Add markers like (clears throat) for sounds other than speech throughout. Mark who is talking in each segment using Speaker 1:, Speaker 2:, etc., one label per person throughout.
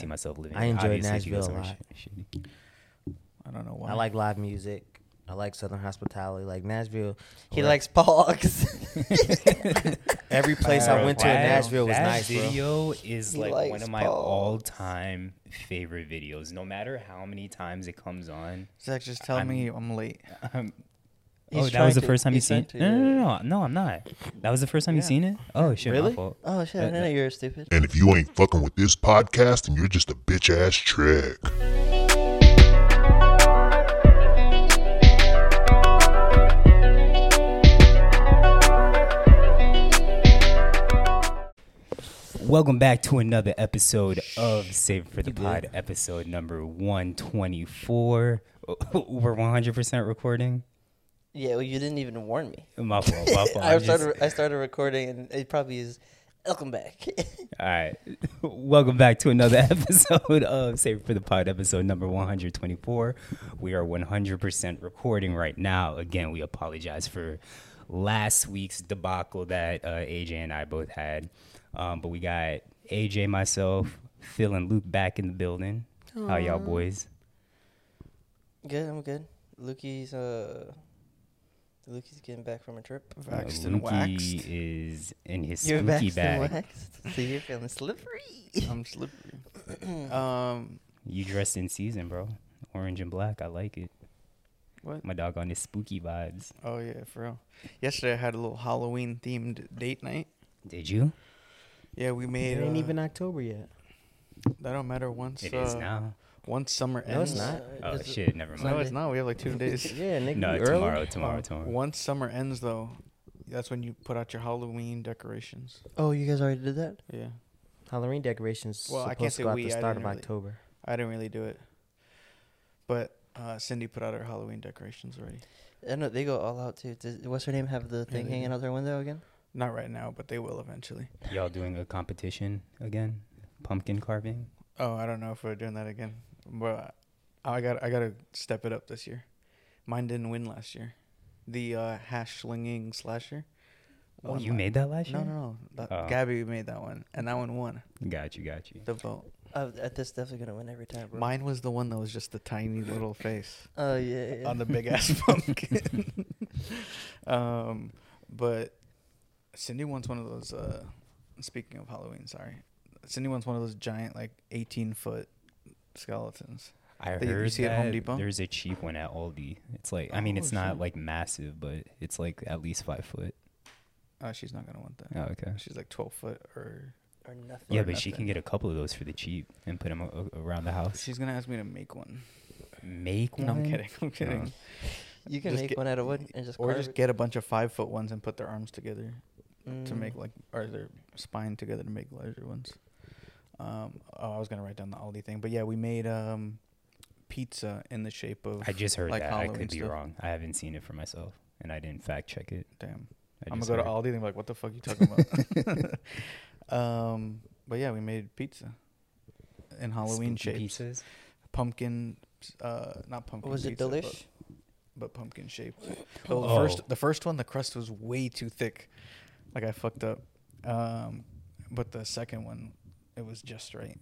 Speaker 1: see myself living.
Speaker 2: I
Speaker 1: there.
Speaker 2: enjoyed
Speaker 1: Obviously, if you go
Speaker 2: Nashville a
Speaker 1: somewhere shitty- shitty.
Speaker 3: I don't know why.
Speaker 2: I like live music. I like Southern hospitality. Like Nashville, he
Speaker 1: Right.
Speaker 2: likes parks.
Speaker 3: (laughs)
Speaker 2: Every place I
Speaker 1: Bro,
Speaker 2: went to in
Speaker 1: that-
Speaker 2: Nashville was
Speaker 1: that
Speaker 2: nice, bro.
Speaker 1: video is
Speaker 2: He
Speaker 1: like one
Speaker 2: likes
Speaker 1: of my
Speaker 2: balls.
Speaker 1: all-time favorite videos. No matter how many times it comes on. (laughs)
Speaker 3: Zach just telling
Speaker 1: I'm-
Speaker 3: me I'm late.
Speaker 1: Um,
Speaker 3: He's
Speaker 1: oh, that
Speaker 3: trying
Speaker 1: was the
Speaker 3: to-
Speaker 1: first time you
Speaker 3: he's
Speaker 1: seen it?
Speaker 3: trying
Speaker 1: No, no, no, no,
Speaker 3: to-
Speaker 1: no, I'm not. That was the first time you
Speaker 3: Yeah.
Speaker 1: seen it? Oh, shit, my
Speaker 2: Really?
Speaker 1: fault.
Speaker 2: Oh shit! I
Speaker 1: Uh,
Speaker 2: didn't know you were stupid.
Speaker 4: And if you ain't fucking with this podcast, then you're just a bitch ass trick.
Speaker 1: Welcome back to another episode of Save It for the
Speaker 2: You good?
Speaker 1: Pod, episode number 124. (laughs) We're 100% recording.
Speaker 2: Yeah, well, you didn't even warn me.
Speaker 1: My fault, my fault.
Speaker 2: (laughs) I
Speaker 1: I'm just- (laughs)
Speaker 2: started. I started recording, and it probably is. Welcome back. (laughs)
Speaker 1: All right. (laughs) Welcome back to another (laughs) episode of Save It for the Pod, episode number 124. We are 100% recording right now. Again, we apologize for last week's debacle that uh, AJ and I both had. Um, but we got AJ, myself, Phil, and Luke back in the building. How y'all boys?
Speaker 2: good. I'm good. Lukey's uh, Lukey's getting back from a trip.
Speaker 3: Waxed
Speaker 1: Uh,
Speaker 3: and
Speaker 1: Lukey
Speaker 3: waxed.
Speaker 1: is in his
Speaker 2: You're
Speaker 1: spooky
Speaker 2: waxed and
Speaker 1: bag.
Speaker 2: waxed, (laughs) so you're feeling slippery.
Speaker 1: (laughs)
Speaker 3: I'm slippery. (clears throat) um,
Speaker 1: You dressed in season, bro. Orange and black. I like it.
Speaker 3: what?
Speaker 1: My dog on his spooky vibes.
Speaker 3: Oh yeah, for real. Yesterday I had a little Halloween themed date night.
Speaker 1: Did you?
Speaker 3: Yeah, we made.
Speaker 5: It ain't
Speaker 3: uh,
Speaker 5: even October yet.
Speaker 3: That don't matter once.
Speaker 1: It
Speaker 3: uh,
Speaker 1: is now.
Speaker 3: Once summer
Speaker 5: No, it's
Speaker 3: ends.
Speaker 5: not.
Speaker 1: Oh
Speaker 2: It's-
Speaker 1: shit! Never
Speaker 3: No,
Speaker 1: mind.
Speaker 3: it's not. We have like two
Speaker 5: (laughs)
Speaker 3: days. Um,
Speaker 5: Yeah, nigga.
Speaker 1: No,
Speaker 5: you early?
Speaker 1: tomorrow, tomorrow, tomorrow.
Speaker 3: Once summer ends, though, that's when you put out your Halloween decorations.
Speaker 2: Oh, you guys already did that.
Speaker 3: Yeah,
Speaker 5: Halloween decorations
Speaker 3: Well, I
Speaker 5: supposed
Speaker 3: can't
Speaker 5: to
Speaker 3: say
Speaker 5: go out
Speaker 3: we,
Speaker 5: the
Speaker 3: I
Speaker 5: start of
Speaker 3: didn't really-
Speaker 5: October.
Speaker 3: I didn't really do it, but uh, Cindy put out her Halloween decorations already.
Speaker 2: I know they go all out too. Does, what's her name have the thing
Speaker 3: they
Speaker 2: hanging
Speaker 3: do.
Speaker 2: out their window again?
Speaker 3: Not right now, but they will eventually.
Speaker 1: Y'all doing a competition again? Pumpkin carving.
Speaker 3: Oh, I don't know if we're doing that again, but I got I got to step it up this year. Mine didn't win last year. The uh, hash slinging slasher.
Speaker 1: Oh,
Speaker 3: won
Speaker 1: you
Speaker 3: la-
Speaker 1: made that last
Speaker 3: No,
Speaker 1: year.
Speaker 3: no, no. That,
Speaker 1: Oh.
Speaker 3: Gabby made that one, and that one won
Speaker 1: Got you, got you.
Speaker 3: the vote.
Speaker 2: Oh, th- that's definitely gonna win every time. Bro.
Speaker 3: Mine was the one that was just the tiny little face
Speaker 2: Oh yeah. yeah.
Speaker 3: on the big ass pumpkin. (laughs) um, but Cindy wants one of those. Uh, speaking of Halloween, sorry, Cindy wants one of those giant, like eighteen foot skeletons.
Speaker 1: I
Speaker 3: That you
Speaker 1: heard
Speaker 3: see at Home
Speaker 1: that
Speaker 3: Depot?
Speaker 1: there's a cheap one at Aldi. It's like I mean,
Speaker 3: Oh,
Speaker 1: it's not
Speaker 3: shit.
Speaker 1: like massive, but it's like at least five foot.
Speaker 3: Oh, she's not gonna want that.
Speaker 1: Oh, okay.
Speaker 3: She's like twelve foot, or
Speaker 2: or nothing.
Speaker 1: Yeah,
Speaker 3: Or
Speaker 1: but she can
Speaker 3: nothing.
Speaker 1: get a couple of those for the cheap and put them around the house.
Speaker 3: she's gonna ask me to make one.
Speaker 1: Make one.
Speaker 3: No, I'm kidding. (laughs) I'm kidding.
Speaker 2: You can
Speaker 3: Just
Speaker 2: make
Speaker 3: get-
Speaker 2: one out of wood and just.
Speaker 3: Or
Speaker 2: carve
Speaker 3: just
Speaker 2: it.
Speaker 3: get a bunch of five foot ones and put their arms together to
Speaker 2: Mm.
Speaker 3: make like or their spine together to make larger ones. Um, oh, I was gonna write down the Aldi thing, but yeah, we made um pizza in the shape of.
Speaker 1: I just heard
Speaker 3: like
Speaker 1: that. I
Speaker 3: Halloween
Speaker 1: could be
Speaker 3: stuff.
Speaker 1: wrong. I haven't seen it for myself, and I didn't fact check it.
Speaker 3: Damn,
Speaker 1: I
Speaker 3: I'm
Speaker 1: just
Speaker 3: gonna go to
Speaker 1: heard.
Speaker 3: Aldi and be like, what the fuck you talking
Speaker 1: (laughs)
Speaker 3: about? um, but yeah, we made pizza in Halloween
Speaker 1: Spooky
Speaker 3: shapes,
Speaker 1: pizzas.
Speaker 3: pumpkin. Uh, not pumpkin.
Speaker 2: Was it
Speaker 3: pizza, but-
Speaker 2: delish?
Speaker 3: But pumpkin shaped. Well, the
Speaker 1: Oh.
Speaker 3: first, the first one, the crust was way too thick. Like I fucked up. Um, but the second one, it was just right.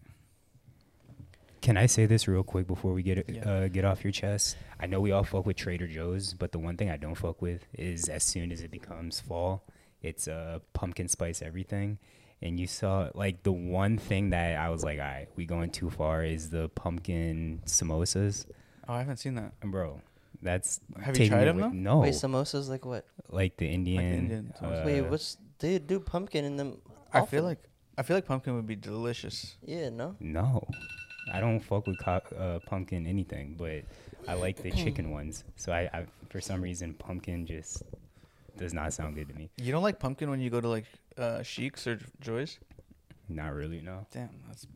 Speaker 1: Can I say this real quick before we get
Speaker 3: Yeah.
Speaker 1: uh, get off your chest? I know we all fuck with Trader Joe's, but the one thing I don't fuck with is as soon as it becomes fall, it's uh, pumpkin spice everything. And you saw like the one thing that I was like, all right, we going too far is the pumpkin samosas,
Speaker 3: Oh, I haven't seen that.
Speaker 1: And bro. That's
Speaker 3: Have you
Speaker 1: taking
Speaker 3: tried
Speaker 1: me
Speaker 3: 'em,
Speaker 1: away-
Speaker 3: though?
Speaker 1: No,
Speaker 2: Wait, samosas like what?
Speaker 1: like the Indian.
Speaker 3: Indian samosa.
Speaker 2: Wait,
Speaker 1: Oh. uh,
Speaker 2: what's they do pumpkin in them?
Speaker 3: I feel
Speaker 2: often.
Speaker 3: like I feel like pumpkin would be delicious.
Speaker 2: Yeah, no.
Speaker 1: No, I don't fuck with co- uh, pumpkin anything, but I like the chicken ones. So I, I, for some reason, pumpkin just does not sound good to me.
Speaker 3: You don't like pumpkin when you go to like uh, Sheik's or Joy's?
Speaker 1: Not really, no.
Speaker 3: Damn, that's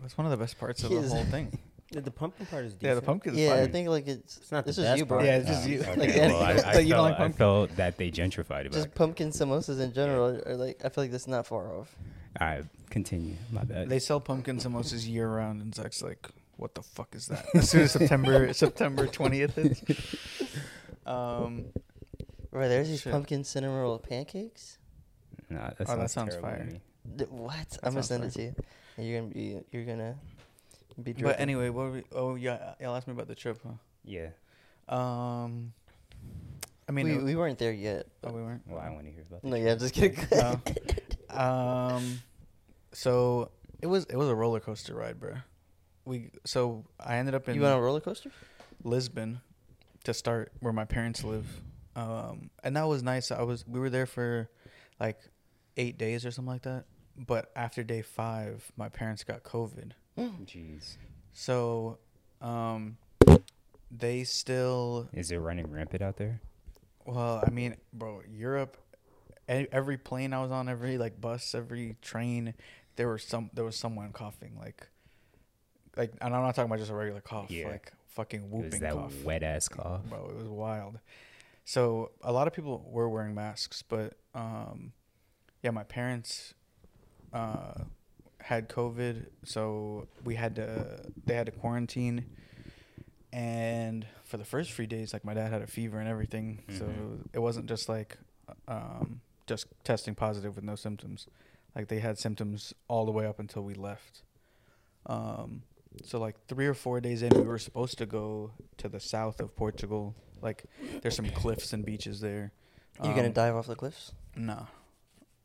Speaker 3: that's one of the best parts of the
Speaker 2: Yes.
Speaker 3: whole
Speaker 2: (laughs)
Speaker 3: thing. (laughs)
Speaker 5: The, the pumpkin part is decent.
Speaker 3: yeah, the (laughs) pumpkin.
Speaker 2: yeah, I
Speaker 3: fire.
Speaker 2: think like it's
Speaker 5: It's not the
Speaker 2: this is
Speaker 5: best
Speaker 2: you, bro.
Speaker 5: part.
Speaker 3: Yeah, it's just
Speaker 1: Oh,
Speaker 3: you. (laughs)
Speaker 1: okay.
Speaker 2: Like,
Speaker 1: well, I, I,
Speaker 3: that you don't
Speaker 1: felt,
Speaker 3: like
Speaker 1: I
Speaker 3: pumpkin.
Speaker 1: felt that they gentrified it.
Speaker 2: Just
Speaker 1: Back.
Speaker 2: pumpkin samosas in general are like I feel like that's not far off.
Speaker 1: All right, continue. My bad.
Speaker 3: They sell pumpkin samosas year round, and Zach's like, "What the fuck is
Speaker 2: (laughs)
Speaker 3: that?" As soon as September September twentieth is. Um,
Speaker 2: Right, there's these
Speaker 3: Shit.
Speaker 2: pumpkin cinnamon roll pancakes.
Speaker 1: Nah, that
Speaker 3: Oh, that
Speaker 1: sounds,
Speaker 3: sounds
Speaker 1: terrible to
Speaker 3: fire.
Speaker 1: me.
Speaker 2: Th- What? I'm gonna
Speaker 3: sounds
Speaker 2: send it
Speaker 3: fun.
Speaker 2: to you. And you're gonna be you're gonna Be
Speaker 3: But
Speaker 2: dripping.
Speaker 3: anyway, what were we, oh yeah, y'all asked me about the trip, huh?
Speaker 1: Yeah.
Speaker 3: Um, I mean,
Speaker 2: we,
Speaker 3: uh,
Speaker 2: we weren't there yet. Oh,
Speaker 3: oh, we weren't.
Speaker 1: Well, I want to hear about that.
Speaker 2: No, yeah, I'm just kidding.
Speaker 3: No. um, so it was it was a roller coaster ride, bro. We so I ended up in
Speaker 2: you went on a roller coaster?
Speaker 3: Lisbon to start where my parents live. Um, and that was nice. I was we were there for like eight days or something like that. But after day five, my parents got COVID.
Speaker 1: Jeez.
Speaker 3: So um, they still
Speaker 1: Is it running rampant out there?
Speaker 3: well, I mean, bro, Europe. e- Every plane I was on, every like bus, every train, there were some there was someone coughing like, like, and I'm not talking about just a regular cough,
Speaker 1: Yeah.
Speaker 3: like fucking
Speaker 1: Is
Speaker 3: whooping
Speaker 1: that
Speaker 3: cough,
Speaker 1: wet ass cough?
Speaker 3: bro. It was wild. So a lot of people were wearing masks, but um, yeah, my parents uh, had COVID, so we had to they had to quarantine. And for the first three days, like my dad had a fever and everything, so it wasn't just like um, just testing positive with no symptoms. Like they had symptoms all the way up until we left. Um, so like three or four days in, we were supposed to go to the south of Portugal. Like there's some cliffs and beaches there.
Speaker 2: you gonna
Speaker 3: Um,
Speaker 2: dive off the cliffs?
Speaker 3: No,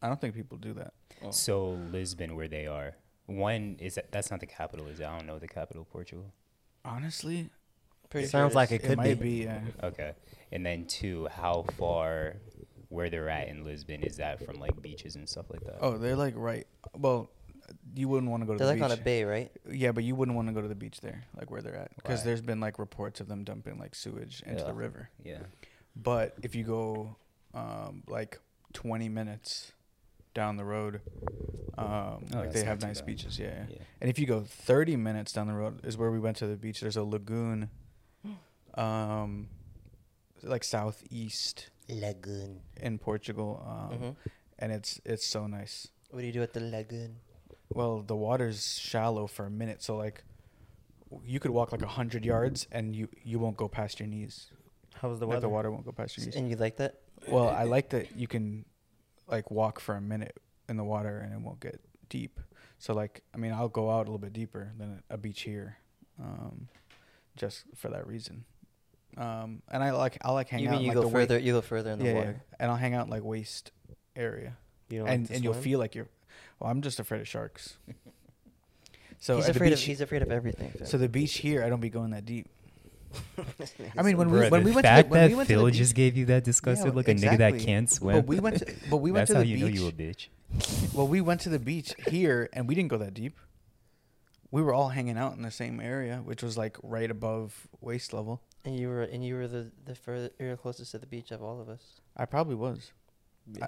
Speaker 3: I don't think people do that.
Speaker 1: So Lisbon, where they are. One is that that's not the capital, is it? I don't know the capital of Portugal.
Speaker 3: Honestly,
Speaker 2: Pretty
Speaker 5: Sounds
Speaker 2: it
Speaker 5: like
Speaker 2: is.
Speaker 5: it could
Speaker 3: might
Speaker 5: be.
Speaker 3: be. yeah.
Speaker 1: Okay. And then two, how far where they're at in Lisbon is that from like beaches and stuff like that?
Speaker 3: Oh, they're like right. Well, you wouldn't want to go to
Speaker 2: They're
Speaker 3: the
Speaker 2: like
Speaker 3: beach.
Speaker 2: on a bay, right?
Speaker 3: Yeah, but you wouldn't want to go to the beach there, like where they're at, because
Speaker 1: Why?
Speaker 3: there's been like reports of them dumping like sewage into the
Speaker 1: Ugh.
Speaker 3: river.
Speaker 1: Yeah.
Speaker 3: But if you go um, like 20 minutes down the road, um,
Speaker 1: Oh,
Speaker 3: like
Speaker 1: that's
Speaker 3: they have
Speaker 1: not too
Speaker 3: nice
Speaker 1: bad.
Speaker 3: beaches. Yeah, yeah.
Speaker 1: Yeah.
Speaker 3: And if you go 30 minutes down the road is where we went to the beach. There's a lagoon,
Speaker 5: Hmm.
Speaker 3: um, like southeast
Speaker 2: Lagoon.
Speaker 3: in Portugal, um,
Speaker 5: Mm-hmm.
Speaker 2: Mhm.
Speaker 3: and it's it's so nice.
Speaker 2: What do you do at the lagoon?
Speaker 3: Well, the water's shallow for a minute, so like you could walk like a hundred yards and you you won't go past your knees.
Speaker 5: How was the
Speaker 3: The water,
Speaker 5: weather?
Speaker 3: the water won't go past your
Speaker 2: S-
Speaker 3: knees.
Speaker 2: And you like that?
Speaker 3: Well, I like that you can like walk for a minute in the water and it won't get deep. So like, I mean, I'll go out a little bit deeper than a beach here, um, just for that reason. Um, and I like I like hang
Speaker 2: you
Speaker 3: out
Speaker 2: mean
Speaker 3: in,
Speaker 2: you
Speaker 3: like
Speaker 2: go
Speaker 3: the wa-
Speaker 2: further? You go further in the
Speaker 3: yeah, yeah,
Speaker 2: water.
Speaker 3: and I'll hang out in, like waist area,
Speaker 5: You don't like
Speaker 3: and
Speaker 5: to
Speaker 3: and you'll
Speaker 5: swim?
Speaker 3: feel like you're. Well, I'm just afraid of
Speaker 2: (laughs)
Speaker 3: sharks. So
Speaker 2: he's
Speaker 3: at the
Speaker 2: afraid of
Speaker 3: beach-
Speaker 2: he's afraid of everything. fam.
Speaker 3: so the beach here, I don't be going that
Speaker 2: (laughs)
Speaker 3: deep. I
Speaker 2: He's
Speaker 3: mean,
Speaker 2: so-
Speaker 3: when we
Speaker 1: Bruh,
Speaker 3: when
Speaker 1: the
Speaker 3: we went to
Speaker 1: fact
Speaker 3: the, when
Speaker 1: that
Speaker 3: we went to the
Speaker 1: Phil
Speaker 3: beach-
Speaker 1: just gave you that disgusted
Speaker 3: Yeah,
Speaker 1: look, a nigga that
Speaker 3: exactly.
Speaker 1: can't swim.
Speaker 3: But we went to,
Speaker 1: (laughs)
Speaker 3: but we
Speaker 1: That's
Speaker 3: went to the
Speaker 1: how
Speaker 3: beach.
Speaker 1: you know you a bitch.
Speaker 3: well, we went to the beach here, and we didn't go that deep. We were all hanging out in the same area, which was like right above waist level.
Speaker 2: and you were and you were the the further you're closest to the beach of all of us. (laughs)
Speaker 3: I probably was,
Speaker 2: Yeah.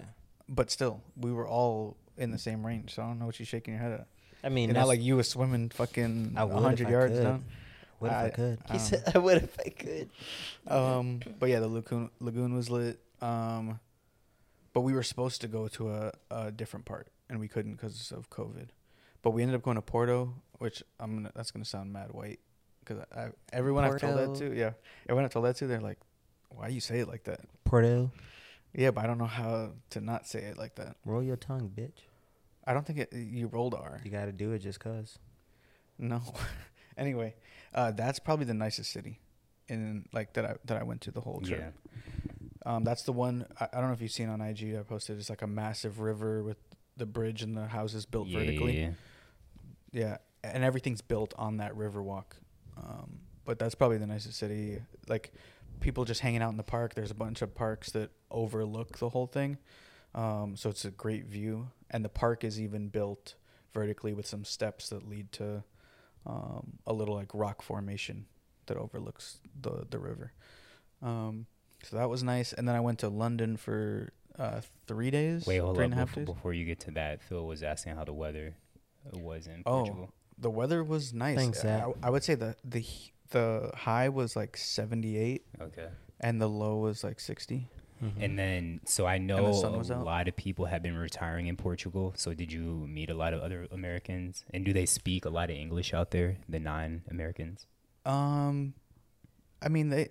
Speaker 3: but still, we were all in the same range. So I don't know what you're shaking your head at.
Speaker 5: I mean,
Speaker 3: And not
Speaker 5: that's-
Speaker 3: like you were swimming fucking
Speaker 5: I would if
Speaker 3: hundred
Speaker 5: I
Speaker 3: yards
Speaker 5: could.
Speaker 3: down.
Speaker 5: What if I,
Speaker 3: I-
Speaker 5: could?
Speaker 3: I
Speaker 2: he
Speaker 3: don't
Speaker 2: said, "I would if I could."
Speaker 3: Um, but yeah, the lagoon lagoon was lit. Um, but we were supposed to go to a, a different part, and we couldn't because of COVID. But we ended up going to Porto, which I'm gonna, that's gonna sound mad white, because I, I everyone I've told that
Speaker 2: Porto.
Speaker 3: to, yeah, everyone I've told that to, they're like, "Why do you say it like that?"
Speaker 5: Porto,
Speaker 3: Yeah, but I don't know how to not say it like that.
Speaker 5: roll your tongue, bitch.
Speaker 3: I don't think it, you rolled R.
Speaker 5: You gotta do it just
Speaker 3: (laughs)
Speaker 5: cause.
Speaker 3: No. (laughs) anyway, uh, that's probably the nicest city, in like that I that I went to the whole trip.
Speaker 1: Yeah.
Speaker 3: Um, that's the one. I, I don't know if you've seen on IG. I posted. It's like a massive river with the bridge and the houses built
Speaker 1: Yeah,
Speaker 3: vertically.
Speaker 1: yeah,
Speaker 3: Yeah, and everything's built on that river walk. Um, but that's probably the nicest city. Like people just hanging out in the park. There's a bunch of parks that overlook the whole thing. Um, so it's a great view, and the park is even built vertically with some steps that lead to um, a little like rock formation that overlooks the the river. Um, so that was nice. And then I went to London for uh, three days,
Speaker 1: Wait, hold
Speaker 3: three
Speaker 1: up.
Speaker 3: and a half
Speaker 1: before,
Speaker 3: days.
Speaker 1: before you get to that, Phil was asking how the weather was in
Speaker 3: Oh,
Speaker 1: Portugal.
Speaker 3: The weather was nice.
Speaker 5: Thanks,
Speaker 3: I,
Speaker 5: Zach.
Speaker 3: I would say the the h- the high was like 78
Speaker 1: Okay.
Speaker 3: and the low was like 60.
Speaker 1: And then, so I know
Speaker 3: Mm. the sun
Speaker 1: a
Speaker 3: was out?
Speaker 1: lot of people have been retiring in Portugal. So did you meet a lot of other Americans? And do they speak a lot of English out there, the non Americans?
Speaker 3: Um I mean they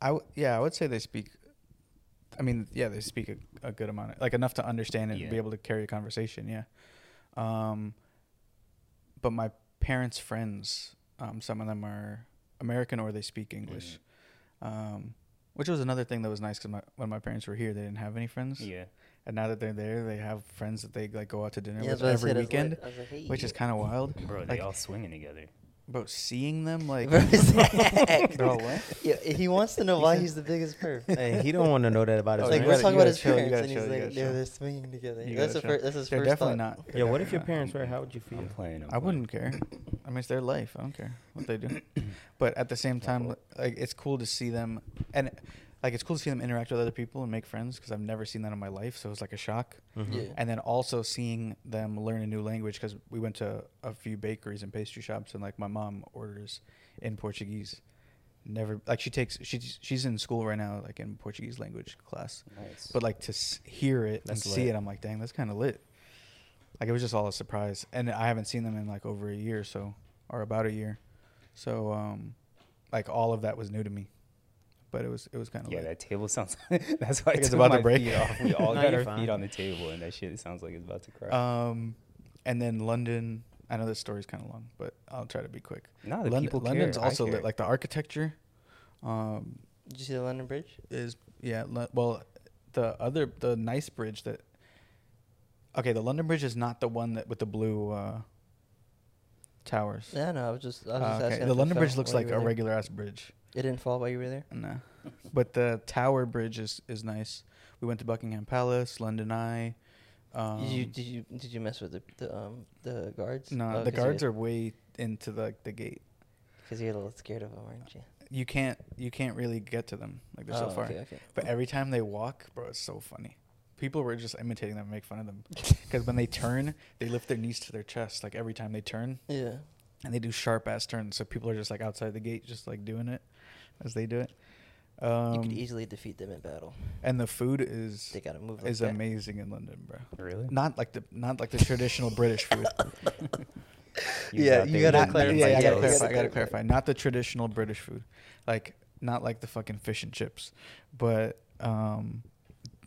Speaker 3: I w- yeah, I would say they speak I mean, yeah, they speak a, a good amount, of, like enough to understand it
Speaker 1: Yeah.
Speaker 3: and be able to carry a conversation, yeah. Um but my parents' friends Um, some of them are American or they speak English, um, which was another thing that was nice because my, when my parents were here, they didn't have any friends,
Speaker 1: Yeah.
Speaker 3: and now that they're there, they have friends that they like go out to dinner
Speaker 2: Yeah,
Speaker 3: with
Speaker 2: that's
Speaker 3: every
Speaker 2: what I said. I was like-
Speaker 3: weekend,
Speaker 2: I was like,
Speaker 3: which is
Speaker 2: "Hey."
Speaker 3: kind of wild.
Speaker 1: Bro, they
Speaker 3: like,
Speaker 1: all swinging together.
Speaker 3: bro, seeing them
Speaker 2: (laughs)
Speaker 3: like
Speaker 2: Bro,
Speaker 3: (laughs)
Speaker 2: Zach.
Speaker 3: they're all what?
Speaker 2: (laughs) Yeah, he wants to know why he's the (laughs) biggest perv.
Speaker 5: hey, he don't want to know that about his
Speaker 3: Oh,
Speaker 2: like,
Speaker 3: you
Speaker 2: let's
Speaker 3: gotta-
Speaker 2: talk
Speaker 3: you
Speaker 2: about
Speaker 3: gotta
Speaker 2: his
Speaker 3: chill, you
Speaker 2: parents,
Speaker 3: gotta
Speaker 2: and
Speaker 3: chill,
Speaker 2: he's
Speaker 3: you
Speaker 2: like,
Speaker 3: gotta
Speaker 2: "Yeah,
Speaker 3: chill."
Speaker 2: they're swinging together."
Speaker 3: You
Speaker 2: that's the
Speaker 3: gotta
Speaker 2: first.
Speaker 3: chill.
Speaker 2: That's his
Speaker 3: They're
Speaker 2: first
Speaker 3: definitely
Speaker 2: thought.
Speaker 3: not.
Speaker 5: Yeah, what if your
Speaker 3: Yeah.
Speaker 5: parents were? How would you feel?
Speaker 1: I'm playing. I'm
Speaker 3: I
Speaker 1: playing.
Speaker 3: wouldn't care. I mean, it's their life. I don't care what they do. But at the same time, like it's cool to see them, and like it's cool to see them interact with other people and make friends because I've never seen that in my life. So it was like a shock.
Speaker 2: Yeah.
Speaker 3: And then also seeing them learn a new language because we went to a few bakeries and pastry shops, and like my mom orders in Portuguese. Never like she takes she's she's in school right now like in Portuguese language class,
Speaker 1: Nice.
Speaker 3: but like to s- hear it
Speaker 1: That's
Speaker 3: and see
Speaker 1: lit.
Speaker 3: it, I'm like, dang, that's kind of lit. Like it was just all a surprise, and I haven't seen them in like over a year, or so or about a year, so um, like all of that was new to me, but it was it was kind of
Speaker 1: yeah,
Speaker 3: lit.
Speaker 1: that table sounds. (laughs) that's why I
Speaker 3: Like it's
Speaker 1: took
Speaker 3: about to
Speaker 1: my
Speaker 3: break.
Speaker 1: feet off.
Speaker 3: (laughs)
Speaker 1: We all
Speaker 5: No,
Speaker 1: got
Speaker 5: you're
Speaker 1: our
Speaker 5: fine.
Speaker 1: feet on the table, and that shit sounds like it's about to crack.
Speaker 3: Um, and then London. I know this story's kind of long, but I'll try to be quick.
Speaker 1: No, the
Speaker 3: Lon-
Speaker 1: people care.
Speaker 3: London's
Speaker 1: I
Speaker 3: also
Speaker 1: care.
Speaker 3: lit. Like the architecture, um,
Speaker 2: Did you see the London Bridge?
Speaker 3: is yeah. Lo- well, the other the nice bridge that. Okay, the London Bridge is not the one that with the blue uh, towers.
Speaker 2: Yeah, no, I was just, I was
Speaker 3: Uh,
Speaker 2: just
Speaker 3: okay,
Speaker 2: asking. if
Speaker 3: The
Speaker 2: it
Speaker 3: London
Speaker 2: fell
Speaker 3: Bridge looks
Speaker 2: while you
Speaker 3: like
Speaker 2: were
Speaker 3: a
Speaker 2: there.
Speaker 3: regular ass bridge.
Speaker 2: It didn't fall while you were there.
Speaker 3: No. (laughs) But the Tower Bridge is, is nice. We went to Buckingham Palace, London Eye. Um,
Speaker 2: did you did oh, you did you mess with the the, um, the guards?
Speaker 3: no, the guards are way into the the gate.
Speaker 2: because you're a little scared of them, aren't you?
Speaker 3: You can't you can't really get to them. Like they're so
Speaker 2: Oh,
Speaker 3: far.
Speaker 2: Okay, okay.
Speaker 3: But every time they walk, bro, it's so funny. People were just imitating them, and make fun of
Speaker 2: (laughs)
Speaker 3: them, because when they turn, they lift their knees to their chest. Like every time they turn,
Speaker 2: Yeah.
Speaker 3: and they do sharp ass turns. So people are just like outside the gate, just like doing it as they do it. Um,
Speaker 2: you could easily defeat them in battle.
Speaker 3: and the food is
Speaker 2: They gotta move. Like
Speaker 3: is
Speaker 2: that.
Speaker 3: amazing in London, bro.
Speaker 1: Really?
Speaker 3: Not like the not like the traditional British
Speaker 2: (laughs)
Speaker 3: food.
Speaker 1: You
Speaker 2: Yeah,
Speaker 1: out
Speaker 2: you
Speaker 1: there
Speaker 2: gotta
Speaker 1: eating
Speaker 3: Not-
Speaker 2: clarify.
Speaker 1: them
Speaker 3: Yeah, I
Speaker 1: like
Speaker 3: gotta
Speaker 1: those.
Speaker 3: clarify. I gotta
Speaker 2: clarify.
Speaker 3: clarify. Not the traditional British food, like not like the fucking fish and chips, but um,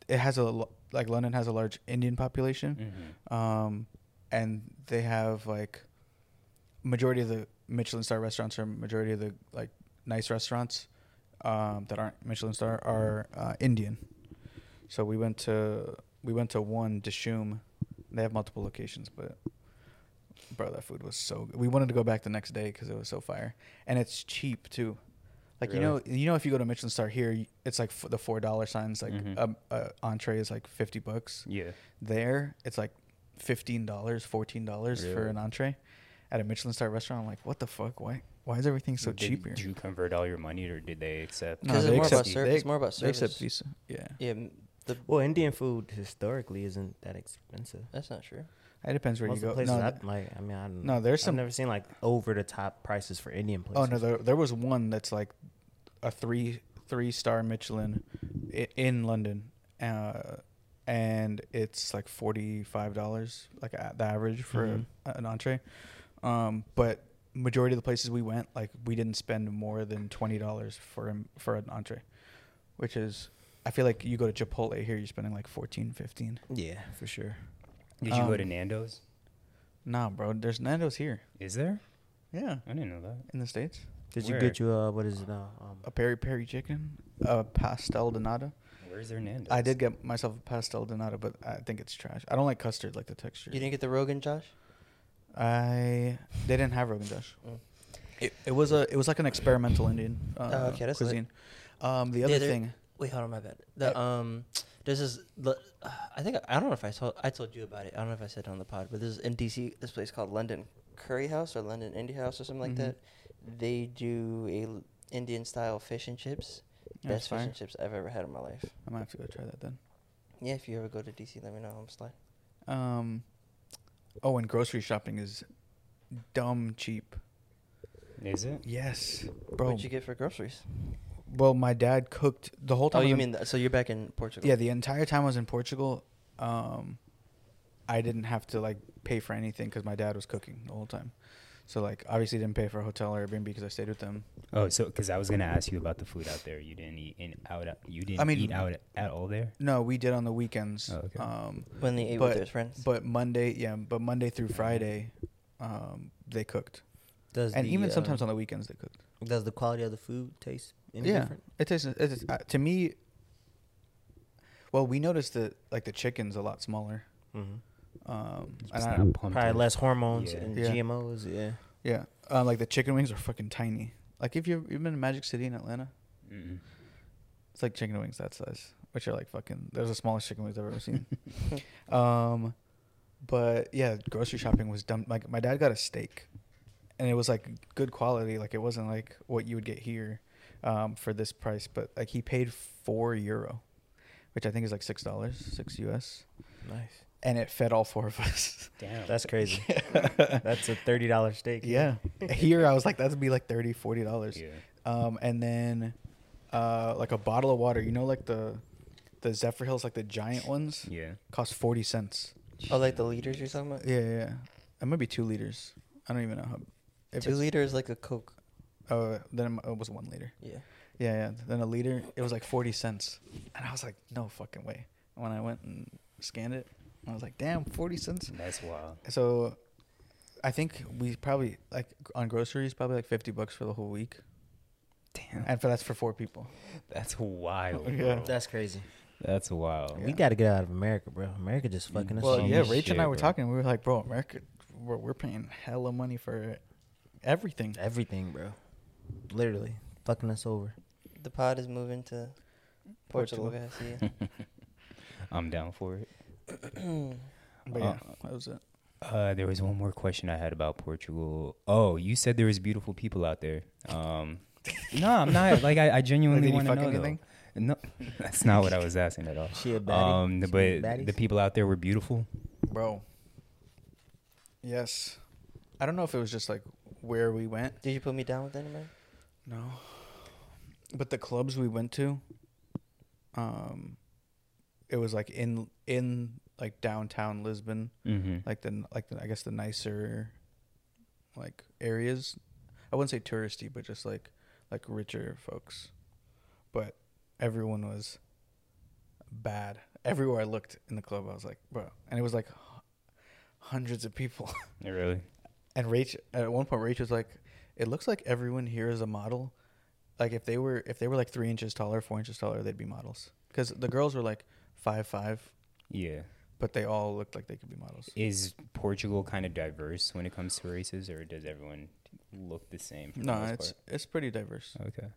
Speaker 3: it has a lo- like London has a large Indian population,
Speaker 1: Mhm.
Speaker 3: um, and they have like majority of the Michelin star restaurants or majority of the like nice restaurants um, that aren't Michelin star are uh, Indian. So we went to we went to one Dishoom. They have multiple locations, but bro, that food was so good. We wanted to go back the next day because it was so fire, and it's cheap too. Like you know,
Speaker 1: Really?
Speaker 3: you know, if you go to Michelin Star here, y- it's like f- the four dollar signs. Like
Speaker 1: Mhm.
Speaker 3: um uh, entree is like fifty bucks.
Speaker 1: Yeah.
Speaker 3: There, it's like fifteen dollars, fourteen dollars for
Speaker 1: Really?
Speaker 3: an entree at a Michelin Star restaurant. I'm like, what the fuck? Why? Why is everything so
Speaker 1: did,
Speaker 3: cheap here?
Speaker 1: Did you convert all your money, or did they accept?
Speaker 2: No, 'Cause it's
Speaker 3: they
Speaker 2: more about
Speaker 3: accept-
Speaker 2: serv-
Speaker 3: they-
Speaker 2: it's more about
Speaker 3: They accept
Speaker 2: service.
Speaker 3: Visa. Yeah,
Speaker 2: Yeah, m- the
Speaker 5: Well, Indian food historically isn't that expensive.
Speaker 2: that's not true.
Speaker 3: it depends where
Speaker 5: Most
Speaker 3: you
Speaker 5: of
Speaker 3: go.
Speaker 5: the places
Speaker 3: No,
Speaker 5: I,
Speaker 3: th-
Speaker 5: like, I mean, I don't,
Speaker 3: no, there's
Speaker 5: I've
Speaker 3: some
Speaker 5: never seen like over the top prices for Indian places.
Speaker 3: Oh no, there, there was one that's like a three three star Michelin i- in London, uh, and it's like forty five dollars, like a- the average for
Speaker 5: Mhm.
Speaker 3: a- an entree. Um, but majority of the places we went, like we didn't spend more than twenty dollars for an- for an entree, which is. I feel like you go to Chipotle here, you're spending like 14, 15.
Speaker 5: Yeah, for sure.
Speaker 1: Did you go to
Speaker 3: um,
Speaker 1: Nando's?
Speaker 3: Nah, bro, there's Nando's here.
Speaker 1: Is there?
Speaker 3: Yeah,
Speaker 1: I didn't know that.
Speaker 3: in the states,
Speaker 5: Did
Speaker 1: Where?
Speaker 5: you get you uh what is it now? Um,
Speaker 3: a peri peri chicken, a pastel de nata.
Speaker 1: Where's their Nando's?
Speaker 3: I did get myself a pastel donata, but I think it's trash. I don't like custard, like the texture.
Speaker 2: You didn't get the Rogan, Josh?
Speaker 3: I they didn't have Rogan Josh.
Speaker 2: Mm.
Speaker 3: It, it was a it was like an experimental Indian uh,
Speaker 2: Oh, okay, that's lit.
Speaker 3: cuisine. Um, the
Speaker 2: Yeah,
Speaker 3: other
Speaker 2: they're-
Speaker 3: thing,
Speaker 2: Wait, hold on, my bad. The um, this is the I think I don't know if I told I told you about it. I don't know if I said it on the pod, but this is in DC. This place called London Curry House or London Indie House or something like
Speaker 3: Mhm.
Speaker 2: that. They do a l- Indian style fish and chips.
Speaker 3: that's
Speaker 2: Best fish
Speaker 3: fire.
Speaker 2: and chips I've ever had in my life.
Speaker 3: I might have to go try that then.
Speaker 2: Yeah, if you ever go to DC, let me know. I'm slide.
Speaker 3: Um, oh, and grocery shopping is dumb cheap.
Speaker 1: Is it?
Speaker 3: Yes, bro.
Speaker 2: What'd you get for groceries?
Speaker 3: Well, my dad cooked the whole
Speaker 2: Oh,
Speaker 3: time. I
Speaker 2: you
Speaker 3: was in-
Speaker 2: mean th- so you're back in Portugal?
Speaker 3: Yeah, the entire time I was in Portugal, um, I didn't have to like pay for anything because my dad was cooking the whole time. So like, obviously, didn't pay for a hotel or Airbnb because I stayed with them.
Speaker 1: Oh, so because I was gonna ask you about the food out there. You didn't eat in out. You didn't
Speaker 3: mean-
Speaker 1: eat out at all there.
Speaker 3: No, we did on the weekends.
Speaker 1: Oh, okay.
Speaker 3: Um,
Speaker 2: When they ate
Speaker 3: But-
Speaker 2: with their friends.
Speaker 3: but Monday, yeah, but Monday through Friday, um, they cooked.
Speaker 5: Does
Speaker 3: and
Speaker 5: the,
Speaker 3: even
Speaker 5: uh,
Speaker 3: sometimes on the weekends they cook.
Speaker 5: does the quality of the food taste any
Speaker 3: yeah,
Speaker 5: different?
Speaker 3: it tastes. It tastes uh, to me. Well, we noticed that like the chicken's a lot smaller.
Speaker 5: Mm-hmm.
Speaker 3: Um,
Speaker 1: It's
Speaker 3: and
Speaker 1: not
Speaker 3: I-
Speaker 1: pumped
Speaker 5: Probably
Speaker 1: with-
Speaker 5: less hormones
Speaker 1: Yeah.
Speaker 5: and
Speaker 3: Yeah.
Speaker 5: GMOs. Yeah.
Speaker 3: yeah, uh, like the chicken wings are fucking tiny. Like if you've, you've been to Magic City in Atlanta,
Speaker 1: Mm-mm.
Speaker 3: it's like chicken wings that size, which are like fucking. Those are the smallest chicken wings I've ever seen. (laughs) um, but yeah, grocery shopping was dumb. Like my dad got a steak, and it was like good quality. Like it wasn't like what you would get here, um, for this price. But like he paid four euro, which I think is like six dollars, six US,
Speaker 5: Nice.
Speaker 3: and it fed all four of us. (laughs)
Speaker 1: Damn.
Speaker 5: (laughs) That's crazy. That's a thirty dollar steak.
Speaker 3: yeah, (laughs) here I was like that'd be like 30 dollars.
Speaker 1: Yeah.
Speaker 3: um, and then uh, like a bottle of water. You know, like the the Zephyr Hills, like the giant ones,
Speaker 1: Yeah.
Speaker 3: cost forty cents.
Speaker 2: Oh, like the liters you're talking about?
Speaker 3: Yeah, yeah, yeah. It might be two liters. I don't even know how. If
Speaker 2: Two
Speaker 3: it's,
Speaker 2: liters like a Coke.
Speaker 3: oh, then it mi- it was one liter.
Speaker 2: Yeah.
Speaker 3: Yeah, yeah. Then a liter, it was like forty cents, and I was like, no fucking way. And When I went and scanned it, I was like, damn, forty cents.
Speaker 1: That's wild.
Speaker 3: So, I think we probably like on groceries probably like fifty bucks for the whole week,
Speaker 1: Damn.
Speaker 3: and for that's for four people.
Speaker 1: That's wild.
Speaker 3: Yeah.
Speaker 1: Bro.
Speaker 5: That's crazy.
Speaker 1: That's wild.
Speaker 5: We
Speaker 3: Yeah.
Speaker 5: got to get out of America, bro. America just fucking us.
Speaker 3: Well,
Speaker 5: up.
Speaker 1: Holy
Speaker 3: yeah, Rach and I
Speaker 1: shit, bro.
Speaker 3: were talking. We were like, bro, America, we're, we're paying hella money for everything.
Speaker 5: Everything, bro. Literally fucking us over.
Speaker 2: The pod is moving to Portugal,
Speaker 3: Portugal.
Speaker 2: guys. Yeah.
Speaker 1: I'm down for it.
Speaker 5: (laughs)
Speaker 3: But yeah, that was it.
Speaker 1: Uh, there was one more question I had about Portugal. Oh, you said there was beautiful people out there. Um, no, I'm not. Like, I, I
Speaker 3: Like, did
Speaker 1: genuinely
Speaker 3: you
Speaker 1: want to
Speaker 3: fuck
Speaker 1: know.
Speaker 3: anything?
Speaker 1: though. No, (laughs) that's not what I was asking at all.
Speaker 5: She a baddie?
Speaker 1: Um, the-
Speaker 5: She
Speaker 1: but
Speaker 5: baddies?
Speaker 1: the people out there were beautiful.
Speaker 3: Bro. Yes. I don't know if it was just like where we went.
Speaker 2: (clears throat) Did you put me down with that, man?
Speaker 3: No. But the clubs we went to, um, it was like in in like downtown Lisbon,
Speaker 1: Mm-hmm.
Speaker 3: like the like the, I guess the nicer, like areas. I wouldn't say touristy, but just like like richer folks. But everyone was bad. Everywhere I looked in the club, I was like, bro, and it was like h- hundreds of people. (laughs)
Speaker 1: really?
Speaker 3: And Rach, at one point, Rach was like, "It looks like everyone here is a model. Like if they were if they were like three inches taller, four inches taller, they'd be models. Because the girls were like five five,
Speaker 1: Yeah.
Speaker 3: but they all looked like they could be models.
Speaker 1: Is Portugal kind of diverse when it comes to races, or does everyone look the same? For the
Speaker 3: No,
Speaker 1: most
Speaker 3: it's it's pretty diverse.
Speaker 1: part? okay.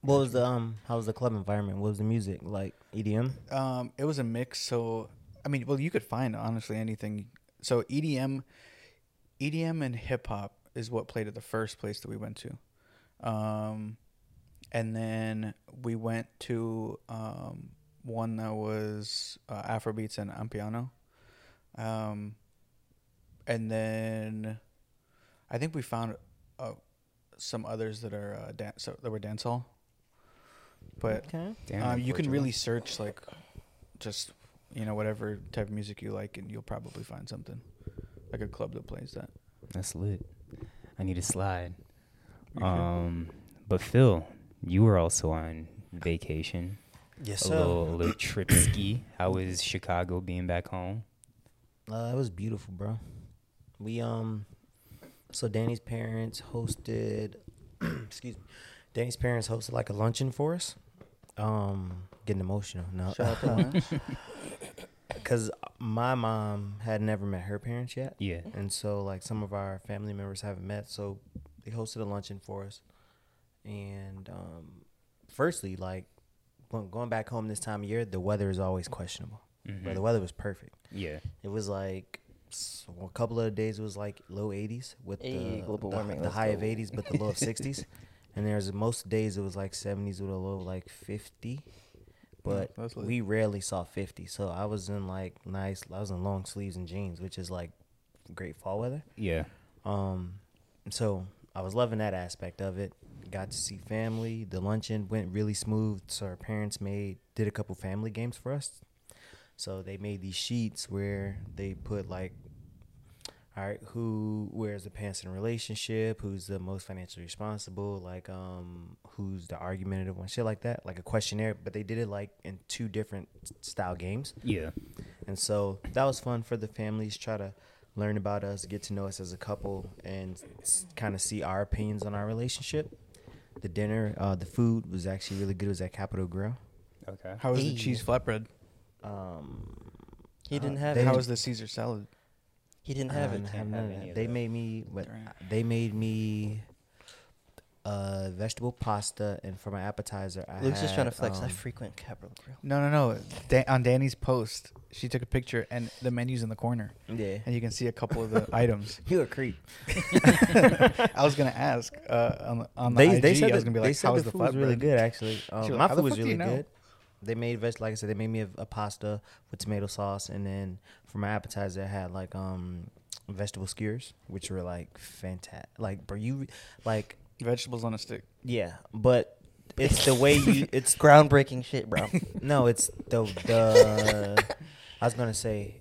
Speaker 5: What was the um? How was the club environment? What was the music like? E EDM.
Speaker 3: Um, it was a mix. So I mean, well, you could find honestly anything. So E EDM, EDM E and hip hop is what played at the first place that we went to, um, and then we went to um, one that was uh, Afrobeats and Ampiano, um, and then I think we found uh, some others that are uh, dan- so that were dancehall, but
Speaker 5: Okay.
Speaker 1: Damn.
Speaker 3: um, you can
Speaker 1: Portugal.
Speaker 3: really search like just you know whatever type of music you like and you'll probably find something like a club that plays that
Speaker 1: That's lit. I need a slide.
Speaker 3: You sure?
Speaker 1: Um, but Phil, you were also on vacation.
Speaker 5: Yes,
Speaker 1: a little, a little trip (coughs) ski. How was Chicago being back home?
Speaker 5: Uh, it was beautiful, bro. We um, so Danny's parents hosted, (clears throat) excuse me, Danny's parents hosted like a luncheon for us. Um, getting emotional now
Speaker 3: shout
Speaker 5: (laughs)
Speaker 3: out to Lance.
Speaker 5: because my mom had never met her parents yet,
Speaker 1: Yeah.
Speaker 5: and so like some of our family members haven't met, so they hosted a luncheon for us. And um, firstly, like going going back home this time of year, the weather is always questionable. But
Speaker 1: Mhm.
Speaker 5: the weather was perfect.
Speaker 1: Yeah.
Speaker 5: It was like s- a couple of days it was like low 80s with
Speaker 2: Hey,
Speaker 5: the,
Speaker 2: global
Speaker 5: the-
Speaker 2: warming,
Speaker 5: the
Speaker 2: let's
Speaker 5: high of
Speaker 2: go.
Speaker 5: 80s but the
Speaker 2: (laughs)
Speaker 5: low of 60s. And there's most days it was like 70s with a low of like 50. But
Speaker 3: that's lit.
Speaker 5: we rarely saw 50. So I was in like nice I was in long sleeves and jeans, which is like great fall weather.
Speaker 1: Yeah.
Speaker 5: Um, so I was loving that aspect of it. Got to see family. The luncheon went really smooth. So our parents made did a couple family games for us. So they made these sheets where they put like, all right, who wears the pants in a relationship? Who's the most financially responsible? Like, um, who's the argumentative one? Shit like that, like a questionnaire. But they did it like in two different style games.
Speaker 1: Yeah.
Speaker 5: And so that was fun for the families. Try to learn about us, get to know us as a couple, and kind of see our opinions on our relationship. The dinner, uh, the food was actually really good. It was at Capitol Grill.
Speaker 1: Okay.
Speaker 3: How was
Speaker 2: Hey.
Speaker 3: the cheese flatbread?
Speaker 5: Um,
Speaker 2: He
Speaker 5: Uh,
Speaker 2: didn't have
Speaker 5: they-
Speaker 2: it.
Speaker 3: How was the Caesar salad?
Speaker 2: He didn't
Speaker 5: I
Speaker 2: have it.
Speaker 5: don't
Speaker 1: Can't
Speaker 5: none
Speaker 1: have
Speaker 5: of
Speaker 1: any
Speaker 5: that.
Speaker 1: of
Speaker 5: They
Speaker 1: that.
Speaker 5: made me. What,
Speaker 3: Darn.
Speaker 5: they made me. Uh, vegetable pasta, and for my appetizer, I
Speaker 2: Luke's just trying to
Speaker 5: had,
Speaker 2: flex. I
Speaker 5: um,
Speaker 2: frequent Capitol Grill.
Speaker 3: No, no, no. Da- on Danny's post, she took a picture and the menu's in the corner,
Speaker 5: Yeah,
Speaker 3: and you can see a couple
Speaker 5: (laughs)
Speaker 3: of the items.
Speaker 5: you a creep.
Speaker 3: (laughs) I was gonna ask uh, on the, on the
Speaker 5: they,
Speaker 3: IG.
Speaker 5: they said
Speaker 3: I was
Speaker 5: that-
Speaker 3: gonna be
Speaker 5: they
Speaker 3: like,
Speaker 5: said
Speaker 3: "How was
Speaker 5: the
Speaker 3: the
Speaker 5: food was
Speaker 3: flatbread?"
Speaker 5: really good actually. Um,
Speaker 3: was like,
Speaker 5: my
Speaker 3: "How the
Speaker 5: food was
Speaker 3: fuck do
Speaker 5: really
Speaker 3: you know?"
Speaker 5: good. They made veg like I said. They made me a, a pasta with tomato sauce, and then for my appetizer, I had like um vegetable skewers, which were like fantastic. Like, bro, you like
Speaker 3: Vegetables on a stick.
Speaker 5: yeah, but it's the way
Speaker 3: (laughs)
Speaker 5: you it's
Speaker 2: Groundbreaking shit,
Speaker 5: (laughs)
Speaker 2: bro.
Speaker 5: no, it's the the I was gonna say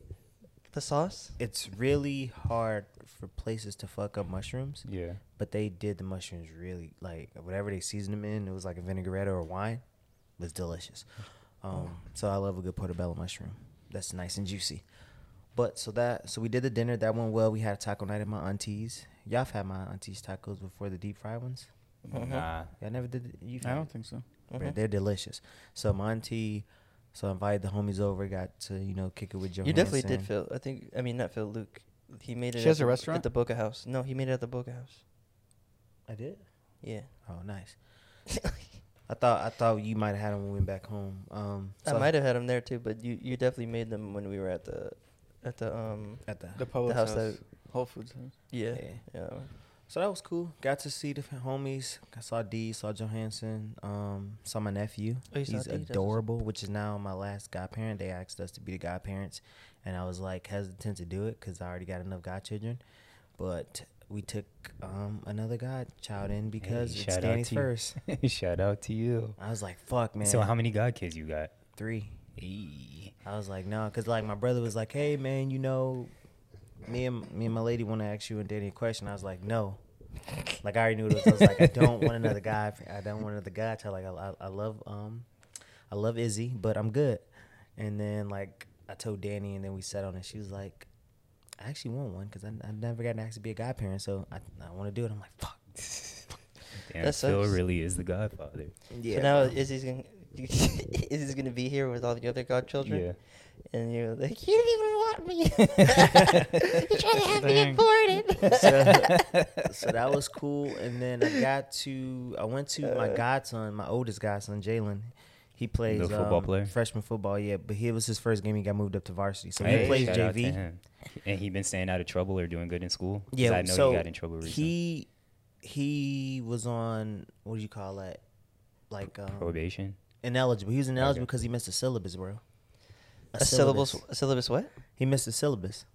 Speaker 2: the sauce.
Speaker 5: it's really hard for places to fuck up mushrooms,
Speaker 1: Yeah.
Speaker 5: but they did the mushrooms really like whatever they seasoned them in. It was like a vinaigrette or a wine, was delicious.
Speaker 3: Oh.
Speaker 5: Um, so I love a good portobello mushroom. That's nice and juicy. But so that so we did the dinner that went well. We had a taco night at my auntie's. Y'all have had my auntie's tacos before the deep fried ones.
Speaker 2: Uh-huh. Mm-hmm.
Speaker 1: Nah.
Speaker 5: Y'all never did. it? You've
Speaker 3: I
Speaker 5: had
Speaker 3: don't
Speaker 5: it.
Speaker 3: think so. Mm-hmm.
Speaker 5: Bro, They're delicious. So my auntie, so I invited the homies over. Got to you know kick it with Johannes.
Speaker 2: You definitely did,
Speaker 5: and-
Speaker 2: Phil. I think. I mean, not Phil. Luke. He made it.
Speaker 3: She
Speaker 2: at
Speaker 3: has
Speaker 2: the-
Speaker 3: a restaurant?
Speaker 2: at the Boca House. No, he made it at the Boca House.
Speaker 5: I did.
Speaker 2: Yeah.
Speaker 5: Oh, nice. (laughs) I thought I thought you might have had them when we went back home. Um, so
Speaker 2: I might have had him there too, but you, you definitely made them when we were at the at the um
Speaker 5: at the,
Speaker 3: The public
Speaker 2: house
Speaker 3: house,
Speaker 2: that-
Speaker 3: Whole Foods. house.
Speaker 2: yeah
Speaker 5: Yeah.
Speaker 2: yeah.
Speaker 5: so that was cool. Got to see the homies. I saw D, saw Johansson, um, saw my nephew.
Speaker 2: Oh, you saw
Speaker 5: He's
Speaker 2: D? That's what's up.
Speaker 5: adorable, which is now my last godparent. They asked us to be the godparents, and I was like hesitant to do it because I already got enough godchildren. But we took um, another godchild in because it's
Speaker 1: shout out
Speaker 5: Danny's
Speaker 1: to you.
Speaker 5: first.
Speaker 1: (laughs) Shout out to you.
Speaker 5: I was like, "Fuck, man!"
Speaker 1: So how many god kids you got?
Speaker 5: Three.
Speaker 1: Hey.
Speaker 5: I was like, no, because like my brother was like, hey man, you know, me and me and my lady want to ask you and Danny a question. I was like, no, like I already knew this. I was like, I don't want another guy. I don't want another guy. Child. Like I, I, I love um, I love Izzy, but I'm good. And then like I told Danny, and then we sat on it. She was like, I actually want one because I, I never got to actually be a godparent, so I, I want to do it. I'm like, fuck.
Speaker 1: Damn,
Speaker 2: That
Speaker 1: Phil
Speaker 2: sucks.
Speaker 1: really is the godfather.
Speaker 2: So now Izzy's gonna (laughs) Izzy's gonna be here with all the other godchildren.
Speaker 1: Yeah.
Speaker 2: And you're like, you didn't even want (laughs) me. you tried to have me
Speaker 3: Dang.
Speaker 2: aborted. (laughs)
Speaker 5: so, so that was cool. And then I got to I went to
Speaker 2: Uh.
Speaker 5: my godson, my oldest godson, Jalen. He plays
Speaker 1: Little football
Speaker 5: um,
Speaker 1: player?
Speaker 5: freshman football, yeah. But he it was his first game. He got moved up to varsity, so
Speaker 1: Hey,
Speaker 5: he plays
Speaker 1: shout out to
Speaker 5: JV.
Speaker 1: him. And he been staying out of trouble or doing good in school. 'Cause
Speaker 5: Yeah,
Speaker 1: I know
Speaker 5: so
Speaker 1: he got in trouble recently.
Speaker 5: he he was on what do you call that? Like um,
Speaker 1: Probation.
Speaker 5: ineligible. He was ineligible
Speaker 1: Okay.
Speaker 5: because he missed a syllabus, bro.
Speaker 2: A syllabus. A syllabus. What?
Speaker 5: He missed a syllabus.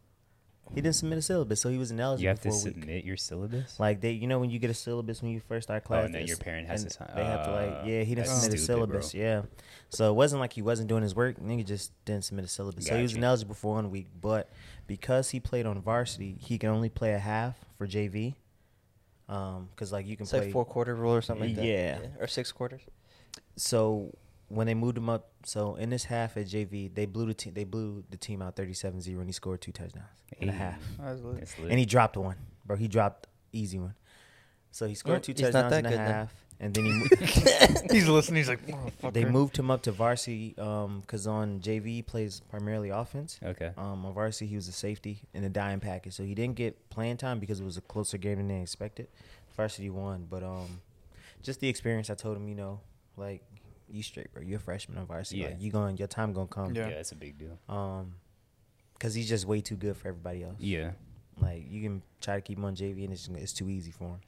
Speaker 5: He didn't submit a syllabus, so he was ineligible
Speaker 1: You have to
Speaker 5: for a week.
Speaker 1: submit your syllabus.
Speaker 5: Like they, you know, when you get a syllabus when you first start class,
Speaker 1: Oh, and then
Speaker 5: it's-
Speaker 1: your parent has
Speaker 5: and
Speaker 1: to sign-
Speaker 5: They have to
Speaker 1: Ah,
Speaker 5: like, yeah, he didn't
Speaker 1: that's
Speaker 5: submit a
Speaker 1: stupid, bro.
Speaker 5: syllabus, yeah. So it wasn't like he wasn't doing his work. Nigga just didn't submit a syllabus, so he was
Speaker 1: Gotcha.
Speaker 5: ineligible for one week. But because he played on varsity, he can only play a half for JV. Um, because like you can
Speaker 2: It's
Speaker 5: play
Speaker 2: like four quarter rule or something like that.
Speaker 5: Yeah.
Speaker 2: Or six quarters.
Speaker 5: so when they moved him up, so in this half at JV, they blew the team. They blew the team out 37-0 and he scored two touchdowns in a
Speaker 1: Hey.
Speaker 5: half.
Speaker 3: That was lit.
Speaker 1: That's lit.
Speaker 5: And he dropped one, bro. He dropped easy one. So he scored
Speaker 2: Mm,
Speaker 5: two
Speaker 2: he's not
Speaker 5: touchdowns
Speaker 2: that
Speaker 5: and a
Speaker 2: good then.
Speaker 5: half,
Speaker 1: (laughs)
Speaker 5: and then he mo-
Speaker 3: he's listening. He's like, "Motherfucker."
Speaker 5: they moved him up to varsity because on JV he plays primarily offense.
Speaker 1: okay.
Speaker 5: Um, on varsity he was a safety in the dime package, so he didn't get playing time because it was a closer game than they expected. Varsity won, but um, just the experience. I told him, you know, like you straight, bro. You're a freshman on varsity.
Speaker 1: Yeah.
Speaker 5: Like, you going, your time gonna come.
Speaker 1: yeah.
Speaker 3: yeah.
Speaker 1: that's a big deal.
Speaker 5: Um, because he's just way too good for everybody else.
Speaker 1: Yeah,
Speaker 5: Like you can try to keep him on JV, and it's, it's too easy for him.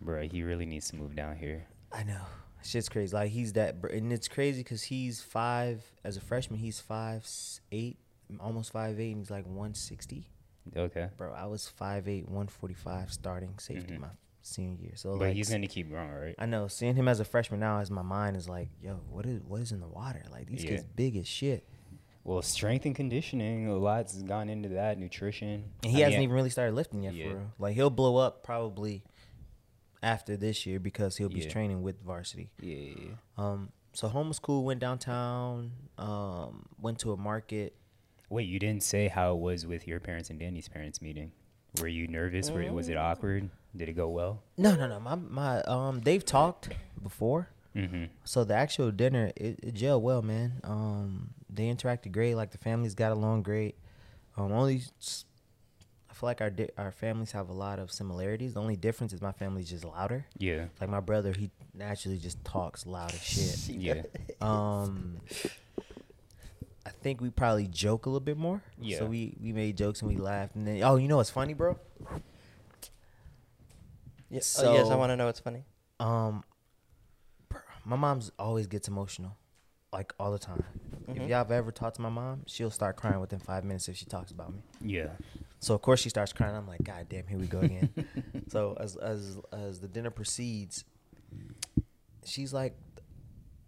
Speaker 1: bro. He really needs to move down here.
Speaker 5: I know. Shit's crazy. Like he's that, br- and it's crazy because he's five as a freshman. He's five s- eight, almost five eight, and he's like one sixty.
Speaker 1: Okay.
Speaker 5: Bro, I was five eight, one forty five, starting safety
Speaker 1: Mhm.
Speaker 5: my senior year. So
Speaker 1: But
Speaker 5: like,
Speaker 1: he's gonna keep growing, right?
Speaker 5: I know seeing him as a freshman now, as my mind is like, yo, what is what is in the water? Like these
Speaker 1: Yeah.
Speaker 5: kids big as shit,
Speaker 1: Well, strength and conditioning, a lot's gone into that. Nutrition.
Speaker 5: and he
Speaker 1: I
Speaker 5: hasn't
Speaker 1: mean,
Speaker 5: even really started lifting yet.
Speaker 1: Yeah.
Speaker 5: For real. like he'll blow up probably after this year because he'll be
Speaker 1: Yeah.
Speaker 5: training with varsity.
Speaker 1: Yeah, yeah, yeah.
Speaker 5: Um, so home was cool. Went downtown. Um, went to a market.
Speaker 1: Wait, you didn't say how it was with your parents and Danny's parents meeting. Were you nervous? Were, was
Speaker 5: Mm.
Speaker 1: it awkward? Did it go well?
Speaker 5: No, no, no. My my um they've talked before.
Speaker 1: Mm-hmm.
Speaker 5: So the actual dinner it, it gelled well, man. Um they interacted great, like the families got along great. Um only s- I feel like our di- our families have a lot of similarities. The only difference is my family's just louder.
Speaker 1: Yeah.
Speaker 5: Like my brother, he naturally just talks loud as shit. (laughs)
Speaker 1: Yeah.
Speaker 5: Um I think we probably joke a little bit more.
Speaker 1: Yeah.
Speaker 5: So we we made jokes and we laughed and then oh, you know what's funny, bro?
Speaker 2: Yeah. oh, yes, I
Speaker 5: So-
Speaker 2: want to know what's funny.
Speaker 5: Um, br- my mom's always gets emotional, like all the time. If y'all have ever talked to my mom, she'll start crying within five minutes if she talks about me.
Speaker 1: Yeah.
Speaker 5: So of course she starts crying. I'm like, God damn, here we go again. so as as as the dinner proceeds, she's like,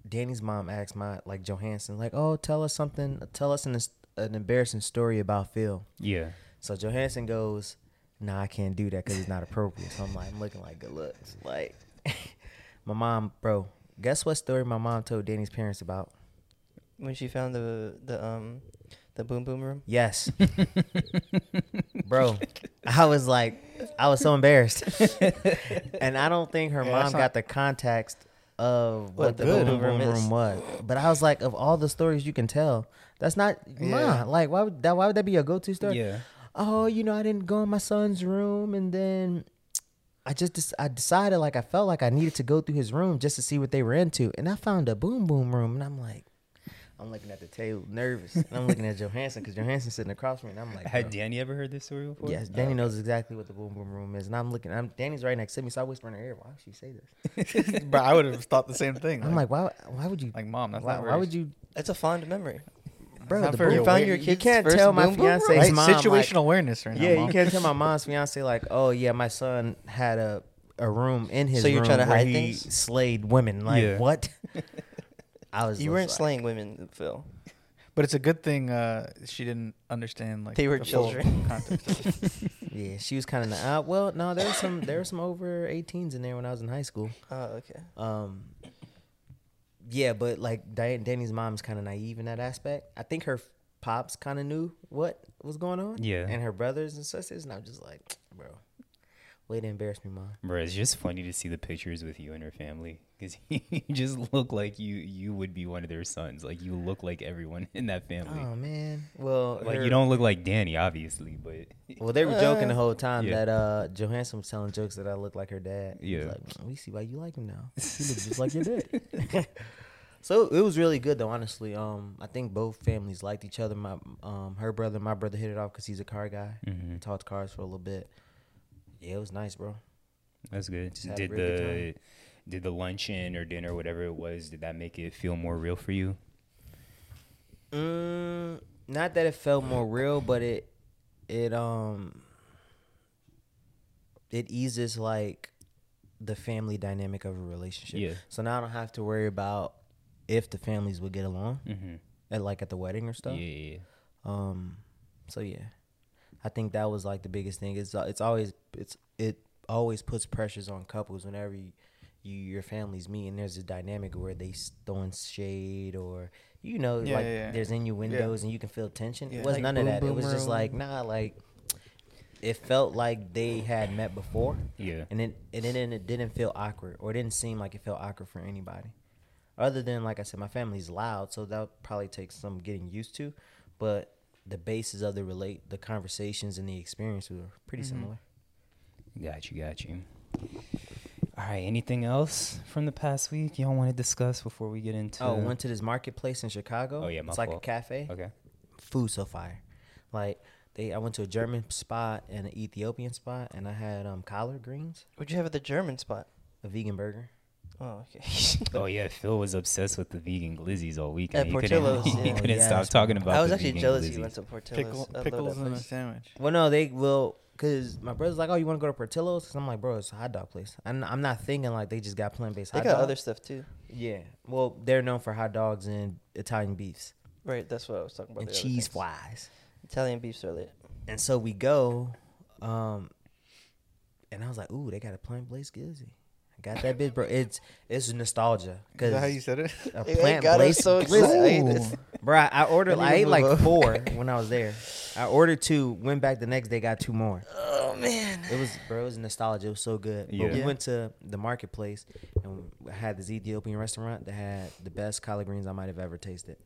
Speaker 5: Danny's mom asks my like Johansson, like, oh, tell us something, tell us an an embarrassing story about Phil.
Speaker 1: Yeah.
Speaker 5: So Johansson goes, "Nah, I can't do that because it's not appropriate." So I'm like, I'm looking like good looks. Like, (laughs) my mom, bro. Guess what story my mom told Danny's parents about?
Speaker 2: When she found the the um the boom boom room.
Speaker 5: Yes, bro. I was like, I was so embarrassed, (laughs) and I don't think her
Speaker 3: Yeah,
Speaker 5: mom
Speaker 3: that's not-
Speaker 5: got the context of what,
Speaker 2: What
Speaker 5: the
Speaker 2: the
Speaker 5: boom boom
Speaker 2: boom
Speaker 5: room,
Speaker 2: room is.
Speaker 5: was. But I was like, of all the stories you can tell, that's not
Speaker 3: Yeah.
Speaker 5: ma. Like, why would that? Why would that be your go-to story?
Speaker 1: Yeah.
Speaker 5: oh, you know, I didn't go in my son's room, and then I just dec- I decided like I felt like I needed to go through his room just to see what they were into, and I found a boom boom room, and I'm like, I'm looking at the table, nervous, and I'm looking at Johansson because Johansson's sitting across from me, and I'm like,
Speaker 1: Had
Speaker 5: bro,
Speaker 1: Danny ever heard this story before?
Speaker 5: yes, Danny knows exactly what the boom boom room is, and I'm looking, I'm Danny's right next to me, so I whisper in her ear, why would she say
Speaker 3: (laughs)
Speaker 5: this?
Speaker 3: but I would have thought the same thing.
Speaker 5: I'm like, why, why would you,
Speaker 3: like mom, that's
Speaker 5: why,
Speaker 3: not
Speaker 5: why
Speaker 3: very-
Speaker 5: would you,
Speaker 2: That's a fond memory.
Speaker 5: bro,
Speaker 3: not
Speaker 5: the
Speaker 3: very
Speaker 5: boom,
Speaker 2: You found
Speaker 3: aware-
Speaker 2: your
Speaker 3: you
Speaker 2: kid's
Speaker 5: can't
Speaker 2: first
Speaker 5: tell my
Speaker 2: boom boom room?
Speaker 5: fiance's mom, like-
Speaker 3: situational awareness right now.
Speaker 5: Yeah,
Speaker 3: mom.
Speaker 5: you can't tell
Speaker 1: (laughs)
Speaker 5: my mom's fiance like, oh yeah, my son had a a room in his
Speaker 2: So you're
Speaker 5: room
Speaker 2: trying to
Speaker 5: where
Speaker 2: hide
Speaker 5: he
Speaker 2: things?
Speaker 5: slayed women. Like
Speaker 1: Yeah. (laughs)
Speaker 5: what? I was.
Speaker 2: You
Speaker 5: just
Speaker 2: weren't
Speaker 5: like-
Speaker 2: slaying women, Phil.
Speaker 3: (laughs) But it's a good thing uh, she didn't understand like
Speaker 2: They were
Speaker 3: the full
Speaker 2: children.
Speaker 5: (laughs)
Speaker 3: context of it.
Speaker 5: Yeah, she was kind of. Uh, well, no, there were some there were some over 18s in there when I was in high school.
Speaker 2: Oh, okay.
Speaker 5: Um. Yeah, but like Diane, Danny's mom's kind of naive in that aspect. I think her pops kind of knew what was going on.
Speaker 1: Yeah.
Speaker 5: and her brothers and sisters, and I'm just like, bro, way to embarrass me, mom.
Speaker 1: Bro, it's just funny to see the pictures with you and her family (laughs) because you just look like you you would be one of their sons. Like you look like everyone in that family.
Speaker 5: Oh man. Well,
Speaker 1: like you
Speaker 5: Oh, her-
Speaker 1: don't look like Danny, obviously, but (laughs)
Speaker 5: Well, they were joking the whole time
Speaker 1: Yeah.
Speaker 5: that uh, Johansson was telling jokes that I look like her dad. He was
Speaker 1: Yeah.
Speaker 5: like, "Mm, we see why you like
Speaker 1: (laughs)
Speaker 5: him now. You look just like your dad. (laughs) so it was really good though. Honestly, um, I think both families liked each other. My um, her brother, and my brother hit it off because he's a car guy.
Speaker 1: Mhm.
Speaker 5: Talked cars for a little bit. Yeah, it was nice, bro.
Speaker 1: that's good.
Speaker 5: Just had a
Speaker 1: did
Speaker 5: really good
Speaker 1: the did the luncheon or dinner, whatever it was, did that make it feel more real for you?
Speaker 5: Mm, not that it felt more real, but it it um it eases like the family dynamic of a relationship.
Speaker 1: Yeah.
Speaker 5: So now I don't have to worry about if the families would get along
Speaker 1: Mm-hmm.
Speaker 5: at like at the wedding or stuff.
Speaker 1: Yeah, yeah, yeah.
Speaker 5: Um so yeah. I think that was like the biggest thing. It's uh, it's always it's it always puts pressures on couples whenever you, you your families meet and there's a dynamic where they s- throwing shade or you know
Speaker 3: Yeah,
Speaker 5: like
Speaker 3: yeah, yeah.
Speaker 5: there's innuendos and you can feel tension.
Speaker 3: Yeah.
Speaker 5: It was
Speaker 3: Like
Speaker 5: none of
Speaker 3: boom,
Speaker 5: that. it
Speaker 3: boom
Speaker 5: was just
Speaker 3: room.
Speaker 5: like nah like it felt like they had met before
Speaker 1: Yeah.
Speaker 5: and then and then it didn't feel awkward or it didn't seem like it felt awkward for anybody other than like i said my family's loud so that probably takes some getting used to but the basis of the relate the conversations and the experience were pretty similar
Speaker 1: Got you, got you. All right, anything else from the past week y'all want to discuss before we get into?
Speaker 5: oh went to this marketplace in chicago
Speaker 1: Oh, yeah, my
Speaker 5: it's like
Speaker 1: fault.
Speaker 5: a cafe
Speaker 1: okay.
Speaker 5: food so fire like they i went to a german spot and an ethiopian spot and i had um collard greens
Speaker 2: What'd you have at the German spot?
Speaker 5: a vegan burger
Speaker 2: Oh, okay.
Speaker 1: Oh yeah, Phil was obsessed with the vegan glizzies all weekend.
Speaker 2: At
Speaker 1: he couldn't, (laughs)
Speaker 2: Portillo's,
Speaker 1: he
Speaker 2: yeah.
Speaker 1: couldn't
Speaker 5: Yeah,
Speaker 1: stop
Speaker 5: that's right.
Speaker 1: talking about.
Speaker 2: (laughs) I was
Speaker 1: the
Speaker 2: actually
Speaker 1: vegan
Speaker 2: jealous
Speaker 1: glizzies.
Speaker 2: you went to Portillo's.
Speaker 3: Pickle,
Speaker 2: I love that
Speaker 3: pickles in a
Speaker 2: place.
Speaker 3: sandwich.
Speaker 5: Well, no, they will. Cause my brother's like, oh, you want to go to Portillo's? Cause I'm like, bro, it's a hot dog place. I'm, I'm not thinking like they just got plant based.
Speaker 2: They got other stuff too.
Speaker 5: Yeah. Well, they're known for hot dogs and Italian beefs
Speaker 2: Right, that's what I was talking about.
Speaker 5: and
Speaker 2: the other
Speaker 5: cheese
Speaker 2: things.
Speaker 5: fries.
Speaker 2: Italian beefs are lit.
Speaker 5: And so we go, um, and I was like, ooh, they got a plant based glizzy. I got that bitch, bro. It's it's nostalgia.
Speaker 3: Is that how you
Speaker 5: Cause (laughs)
Speaker 3: said it?
Speaker 5: a
Speaker 2: It
Speaker 5: plant
Speaker 2: got us
Speaker 5: based
Speaker 2: so
Speaker 5: glizzy.
Speaker 2: excited.
Speaker 5: Bro, I I ordered.
Speaker 2: That
Speaker 5: I ate
Speaker 2: nigga
Speaker 5: like
Speaker 2: move up. (laughs)
Speaker 5: four when I was there. I ordered two. Went back the next day. Got two more.
Speaker 2: Oh man.
Speaker 5: It was bro. It was nostalgia. It was so good.
Speaker 1: Yeah.
Speaker 5: But we
Speaker 1: Yeah.
Speaker 5: went to the marketplace and we had this Ethiopian restaurant that had the best collard greens I might have ever tasted.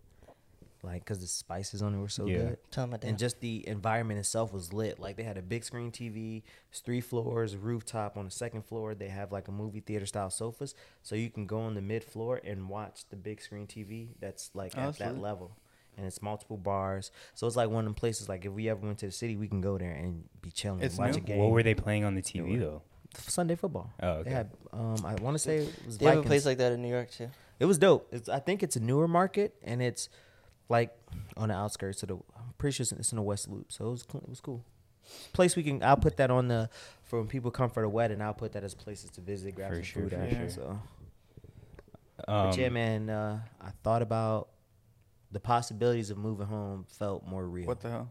Speaker 5: Like, cause the spices on it were so
Speaker 1: Yeah.
Speaker 5: good.
Speaker 2: Tell 'em I did.
Speaker 5: And just the environment itself was lit. Like they had a big screen TV, it's three floors, rooftop. On the second floor, they have like a movie theater style sofas, so you can go on the mid floor and watch the big screen TV. That's like
Speaker 3: Oh,
Speaker 5: at
Speaker 3: that's
Speaker 5: that
Speaker 3: lit.
Speaker 5: level. And it's multiple bars, so it's like one of them places. Like if we ever went to the city, we can go there and be chilling,
Speaker 3: It's
Speaker 5: watch
Speaker 3: new?
Speaker 5: a game.
Speaker 1: What were they playing on the TV though?
Speaker 5: Sunday football.
Speaker 1: Oh, okay.
Speaker 5: They had, um, I want to say it was
Speaker 2: They have a
Speaker 5: Vikings.
Speaker 2: place like that in New York too.
Speaker 5: it was dope. It's, I think it's a newer market and it's like on the outskirts of the. I'm pretty sure it's in- it's in the West Loop, so it was cool. It was cool. Place we can. I'll put that on the for when people come for the wedding. I'll put that as places to visit, grab
Speaker 1: For
Speaker 5: some
Speaker 1: sure, Um,
Speaker 5: food
Speaker 1: for
Speaker 5: after.
Speaker 3: sure.
Speaker 5: So,
Speaker 1: Um,
Speaker 5: but yeah, man, uh, I thought about the possibilities of moving home. Felt more real.
Speaker 3: What the hell?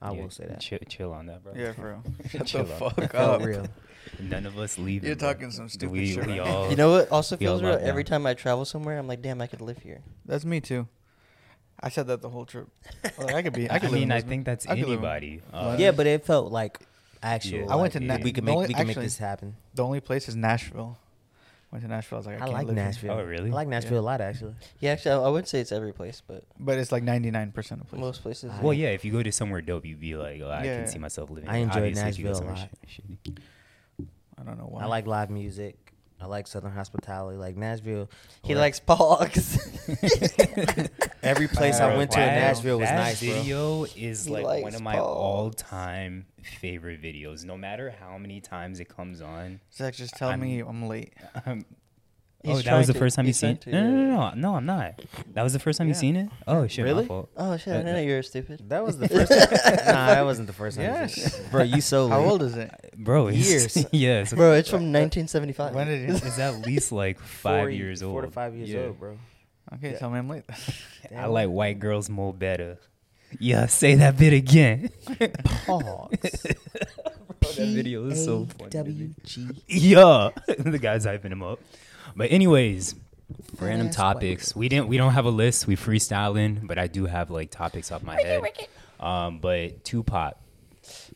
Speaker 5: I
Speaker 1: yeah,
Speaker 5: will say that.
Speaker 1: Chill, chill on that, bro.
Speaker 3: Yeah, for
Speaker 5: (laughs)
Speaker 3: real. Shut the
Speaker 1: Chill out.
Speaker 3: fuck
Speaker 5: Felt
Speaker 3: up. (laughs)
Speaker 5: real.
Speaker 1: None of us leaving.
Speaker 3: You're
Speaker 1: bro.
Speaker 3: talking some stupid
Speaker 1: we,
Speaker 3: shit
Speaker 1: We
Speaker 3: right now.
Speaker 1: all,
Speaker 2: You know what? Also
Speaker 1: we all
Speaker 2: feels real.
Speaker 1: locked
Speaker 2: Every
Speaker 1: down.
Speaker 2: time I travel somewhere, I'm like, damn, I could live here.
Speaker 3: That's me too. I said that the
Speaker 5: (laughs)
Speaker 3: whole trip. Like, I could be. I,
Speaker 1: I,
Speaker 3: could live in
Speaker 1: mean, I
Speaker 3: Lisbon.
Speaker 1: think that's
Speaker 3: I could live in-
Speaker 1: anybody. Uh,
Speaker 5: Yeah, but it felt like actual.
Speaker 1: Yeah.
Speaker 3: I went
Speaker 5: like,
Speaker 3: to
Speaker 1: Yeah.
Speaker 3: Na-
Speaker 5: we could
Speaker 3: the
Speaker 5: make
Speaker 3: only-
Speaker 5: we can make
Speaker 3: actually,
Speaker 5: this happen.
Speaker 3: The only place is Nashville. Went to Nashville. I was like, I,
Speaker 5: I
Speaker 3: can't
Speaker 5: like
Speaker 3: live here.
Speaker 5: Nashville.
Speaker 1: Oh, really?
Speaker 5: I like Nashville a lot, actually.
Speaker 2: Yeah, actually, I, I wouldn't say it's every place, but
Speaker 3: But it's like 99 percent of places.
Speaker 2: most places.
Speaker 1: Well, yeah, if you go to somewhere dope, you'd be like, oh, I
Speaker 3: Yeah.
Speaker 1: can see myself living.
Speaker 5: I
Speaker 1: here.
Speaker 5: enjoyed
Speaker 1: Obviously, if you go
Speaker 5: Nashville a
Speaker 1: somewhere shit- shitty.
Speaker 3: I don't know why.
Speaker 5: I like live music. I like Southern hospitality. Like Nashville.
Speaker 2: He
Speaker 5: where (laughs)
Speaker 2: likes pogs.
Speaker 5: every place I
Speaker 1: Bro,
Speaker 5: went to in
Speaker 1: that-
Speaker 5: Nashville was
Speaker 1: that
Speaker 5: nice, bro.
Speaker 1: video is
Speaker 2: He
Speaker 1: like one
Speaker 2: likes
Speaker 1: of my
Speaker 2: balls.
Speaker 1: all-time favorite videos. No matter how many times it comes on,
Speaker 3: Zach, just tell
Speaker 1: I'm-
Speaker 3: me I'm
Speaker 5: (laughs)
Speaker 3: late.
Speaker 1: Um,
Speaker 2: He's
Speaker 1: oh, that
Speaker 2: trying
Speaker 1: was the
Speaker 2: to-
Speaker 1: first time you
Speaker 2: he's
Speaker 1: seen it?
Speaker 2: trying
Speaker 1: No,
Speaker 2: to-
Speaker 1: no, no, no, no, I'm not. That was the first time you
Speaker 3: Yeah.
Speaker 1: seen it? Oh, shit. my
Speaker 5: Really?
Speaker 1: fault.
Speaker 2: (laughs) oh shit! I
Speaker 1: Uh,
Speaker 2: didn't know you were stupid.
Speaker 5: That was the first. time. (laughs) nah, that wasn't the first time.
Speaker 3: Yes.
Speaker 1: (laughs)
Speaker 5: bro, you
Speaker 3: (laughs)
Speaker 5: so
Speaker 3: How
Speaker 5: late.
Speaker 3: old is it?
Speaker 1: Bro, it's, (laughs)
Speaker 5: Years.
Speaker 1: yeah. It's,
Speaker 2: Bro, it's from 1975.
Speaker 3: When did it?
Speaker 1: (laughs) it's at least like five
Speaker 5: Four-
Speaker 1: years old.
Speaker 5: Four to five years
Speaker 1: Yeah.
Speaker 5: old, bro.
Speaker 3: Okay, tell me
Speaker 5: (laughs)
Speaker 3: I'm late. (laughs)
Speaker 1: I like white girls more better. (laughs) Yeah, say that bit again. (laughs)
Speaker 5: Pogs.
Speaker 1: Bro, that video is so funny. to me. Yeah, (laughs) the guy's hyping him up. But anyways, random
Speaker 5: Fat-ass white
Speaker 1: topics. We didn't. We don't have a list. We freestyling, but I do have like topics off my head. Um, but Tupac.
Speaker 2: (laughs)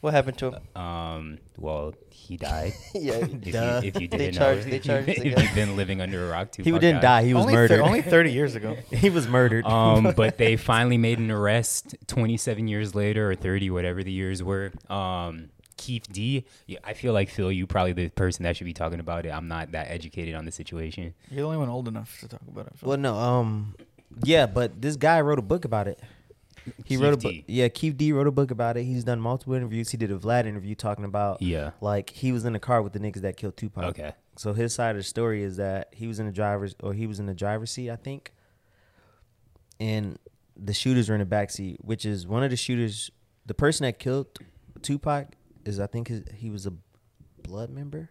Speaker 2: What
Speaker 5: (laughs)
Speaker 2: happened to him?
Speaker 1: Um, well, he died.
Speaker 2: yeah,
Speaker 1: If you,
Speaker 5: Duh.
Speaker 1: if
Speaker 5: (laughs)
Speaker 1: you
Speaker 2: They
Speaker 1: didn't
Speaker 2: charged-
Speaker 1: know, (laughs)
Speaker 2: they
Speaker 1: if
Speaker 2: charged the
Speaker 1: you,
Speaker 2: guy.
Speaker 1: have been living under a rock,
Speaker 5: He
Speaker 1: Tupac
Speaker 5: didn't die. He was
Speaker 3: only thir-
Speaker 5: murdered. (laughs)
Speaker 3: only 30 years ago.
Speaker 5: he was murdered. (laughs)
Speaker 1: Um, but they finally made an arrest 27 years later or 30, whatever the years were. Um, Keith D. Yeah, I feel like Phil, you probably the person that should be talking about it. I'm not that educated on the situation.
Speaker 3: You're the only one old enough to talk about it. I feel.
Speaker 5: well, no. Um, yeah, but this guy wrote a book about it. He
Speaker 1: Keith
Speaker 5: wrote a book.
Speaker 1: D.
Speaker 5: Yeah, Keith D wrote a book about it. He's done multiple interviews. He did a Vlad interview talking about
Speaker 1: Yeah.
Speaker 5: like he was in the car with the niggas that killed Tupac.
Speaker 1: Okay.
Speaker 5: So his side of the story is that he was in the driver's or he was in the driver's seat, I think, and the shooters were in the back seat, which is one of the shooters. The person that killed Tupac is, I think, his, he was a blood member.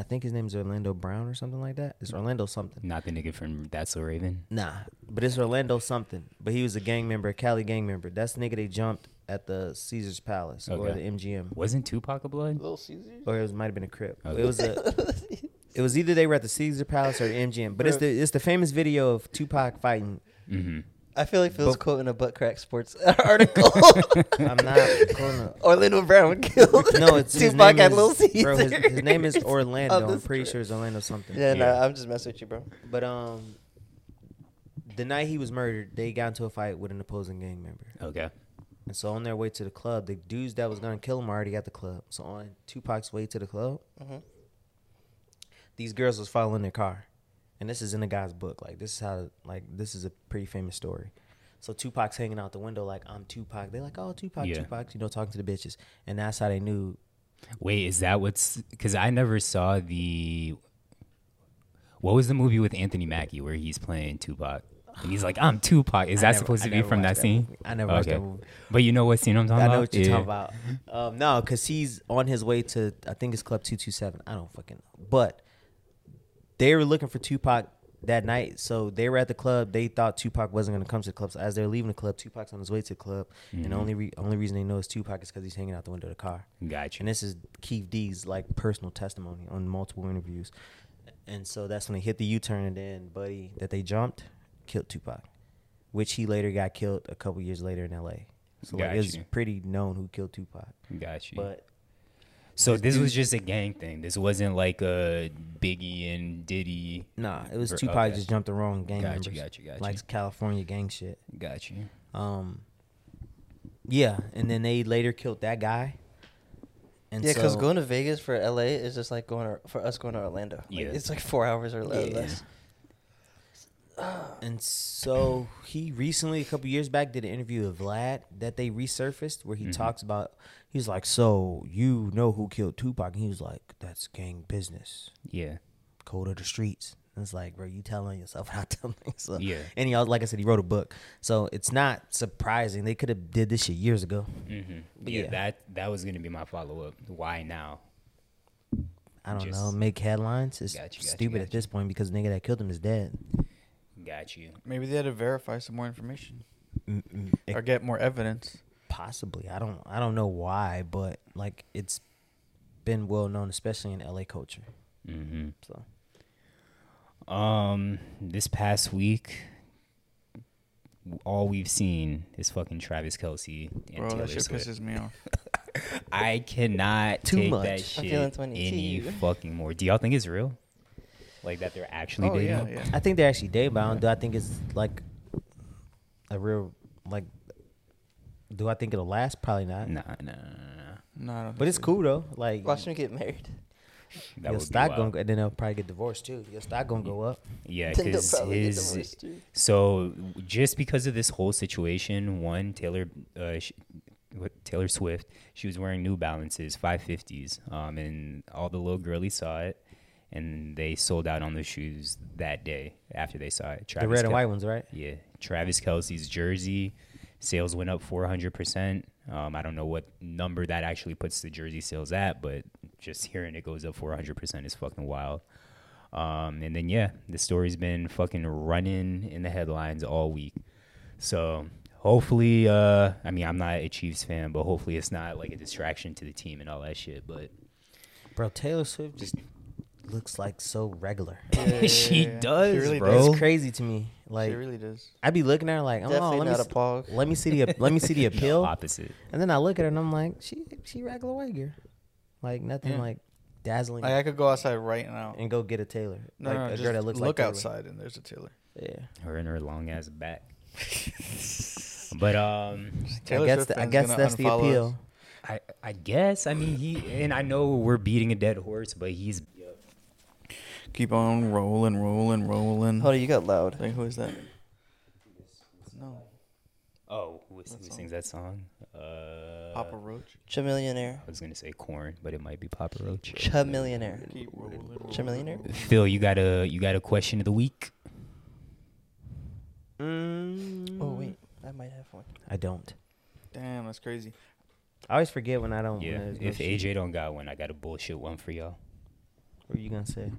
Speaker 5: I think his name is Orlando Brown or something like that. It's Orlando something.
Speaker 1: Not the nigga from That's So Raven.
Speaker 5: Nah, but it's Orlando something. But he was a gang member, a Cali gang member. That's the nigga they jumped at the Caesar's Palace or
Speaker 1: Okay.
Speaker 5: the MGM,
Speaker 1: Wasn't Tupac a blood?
Speaker 2: Little Caesar.
Speaker 5: or it was, might have been a crib.
Speaker 1: Okay.
Speaker 5: It was a. It was either they were at the Caesar Palace or the MGM. But it's the it's the famous video of Tupac fighting.
Speaker 1: Mm-hmm.
Speaker 2: I feel like Phil's
Speaker 5: But-
Speaker 2: quoting a butt crack sports (laughs) article.
Speaker 5: I'm not. gonna-
Speaker 2: Orlando Brown (laughs) killed.
Speaker 5: no, it's his
Speaker 2: Tupac
Speaker 5: name
Speaker 2: and
Speaker 5: is-
Speaker 2: Little Caesar.
Speaker 5: Bro, his, his name is
Speaker 2: On
Speaker 5: Orlando. I'm
Speaker 2: this
Speaker 5: pretty
Speaker 2: trip.
Speaker 5: sure it's Orlando something.
Speaker 2: (laughs) Yeah, no,
Speaker 1: Yeah.
Speaker 2: I'm just messing with you, bro.
Speaker 5: But um, the night he was murdered, they got into a fight with an opposing gang member.
Speaker 1: Okay.
Speaker 5: And so on their way to the club, the dudes that was gonna kill him already at the club. So on Tupac's way to the club,
Speaker 2: Mhm.
Speaker 5: these girls was following their car, and this is in the guy's book. Like this is how like this is a pretty famous story. So Tupac's hanging out the window like I'm Tupac. They're like, oh Tupac,
Speaker 1: Yeah.
Speaker 5: Tupac, you know, talking to the bitches, and that's how they knew.
Speaker 1: Wait, is that what's? Because I never saw the. What was the movie with Anthony Mackie where he's playing Tupac? And he's like, "I'm Tupac." Is
Speaker 5: I
Speaker 1: that
Speaker 5: never-
Speaker 1: supposed
Speaker 5: I
Speaker 1: to be
Speaker 5: never
Speaker 1: from
Speaker 5: watched
Speaker 1: that,
Speaker 5: that
Speaker 1: scene?
Speaker 5: movie. I never watched that movie.
Speaker 1: But you know what scene I'm talking
Speaker 5: I
Speaker 1: about?
Speaker 5: know what you're
Speaker 1: Yeah.
Speaker 5: talking about. Um, no, because he's on his way to I think it's Club Two Two Seven. I don't fucking know. But they were looking for Tupac that night, so they were at the club. They thought Tupac wasn't gonna come to the club. So as they're leaving the club, Tupac's on his way to the club, and the only re- only reason they know it's Tupac is because he's hanging out the window of the car.
Speaker 1: Gotcha.
Speaker 5: And this is Keith D's like personal testimony on multiple interviews, and so that's when they hit the U turn and then Buddy that they jumped killed Tupac which he later got killed a couple years later in L.A. So like, it was
Speaker 1: Gotcha.
Speaker 5: pretty known who killed Tupac.
Speaker 1: Got you.
Speaker 5: But
Speaker 1: so this was just a gang thing. This wasn't like a Biggie and Diddy.
Speaker 5: nah, it was
Speaker 1: Ver-
Speaker 5: Tupac
Speaker 1: okay.
Speaker 5: just jumped the wrong gang
Speaker 1: Gotcha,
Speaker 5: members,
Speaker 1: gotcha, gotcha.
Speaker 5: like California gang shit.
Speaker 1: Got you.
Speaker 5: Um, yeah, and then they later killed that guy. And
Speaker 2: Yeah, because
Speaker 5: so-
Speaker 2: going to Vegas for LA is just like going to, for us going to Orlando. Like,
Speaker 1: Yeah.
Speaker 2: it's like four hours or le-
Speaker 5: Yeah.
Speaker 2: less.
Speaker 5: And so he recently, a couple years back, did an interview with Vlad that they resurfaced where he
Speaker 1: Mm-hmm.
Speaker 5: talks about, he's like, So you know who killed Tupac? And he was like, That's gang business,
Speaker 1: Yeah.
Speaker 5: code of the streets. And it's like, bro, you telling yourself (laughs) and I telling myself.
Speaker 1: Yeah.
Speaker 5: And he, al- like I said, he wrote a book. So it's not surprising. They could have did this shit years ago.
Speaker 1: Mm-hmm.
Speaker 5: But
Speaker 1: Yeah,
Speaker 5: yeah.
Speaker 1: That that was gonna be my follow up. Why now?
Speaker 5: I don't
Speaker 1: Just-
Speaker 5: know. Make headlines. It's
Speaker 1: Gotcha, gotcha,
Speaker 5: stupid at
Speaker 1: gotcha.
Speaker 5: this point because the nigga that killed him is dead.
Speaker 1: Got you.
Speaker 3: Maybe they had to verify some more information
Speaker 5: Mm-mm. It-
Speaker 3: or get more evidence.
Speaker 5: possibly i don't i don't know why but like it's been well known especially in la culture
Speaker 1: Mm-hmm.
Speaker 5: so
Speaker 1: Um, this past week, all we've seen is fucking Travis Kelsey and
Speaker 3: Bro,
Speaker 1: Taylor
Speaker 3: that shit
Speaker 1: Swift.
Speaker 3: pisses
Speaker 5: (laughs)
Speaker 3: me off.
Speaker 1: I cannot
Speaker 5: Too
Speaker 1: take
Speaker 5: much.
Speaker 1: that
Speaker 2: I'm feeling
Speaker 1: shit
Speaker 2: 22.
Speaker 1: any fucking more. Do y'all think it's real? Like that they're actually
Speaker 3: Oh
Speaker 1: dating?
Speaker 3: yeah, yeah.
Speaker 5: i think they're actually day bound do i think it's like a real like do i think it'll last probably not
Speaker 1: Nah, nah, nah, nah.
Speaker 3: No, I don't
Speaker 5: but
Speaker 3: think
Speaker 5: it's
Speaker 3: so.
Speaker 5: cool though like
Speaker 2: Watch them get married.
Speaker 1: That
Speaker 5: your
Speaker 1: would be
Speaker 5: stock
Speaker 1: wild.
Speaker 5: gonna go, and then they'll probably get divorced too your stock gonna go up
Speaker 1: Yeah,
Speaker 2: Then (laughs) they'll
Speaker 1: because
Speaker 2: probably get
Speaker 1: his.
Speaker 2: divorced, too.
Speaker 1: So just because of this whole situation, one Taylor, uh, sh what, Taylor Swift, she was wearing New Balances 550s, um, and all the little girlies saw it, and they sold out on the shoes that day after they saw it.
Speaker 5: the
Speaker 1: Travis
Speaker 5: red and
Speaker 1: Kel-
Speaker 5: white ones right
Speaker 1: Yeah, Travis Kelsey's jersey sales went up 400 percent. Um, I don't know what number that actually puts the jersey sales at, but just hearing it goes up 400 percent is fucking wild. Um, and then yeah, the story's been fucking running in the headlines all week. So hopefully, uh, I mean, I'm not a Chiefs fan, but hopefully it's not like a distraction to the team and all that shit. But
Speaker 5: bro taylor swift just looks like so regular (laughs)
Speaker 1: she
Speaker 3: yeah. She
Speaker 1: does,
Speaker 3: really
Speaker 1: bro.
Speaker 5: it's crazy to me like
Speaker 3: She really does.
Speaker 5: i'd be looking at her like oh
Speaker 2: Definitely
Speaker 5: let me
Speaker 2: not a
Speaker 5: s-
Speaker 2: pog.
Speaker 5: (laughs) let me see the let me see the appeal
Speaker 1: Opposite.
Speaker 5: And then I look at her and I'm like, she she regular white girl, like nothing
Speaker 3: Yeah.
Speaker 5: like dazzling,
Speaker 3: Like I could go outside right now.
Speaker 5: and go get a Taylor,
Speaker 3: No,
Speaker 5: like
Speaker 3: no,
Speaker 5: a
Speaker 3: just
Speaker 5: girl that looks
Speaker 3: look
Speaker 5: like Taylor.
Speaker 3: outside and there's a Taylor.
Speaker 5: Yeah,
Speaker 1: Her and her long ass back. (laughs) but um,
Speaker 3: Taylor
Speaker 5: I guess
Speaker 3: Swift
Speaker 5: th- I
Speaker 3: fan's
Speaker 5: guess
Speaker 3: gonna
Speaker 5: that's the
Speaker 3: unfollow us.
Speaker 5: appeal.
Speaker 1: I I guess I mean he and I know we're beating a dead horse, but he's
Speaker 3: Keep on rolling, rolling, rolling.
Speaker 2: Hold on, you got loud.
Speaker 3: Like, who is that? No,
Speaker 1: oh who, is, who sings that song? Uh,
Speaker 3: Papa Roach.
Speaker 2: Cha Millionaire.
Speaker 1: I was gonna say corn, but it might be Papa Roach.
Speaker 2: Cha Millionaire.
Speaker 3: Keep rolling, rolling.
Speaker 2: Cha Millionaire?
Speaker 1: Phil, you got a you got a question of the week?
Speaker 2: Oh, wait. I might have one.
Speaker 5: I don't.
Speaker 3: Damn, that's crazy.
Speaker 5: I always forget when I don't.
Speaker 1: Yeah,
Speaker 5: when there's no
Speaker 1: if
Speaker 5: shit.
Speaker 1: AJ don't got one, I got a bullshit one for y'all.
Speaker 5: what are you gonna say?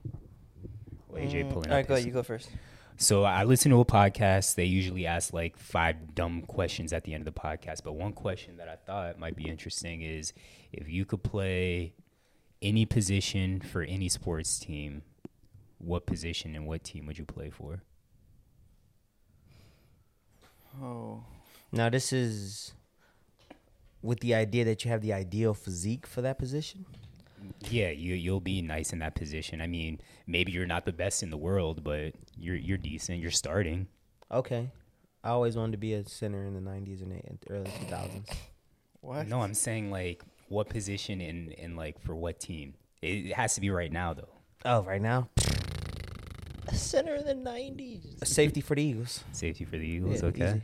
Speaker 1: Well, AJ
Speaker 2: Mm,
Speaker 1: pulling up.
Speaker 2: All right, go
Speaker 1: his-
Speaker 2: ahead. You go first.
Speaker 1: So I listen to a podcast. They usually ask like five dumb questions at the end of the podcast. But one question that I thought might be interesting is if you could play any position for any sports team, what position and what team would you play for?
Speaker 3: Oh,
Speaker 5: Now this is with the idea that you have the ideal physique for that position.
Speaker 1: Yeah, you you'll be nice in that position. I mean, maybe you're not the best in the world, but you're you're decent. You're starting.
Speaker 5: Okay, I always wanted to be a center in the '90s and the early 2000s.
Speaker 3: what?
Speaker 1: No, I'm saying like what position and and like for what team. It it has to be right now though.
Speaker 5: Oh, right now,
Speaker 2: A center in the 90s.
Speaker 5: a safety for the Eagles.
Speaker 1: Safety for the Eagles.
Speaker 5: Yeah,
Speaker 1: okay.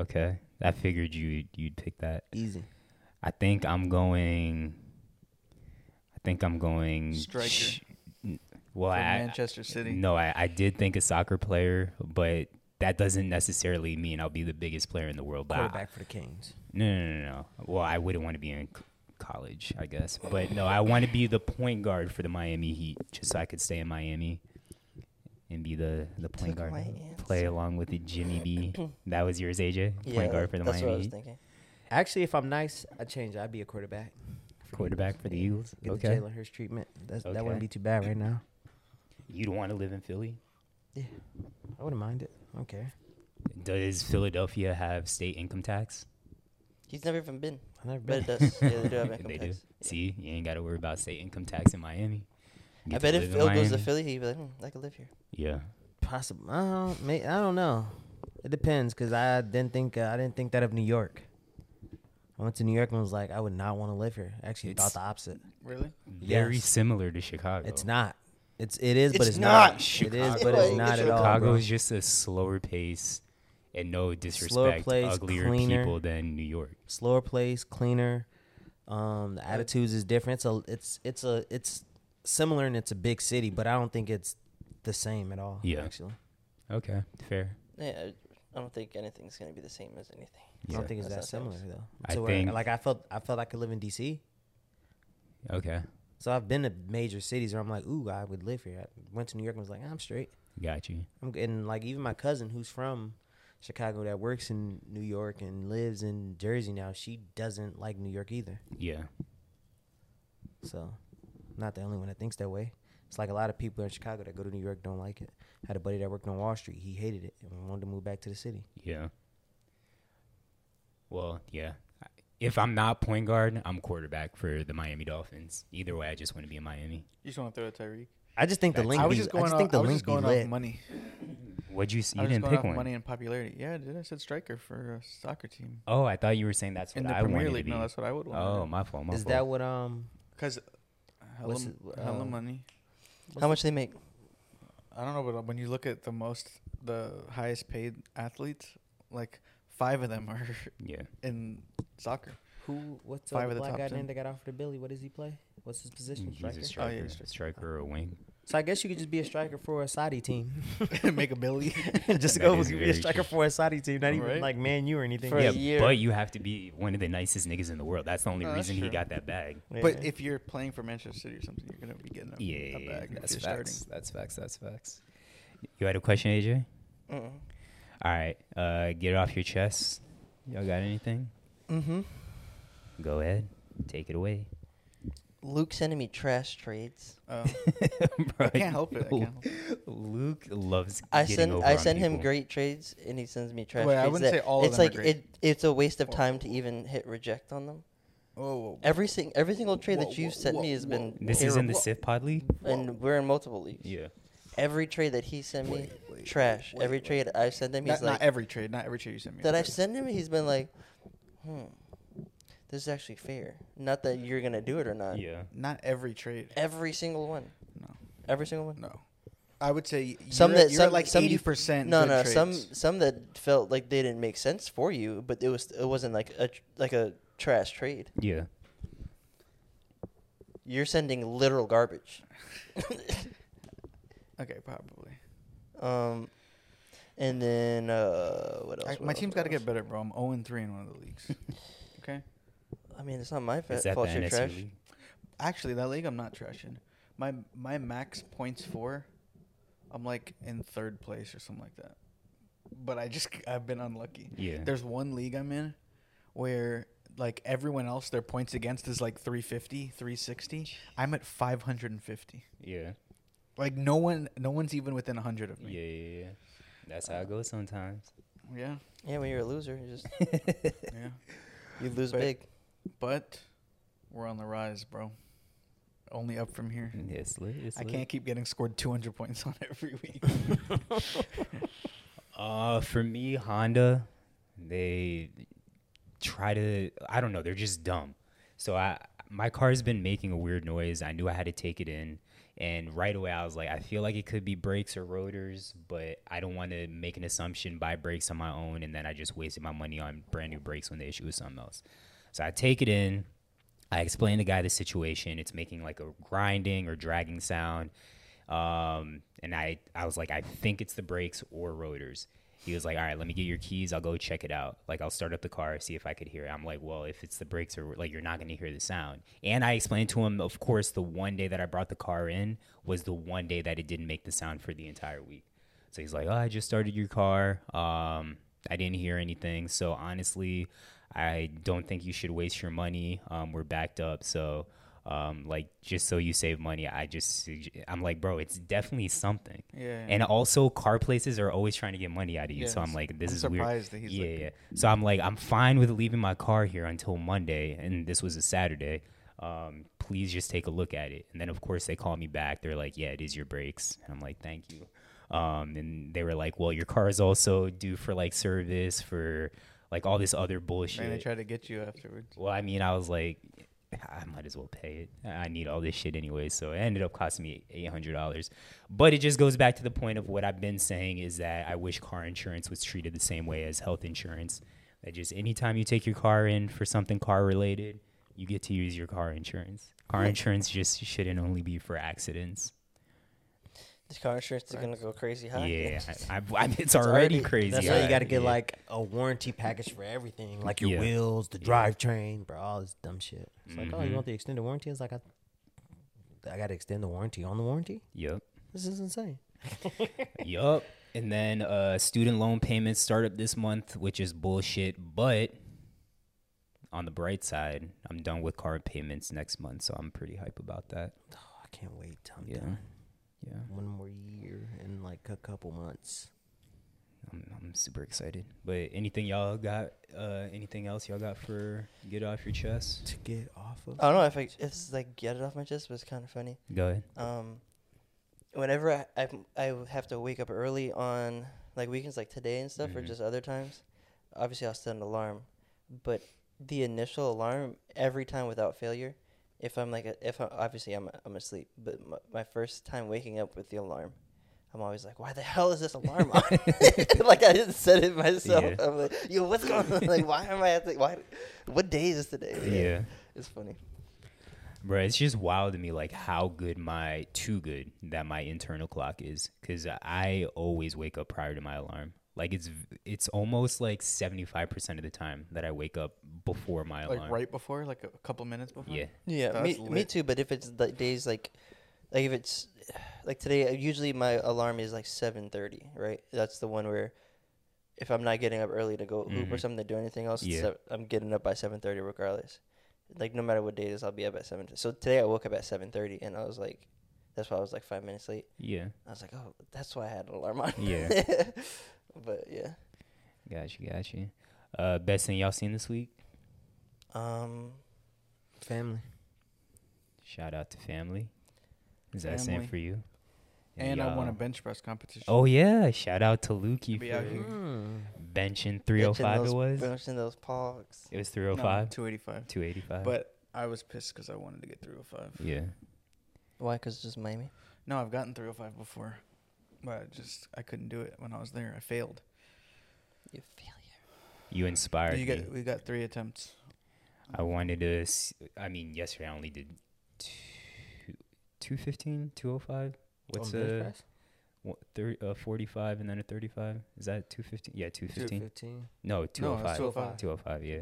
Speaker 1: Okay. I figured you you'd pick that.
Speaker 5: Easy.
Speaker 1: I think I'm going. I think I'm going.
Speaker 3: Striker.
Speaker 1: well,
Speaker 3: From
Speaker 1: I,
Speaker 3: Manchester City.
Speaker 1: No, I, I did think a soccer player, but that doesn't necessarily mean I'll be the biggest player in the world. But I-
Speaker 5: Quarterback for the Kings.
Speaker 1: no, no, no, no. Well, I wouldn't want to be in c- college, I guess. But no, I want to be the point guard for the Miami Heat, just so I could stay in Miami and be the, the point
Speaker 2: Took
Speaker 1: guard.
Speaker 2: my
Speaker 1: Play along with the Jimmy B.
Speaker 2: (clears throat)
Speaker 1: That was yours, AJ. Point
Speaker 2: Yeah,
Speaker 1: guard for the
Speaker 2: that's what I
Speaker 1: Miami
Speaker 2: was
Speaker 1: Heat.
Speaker 2: thinking.
Speaker 5: Actually, if I'm nice, I change. I'd be a quarterback.
Speaker 1: Quarterback for the Eagles.
Speaker 5: Get
Speaker 1: okay.
Speaker 5: the Jalen Hurts treatment. That's, That
Speaker 1: Okay.
Speaker 5: wouldn't be too bad right now.
Speaker 1: You'd want to live in Philly?
Speaker 5: I wouldn't mind it. I don't care.
Speaker 1: Does Philadelphia have state income tax?
Speaker 2: He's never even been,
Speaker 5: I've never
Speaker 2: but
Speaker 5: been.
Speaker 2: it does. Yeah, they
Speaker 1: (laughs)
Speaker 2: do have income
Speaker 1: they do.
Speaker 2: tax.
Speaker 1: See, you ain't got to worry about state income tax in Miami. You
Speaker 2: I
Speaker 1: get to
Speaker 2: bet if
Speaker 1: live in
Speaker 2: Phil goes to
Speaker 1: Miami.
Speaker 2: Philly, he'd be like, hmm, I could live here.
Speaker 1: yeah,
Speaker 5: Possible. I don't. May, I don't know. It depends, cause I didn't think uh, I didn't think that of New York. I went to New York and was like, I would not want to live here. Actually, thought
Speaker 1: It's-
Speaker 5: the opposite.
Speaker 3: Really?
Speaker 1: very
Speaker 5: Yes.
Speaker 1: similar to Chicago.
Speaker 5: It's not. It's it is, but
Speaker 2: It's
Speaker 5: it's, not.
Speaker 2: not.
Speaker 5: It is, but
Speaker 2: Chicago
Speaker 5: it's
Speaker 2: is
Speaker 5: not at all.
Speaker 1: Chicago
Speaker 5: bro.
Speaker 1: is just a slower pace, and no disrespect,
Speaker 5: place,
Speaker 1: uglier
Speaker 5: cleaner.
Speaker 1: people than New York.
Speaker 5: slower place, cleaner. Um, the attitudes is different. So it's it's a it's similar and it's a big city, but I don't think it's the same at all.
Speaker 1: Yeah.
Speaker 5: actually,
Speaker 1: Okay, fair.
Speaker 2: Yeah, I- I don't think anything's gonna be the same as anything.
Speaker 5: I
Speaker 1: Yeah.
Speaker 5: don't think it's that
Speaker 2: That's not
Speaker 5: similar
Speaker 2: things.
Speaker 5: though.
Speaker 1: I
Speaker 5: To
Speaker 1: think-
Speaker 5: like I felt I felt I could live in D.C.
Speaker 1: Okay,
Speaker 5: So I've been to major cities where I'm like, ooh, I would live here. I went to New York and was like, I'm straight.
Speaker 1: got you.
Speaker 5: I'm g- and like even my cousin who's from Chicago that works in New York and lives in Jersey now, she doesn't like New York either.
Speaker 1: Yeah,
Speaker 5: So, not the only one that thinks that way. It's like a lot of people in Chicago that go to New York don't like it. Had a buddy that worked on Wall Street. He hated it and wanted to move back to the city.
Speaker 1: yeah. Well, yeah. If I'm not point guard, I'm quarterback for the Miami Dolphins. Either way, I just want to be in Miami.
Speaker 3: You just want to throw to Tyreek?
Speaker 5: I just think the
Speaker 1: Facts.
Speaker 5: link.
Speaker 3: I
Speaker 5: I
Speaker 3: was
Speaker 5: be,
Speaker 3: just going
Speaker 5: I just
Speaker 3: off,
Speaker 5: think the
Speaker 3: I was
Speaker 5: link
Speaker 3: just going
Speaker 5: be
Speaker 3: off
Speaker 5: lit.
Speaker 3: money.
Speaker 1: What'd you? s-
Speaker 3: I
Speaker 1: You
Speaker 3: was just
Speaker 1: didn't
Speaker 3: going
Speaker 1: pick
Speaker 3: off
Speaker 1: one.
Speaker 3: money and popularity. Yeah, dude, I said striker for a soccer team
Speaker 1: Oh, I thought you were saying that's what
Speaker 3: in the
Speaker 1: I
Speaker 3: Premier
Speaker 1: wanted to
Speaker 3: League.
Speaker 1: be.
Speaker 3: No, that's what I would want.
Speaker 1: oh, my fault. My
Speaker 5: Is
Speaker 1: fault.
Speaker 5: that what um?
Speaker 3: because hella,
Speaker 5: What's it-
Speaker 3: hella
Speaker 5: uh,
Speaker 3: money.
Speaker 2: How much they make?
Speaker 3: I don't know, but when you look at the most, the highest paid athletes, like five of them are (laughs)
Speaker 1: yeah.
Speaker 3: in soccer.
Speaker 5: Who? What's
Speaker 3: Five
Speaker 5: the
Speaker 3: of the
Speaker 5: black
Speaker 3: top
Speaker 5: guy
Speaker 3: ten.
Speaker 5: name that got offered to Billy? What does he play? What's his position?
Speaker 1: He's
Speaker 5: Striker.
Speaker 1: a striker,
Speaker 3: Oh, yeah, he's a
Speaker 1: striker or a wing.
Speaker 5: So I guess you could just be a striker for a Saudi team.
Speaker 3: (laughs) Make a Billy.
Speaker 5: (laughs) just
Speaker 1: That
Speaker 5: go
Speaker 1: is
Speaker 5: be
Speaker 1: very
Speaker 5: a striker
Speaker 1: true.
Speaker 5: for a Saudi team, not even
Speaker 3: Right?
Speaker 5: like Man U or anything.
Speaker 2: For a
Speaker 1: yeah,
Speaker 2: year.
Speaker 1: but you have to be one of the nicest niggas in the world. That's the only
Speaker 3: No, that's
Speaker 1: reason he
Speaker 3: true.
Speaker 1: got that bag.
Speaker 3: But if you're playing for Manchester City or something, you're gonna be getting a,
Speaker 1: Yeah,
Speaker 3: a bag. if
Speaker 1: that's
Speaker 3: you're
Speaker 1: facts. That's facts. That's facts. You had a question, AJ?
Speaker 2: Mm-mm.
Speaker 1: All right, uh, get it off your chest. Y'all got anything?
Speaker 2: Mm-hmm.
Speaker 1: Go ahead, take it away. (laughs)
Speaker 2: Luke sending me trash trades.
Speaker 3: starting.
Speaker 1: (laughs)
Speaker 3: Oh,
Speaker 1: Bro,
Speaker 3: I can't help it. I can't help it.
Speaker 1: Luke loves.
Speaker 2: I
Speaker 1: getting
Speaker 2: send
Speaker 1: over
Speaker 2: I
Speaker 1: on
Speaker 2: send him
Speaker 1: people.
Speaker 2: great trades, and he sends me trash.
Speaker 3: Wait, I
Speaker 2: trades
Speaker 3: wouldn't
Speaker 2: that
Speaker 3: say all of
Speaker 2: It's
Speaker 3: them are
Speaker 2: like
Speaker 3: great.
Speaker 2: it it's a waste of
Speaker 3: Whoa,
Speaker 2: time
Speaker 3: whoa,
Speaker 2: to even hit reject on them.
Speaker 3: Whoa, whoa, whoa.
Speaker 2: Every sing, every single trade
Speaker 3: Whoa,
Speaker 2: that you've
Speaker 3: whoa,
Speaker 2: sent
Speaker 3: whoa,
Speaker 2: me has been
Speaker 1: This is in the
Speaker 2: terrible.
Speaker 1: Sith Pod League.
Speaker 2: and we're in multiple leagues.
Speaker 1: Yeah.
Speaker 2: Every trade that he sent me,
Speaker 3: Wait, wait,
Speaker 2: trash.
Speaker 3: wait,
Speaker 2: every
Speaker 3: wait.
Speaker 2: trade I send him,
Speaker 3: Not,
Speaker 2: he's
Speaker 3: not
Speaker 2: like
Speaker 3: every trade. Not every trade you sent me.
Speaker 2: that I've
Speaker 3: but-
Speaker 2: sent him, he's been like, hmm, this is actually fair. Not that you're gonna do it or not.
Speaker 1: Yeah.
Speaker 3: Not every trade.
Speaker 2: Every single one.
Speaker 3: No.
Speaker 2: Every single one.
Speaker 3: No. I would say
Speaker 2: Some
Speaker 3: you're,
Speaker 2: that
Speaker 3: at- you're
Speaker 2: some
Speaker 3: at like
Speaker 2: some you-
Speaker 3: eighty percent.
Speaker 2: No, no. Some some that felt like they didn't make sense for you, but it was it wasn't like a tr- like a trash trade.
Speaker 1: Yeah.
Speaker 2: You're sending literal garbage.
Speaker 3: Okay, probably.
Speaker 2: um, and then uh, what else?
Speaker 3: I,
Speaker 2: What
Speaker 3: my
Speaker 2: else?
Speaker 3: team's
Speaker 2: What
Speaker 3: got to
Speaker 2: else?
Speaker 3: get better, bro. I'm zero and three in one of the leagues. (laughs) okay.
Speaker 2: I mean, it's not my fa-
Speaker 1: Is that the
Speaker 2: fault. You're
Speaker 1: NSU
Speaker 2: trash.
Speaker 1: league?
Speaker 3: Actually, that league I'm not trashing. My my max points for, I'm like in third place or something like that. But I just I've been unlucky.
Speaker 1: Yeah.
Speaker 3: There's one league I'm in where like everyone else their points against is like 350, 360. I'm at 550.
Speaker 1: Yeah.
Speaker 3: Like no one no one's even within 100 of
Speaker 1: Yeah.
Speaker 3: me.
Speaker 1: Yeah. yeah. That's how it goes sometimes.
Speaker 3: Yeah.
Speaker 2: Yeah, when you're a loser, you
Speaker 3: (laughs)
Speaker 2: just
Speaker 3: Yeah. (laughs)
Speaker 2: you lose
Speaker 3: But-
Speaker 2: big.
Speaker 3: But we're on the rise, bro. Only up from here.
Speaker 1: It's lit. It's
Speaker 3: I
Speaker 1: Mm-hmm. lit.
Speaker 3: can't keep getting scored 200 points on (laughs) every
Speaker 1: (laughs)
Speaker 3: week.
Speaker 1: Uh, for me, Honda, they try to. I don't know. They're just dumb. So I, my car's been making a weird noise. I knew I had to take it in, and right away I was like, I feel like it could be brakes or rotors, but I don't want to make an assumption buy brakes on my own, and then I just wasted my money on brand new brakes when the issue was something else. So I take it in. I explain to the guy the situation. It's making like a grinding or dragging sound. Um, and I, I was like, I think it's the brakes or rotors. He was like, all right, let me get your keys. I'll go check it out. Like, I'll start up the car, see if I could hear it. I'm like, well, if it's the brakes or like, you're not going to hear the sound. And I explained to him, of course, the one day that I brought the car in was the one day that it didn't make the sound for the entire week. So he's like, "Oh, I just started your car. Um, I didn't hear anything. So honestly, I don't think you should waste your money. Um, we're backed up. So Um, like just so you save money, I just sugge- I'm like, bro, it's definitely something.
Speaker 3: Yeah.
Speaker 1: And also, car places are always trying to get money out of you. So
Speaker 3: Yes.
Speaker 1: I'm like, this
Speaker 3: I'm
Speaker 1: is weird.
Speaker 3: surprised that he's,
Speaker 1: yeah,
Speaker 3: like- mm-hmm.
Speaker 1: yeah. So I'm like, I'm fine with leaving my car here until Monday, and this was a Saturday. Um, please just take a look at it. And then of course they call me back. They're like, yeah, it is your brakes. And I'm like, thank you. Um, and they were like, well, your car is also due for like service for like all this other bullshit.
Speaker 3: and they try to get you afterwards.
Speaker 1: Well, I mean, I was like, I might as well pay it. I need all this shit anyway. So it ended up costing me eight hundred dollars. But it just goes back to the point of what I've been saying is that I wish car insurance was treated the same way as health insurance. That just anytime you take your car in for something car related, you get to use your car insurance. Car insurance just shouldn't only be for accidents.
Speaker 2: This car insurance is gonna go crazy high.
Speaker 5: (laughs)
Speaker 1: Yeah, I, I, (laughs) I, it's already
Speaker 2: already-
Speaker 1: crazy.
Speaker 5: Uh, That's why you got to get
Speaker 1: Yeah.
Speaker 5: like a warranty package for everything, like your
Speaker 1: Yeah. Mm-hmm.
Speaker 5: wheels, the drivetrain, bro, all this dumb shit. It's like, oh, you want the extended warranty? It's like, I, I got to extend the warranty on the warranty.
Speaker 1: Yep.
Speaker 5: This is insane.
Speaker 1: Yup. And then uh, student loan payments start up this month, which is bullshit. But on the bright side, I'm done with car payments next month, so I'm pretty hype about that.
Speaker 5: Oh, I can't wait. I'm
Speaker 1: Yeah.
Speaker 5: done.
Speaker 1: Yeah,
Speaker 5: One more year and like a couple months.
Speaker 1: I'm, I'm super excited. But anything y'all got? Uh, anything else y'all got for get off your chest?
Speaker 5: to get off of.
Speaker 1: Uh,
Speaker 2: I don't know if I, if it's like get it off my chest, but it's kind of funny.
Speaker 1: Go ahead.
Speaker 2: Um, whenever I, I I have to wake up early on like weekends, like today and stuff, or
Speaker 1: Mhm.
Speaker 2: just other times, obviously I'll set an alarm. But the initial alarm every time without failure, if I'm like a, if I, obviously I'm I'm asleep, but my, my first time waking up with the alarm. I'm always like, why the hell is this
Speaker 1: (laughs)
Speaker 2: alarm on? (laughs) like I didn't set it myself.
Speaker 1: Yeah.
Speaker 2: I'm like, yo, what's going on? Like, why am I at the, why? What day is this today?
Speaker 1: Yeah.
Speaker 2: it's funny.
Speaker 1: Bro, it's just wild to me, like how good my too good that my internal clock is, because I always wake up prior to my alarm. Like it's it's almost like seventy five percent of the time that I wake up before my
Speaker 3: Like
Speaker 1: alarm.
Speaker 3: right before, like a couple minutes before.
Speaker 1: Yeah.
Speaker 2: Yeah, me,
Speaker 3: That's
Speaker 2: me
Speaker 3: lit.
Speaker 2: too. But if it's like days like, like if it's like today, uh, usually my alarm is like seven thirty, right? That's the one where if I'm not getting up early to go hoop or
Speaker 1: Mhm.
Speaker 2: something to do anything else,
Speaker 1: Yeah.
Speaker 2: so I'm getting up by seven thirty regardless. Like no matter what day it is, I'll be up at seven. So today I woke up at seven thirty, and I was like, that's why I was like five minutes late.
Speaker 1: Yeah.
Speaker 2: I was like, oh, that's why I had an alarm on.
Speaker 3: (laughs)
Speaker 1: Yeah.
Speaker 2: (laughs) but yeah.
Speaker 1: Gotcha, gotcha. Uh, best thing y'all seen this week?
Speaker 2: Um.
Speaker 5: Family.
Speaker 1: Shout out to family. Is that the same
Speaker 3: Family.
Speaker 1: for you?
Speaker 3: And I won a
Speaker 1: y'all-
Speaker 3: bench press competition.
Speaker 1: Oh yeah! Shout out to Lukey
Speaker 3: Be out
Speaker 1: for
Speaker 3: here.
Speaker 5: Mm.
Speaker 1: benching three hundred five. It
Speaker 2: benching
Speaker 1: was.
Speaker 2: those- benching those pogs.
Speaker 1: It was three hundred oh five.
Speaker 3: Two eighty five.
Speaker 1: Two eighty five.
Speaker 3: But I was pissed because I wanted to get three hundred five.
Speaker 1: yeah.
Speaker 2: Why? Cause it's just Miami.
Speaker 3: No, I've gotten three hundred five before, but I just I couldn't do it when I was there. I failed.
Speaker 2: You failure.
Speaker 1: You inspired
Speaker 3: you
Speaker 1: me.
Speaker 3: got we got three attempts.
Speaker 1: I wanted to. s- I mean, yesterday I only did two, 215, 205. What's
Speaker 5: Oh,
Speaker 1: a what, thir- uh, 45 and then a 35? Is that 215? Yeah, 215. No, 205.
Speaker 3: 205.
Speaker 1: 205, yeah.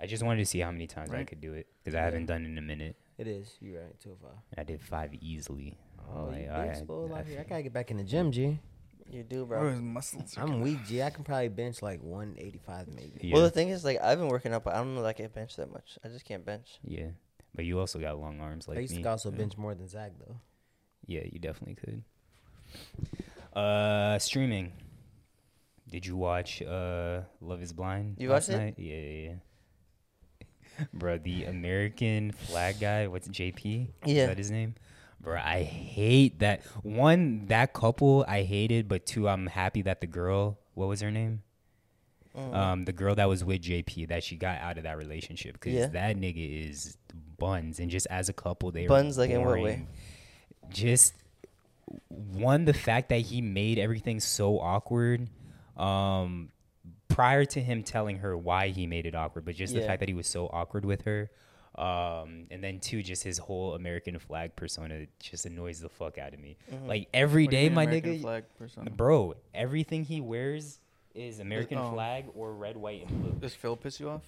Speaker 1: I just wanted to see how many times I
Speaker 3: Right.
Speaker 1: could do it because I
Speaker 5: Yeah.
Speaker 1: haven't done it in a minute.
Speaker 5: It is. You're right. Two oh five.
Speaker 1: I did five easily.
Speaker 5: Oh,
Speaker 1: Like,
Speaker 5: you
Speaker 1: I-
Speaker 5: big spoiled
Speaker 1: I
Speaker 5: out here. I
Speaker 1: feel-
Speaker 5: gotta get back in the gym, G.
Speaker 2: You do, bro.
Speaker 3: Bro, his muscles. are
Speaker 5: I'm
Speaker 3: killing-
Speaker 5: weak, G. I can probably bench like 185 maybe.
Speaker 1: Yeah.
Speaker 2: Well, the thing is, like, I've been working out, but I don't know that I can bench that much. I just can't bench.
Speaker 1: yeah. But you also got long arms like
Speaker 5: I used
Speaker 1: me.
Speaker 5: to also bench more than Zach though.
Speaker 1: Yeah, you definitely could. Uh, streaming. Did you watch uh Love Is Blind?
Speaker 2: You
Speaker 1: last
Speaker 2: watched it?
Speaker 1: night? Yeah, yeah, yeah. Bro, the American flag guy. What's JP?
Speaker 2: Yeah.
Speaker 1: is that his name? Bro, I hate that one. That couple I hated, but two, I'm happy that the girl. What was her name?
Speaker 2: Mm.
Speaker 1: Um, the girl that was with JP that she got out of that relationship because
Speaker 2: Yeah.
Speaker 1: that nigga is buns and just as a couple they were
Speaker 2: Buns, like, in what way?
Speaker 1: boring. Just one, the fact that he made everything so awkward. Um, prior to him telling her why he made it awkward, but just the
Speaker 2: Yeah.
Speaker 1: fact that he was so awkward with her. Um, and then two, just his whole American flag persona just annoys the fuck out of me.
Speaker 2: Mm-hmm.
Speaker 1: Like every
Speaker 3: What do you
Speaker 1: day,
Speaker 3: mean
Speaker 1: my
Speaker 3: American
Speaker 1: nigga,
Speaker 3: Flag persona.
Speaker 1: bro, everything he wears is American
Speaker 3: oh.
Speaker 1: flag or red, white, and blue.
Speaker 3: Does Phil piss you off?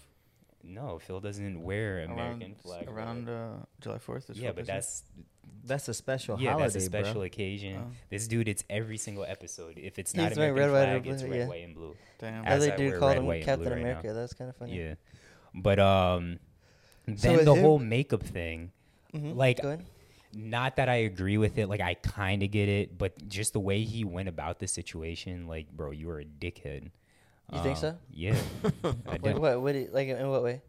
Speaker 1: No, Phil doesn't wear American
Speaker 3: around,
Speaker 1: flag. or
Speaker 3: around
Speaker 1: red.
Speaker 3: uh, July Fourth.
Speaker 1: yeah, but that's
Speaker 5: That's a special
Speaker 1: yeah,
Speaker 5: holiday,
Speaker 1: that's a special
Speaker 5: bro.
Speaker 1: occasion.
Speaker 3: Oh.
Speaker 1: This dude, it's every single episode. If it's not
Speaker 2: He's wearing
Speaker 1: American
Speaker 2: red, white, or
Speaker 1: flag,
Speaker 2: blue,
Speaker 1: it's red,
Speaker 2: yeah.
Speaker 1: white, and blue.
Speaker 3: damn.
Speaker 1: as
Speaker 2: Another
Speaker 1: I
Speaker 2: dude
Speaker 1: wear
Speaker 2: called
Speaker 1: red,
Speaker 2: him
Speaker 1: white, and
Speaker 2: Captain
Speaker 1: blue right now.
Speaker 2: America. That's kind of funny.
Speaker 1: Yeah, but um, then
Speaker 2: it's
Speaker 1: the
Speaker 2: him- Mm-hmm.
Speaker 1: whole makeup thing. Like,
Speaker 2: Go ahead.
Speaker 1: not that I agree with it. Like, I kind of get it, but just the way he went about the situation, like, bro, you were a dickhead.
Speaker 2: You
Speaker 1: Um,
Speaker 2: think so? (laughs)
Speaker 1: Yeah. I
Speaker 2: Like
Speaker 1: do.
Speaker 2: what? What? do you- Like in what way?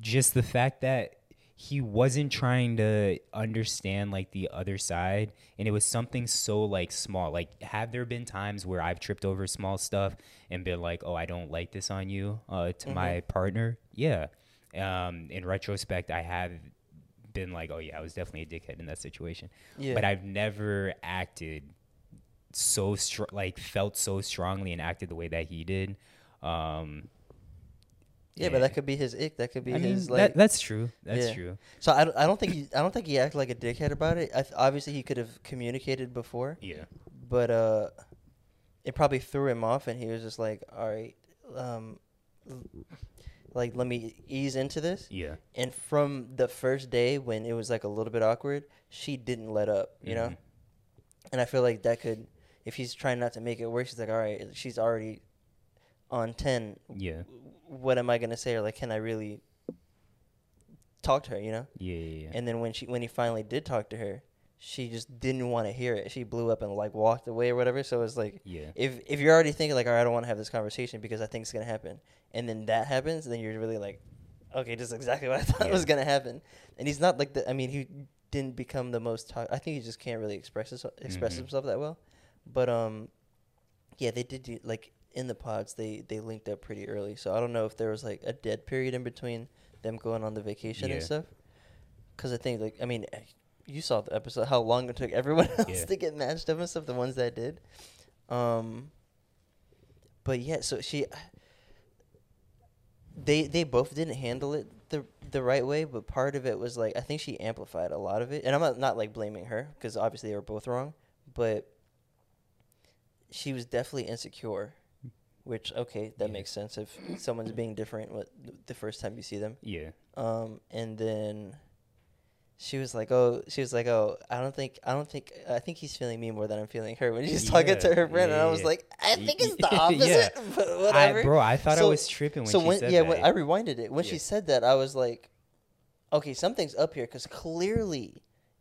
Speaker 1: Just the fact that he wasn't trying to understand like the other side and it was something so like small like have there been times where i've tripped over small stuff and been like oh i don't like this on you uh, to my
Speaker 2: Mm-hmm.
Speaker 1: partner yeah um, in retrospect i have been like oh yeah i was definitely a dickhead in that situation
Speaker 2: Yeah.
Speaker 1: but i've never acted so str- like felt so strongly and acted the way that he did um,
Speaker 2: Yeah,
Speaker 1: Yeah.
Speaker 2: but that could be his ick. That could be
Speaker 1: I mean,
Speaker 2: his like.
Speaker 1: that, that's true. That's
Speaker 2: Yeah.
Speaker 1: true.
Speaker 2: So I don't, I don't think he, I don't think he acted like a dickhead about it. I th- obviously he could have communicated before,
Speaker 1: Yeah.
Speaker 2: but uh, it probably threw him off, and he was just like, "All right, um, l- like let me ease into this."
Speaker 1: Yeah.
Speaker 2: And from the first day when it was like a little bit awkward, she didn't let up, you know.
Speaker 1: Mhm.
Speaker 2: And I feel like that could, if he's trying not to make it worse, he's like, "All right, she's already on ten.
Speaker 1: Yeah.
Speaker 2: What am I gonna say? Or like, can I really talk to her? You know."
Speaker 1: Yeah. Yeah. yeah.
Speaker 2: And then when she when he finally did talk to her, she just didn't want to hear it. She blew up and like walked away or whatever. So it's like
Speaker 1: Yeah.
Speaker 2: if if you're already thinking like, all right, I don't want to have this conversation because I think it's gonna happen, and then that happens, then you're really like, okay, this is exactly what I (laughs) thought
Speaker 1: Yeah.
Speaker 2: was gonna happen. And he's not like the. I mean, he didn't become the most. To- I think he just can't really express his, express
Speaker 1: Mhm.
Speaker 2: himself that well. But um, yeah, they did do, like in the pods. They they linked up pretty early, so I don't know if there was like a dead period in between them going on the vacation and
Speaker 1: Yeah.
Speaker 2: stuff. Because I think like I mean, eh, you saw the episode how long it took everyone (laughs) else
Speaker 1: Yeah.
Speaker 2: to get matched up and stuff. The ones that did, um, but yeah, so she. They they both didn't handle it the the right way, but part of it was like I think she amplified a lot of it, and I'm not, not like blaming her because obviously they were both wrong, but she was definitely insecure, which okay that
Speaker 1: Yeah.
Speaker 2: makes sense if someone's being different with the first time you see them.
Speaker 1: Yeah.
Speaker 2: Um, and then she was like, "Oh, she was like, oh, I don't think, I don't think, I think he's feeling me more than I'm feeling her." When she's talking to
Speaker 1: Yeah,
Speaker 2: her friend, and I was
Speaker 1: yeah.
Speaker 2: like, "I think it's the
Speaker 1: (laughs) Yeah.
Speaker 2: opposite." (laughs) but whatever.
Speaker 1: I, bro, I thought I
Speaker 2: So-
Speaker 1: was tripping when
Speaker 2: so
Speaker 1: she
Speaker 2: when,
Speaker 1: said
Speaker 2: yeah,
Speaker 1: that.
Speaker 2: when I rewinded it when she
Speaker 1: Yeah.
Speaker 2: said that, I was like, "Okay, something's up here," because clearly.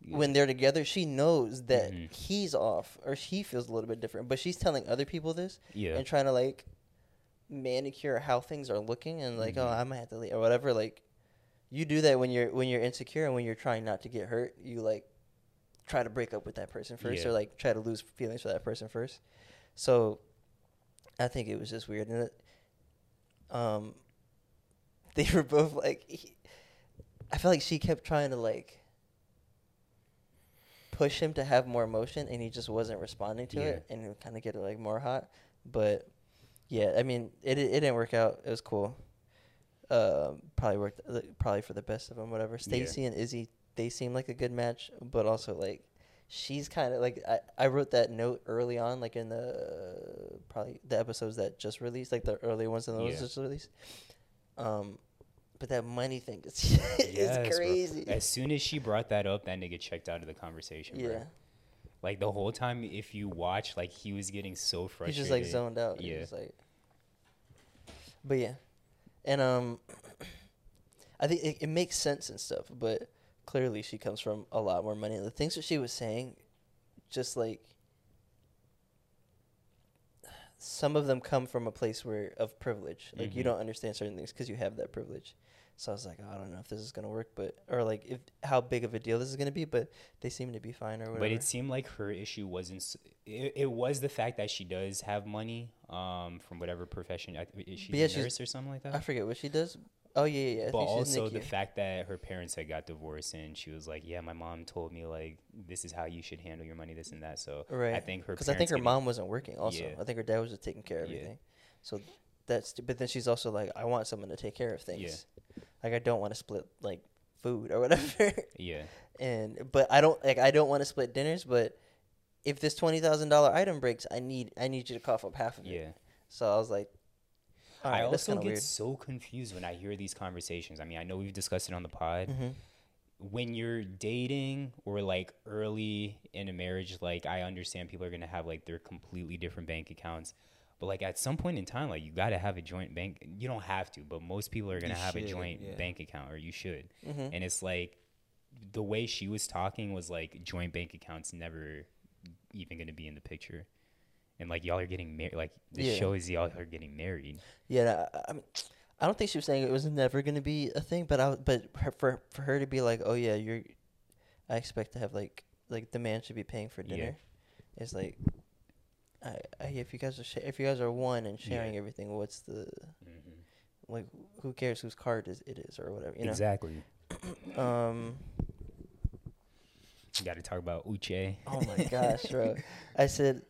Speaker 2: When they're together, she knows that
Speaker 1: Mhm.
Speaker 2: he's off, or she feels a little bit different. But she's telling other people this,
Speaker 1: yeah.
Speaker 2: and (laughs) trying to like manicure how things are looking and like
Speaker 1: Mm-hmm.
Speaker 2: oh I might have to leave or whatever like you do that when you're when you're insecure and when you're trying not to get hurt you like try to break up with that person first
Speaker 1: Yeah.
Speaker 2: or like try to lose feelings for that person first so I think it was just weird and it, um (laughs) they were both like he, I felt like she kept trying to like push him to have more emotion and he just wasn't responding to
Speaker 1: Yeah.
Speaker 2: it and it kind of get like more hot but yeah i mean it, it didn't work out it was cool um probably worked like, probably for the best of them whatever stacy and izzy they seem like a good match but also like she's kind of like I, I wrote that note early on like in the probably the episodes that just released like the earlier ones and those
Speaker 1: Yeah.
Speaker 2: just released um but that money thing is, (laughs)
Speaker 1: Yes,
Speaker 2: is
Speaker 1: bro.
Speaker 2: crazy
Speaker 1: As soon as she brought that up, that nigga checked out of the conversation.
Speaker 2: yeah
Speaker 1: Bro. Like the whole time, if you watch, like he was getting so
Speaker 2: He's
Speaker 1: frustrated.
Speaker 2: just like zoned out. Yeah.
Speaker 1: Yeah.
Speaker 2: like, but yeah, and um, (clears throat) I think it, it makes sense and stuff. But clearly, she comes from a lot more money. The things that she was saying, just like some of them come from a place where of privilege. Like you
Speaker 1: Mhm.
Speaker 2: don't understand certain things because you have that privilege. So I was like, oh, I don't know if this is gonna work, but or like if how big of a deal this is gonna be. But they seem to be fine or whatever.
Speaker 1: But it seemed like her issue wasn't. s- It, it was the fact that she does have money, um, from whatever profession. I- Is she
Speaker 2: But yeah,
Speaker 1: a
Speaker 2: she's-
Speaker 1: nurse or something like that?
Speaker 2: I forget what she does. Oh yeah, yeah. yeah. I
Speaker 1: but
Speaker 2: think she's
Speaker 1: also the
Speaker 2: NICU.
Speaker 1: fact that her parents had got divorced and she was like, "Yeah, my mom told me like this is how you should handle your money, this and that." So
Speaker 2: Right.
Speaker 1: I think her
Speaker 2: because I think
Speaker 1: parents
Speaker 2: her
Speaker 1: getting-
Speaker 2: mom wasn't working. Also,
Speaker 1: Yeah.
Speaker 2: I think her dad was just taking care of
Speaker 1: Yeah.
Speaker 2: everything. So that's but then she's also like, I want someone to take care of things. Like I don't want to split like food or whatever. (laughs)
Speaker 1: yeah,
Speaker 2: and but I don't like I don't want to split dinners. But if this twenty thousand dollar item breaks, I need I need you to cough up half of it.
Speaker 1: yeah.
Speaker 2: So I was like, all right,
Speaker 1: I
Speaker 2: that's
Speaker 1: also
Speaker 2: kind
Speaker 1: get
Speaker 2: of weird.
Speaker 1: so confused when I hear these conversations. I mean, I know we've discussed it on the pod.
Speaker 2: Mm-hmm.
Speaker 1: When you're dating or like early in a marriage, like I understand people are gonna have like their completely different bank accounts. But like at some point in time, like you gotta have a joint bank. You don't have to, but most people are gonna have a
Speaker 5: should,
Speaker 1: joint
Speaker 5: yeah.
Speaker 2: Mm-hmm.
Speaker 1: bank account, or you should. And it's like the way she was talking was like joint bank accounts never even going to be in the picture. And like y'all are getting married, like the
Speaker 2: Yeah.
Speaker 1: show is y'all are getting married.
Speaker 2: Yeah, I, I mean, I don't think she was saying it was never going to be a thing, but I, w- but her, for for her to be like, oh yeah, you're, I expect to have like like the man should be paying for
Speaker 1: Yeah.
Speaker 2: dinner, It's like, I, I if you guys are sha- if you guys are one and
Speaker 1: Yeah.
Speaker 2: sharing everything, what's the Mm-hmm. like who cares whose card is it is or whatever you know
Speaker 1: Exactly.
Speaker 2: um
Speaker 1: You got to talk about Uche.
Speaker 2: (laughs) oh my (laughs) gosh bro I said.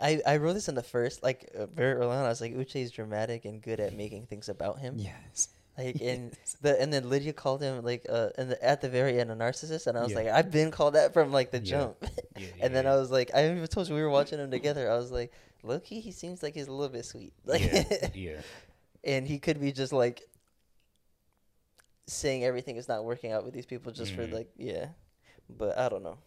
Speaker 2: I, I wrote this in the first like uh, very early on. I was like, Uche is dramatic and good at making things about him.
Speaker 1: (laughs) Yes.
Speaker 2: Like and the and then Lydia called him like uh and the, at the very end a narcissist and I was
Speaker 1: Yeah.
Speaker 2: like I've been called that from like the
Speaker 1: Yeah.
Speaker 2: jump, (laughs)
Speaker 1: Yeah,
Speaker 2: and then
Speaker 1: yeah,
Speaker 2: I was like I even told you we were watching him together I was like low key he seems like he's a little bit sweet (laughs) like
Speaker 1: yeah. yeah.
Speaker 2: and he could be just like saying everything is not working out with these people just for
Speaker 1: Mhm.
Speaker 2: like yeah, but I don't know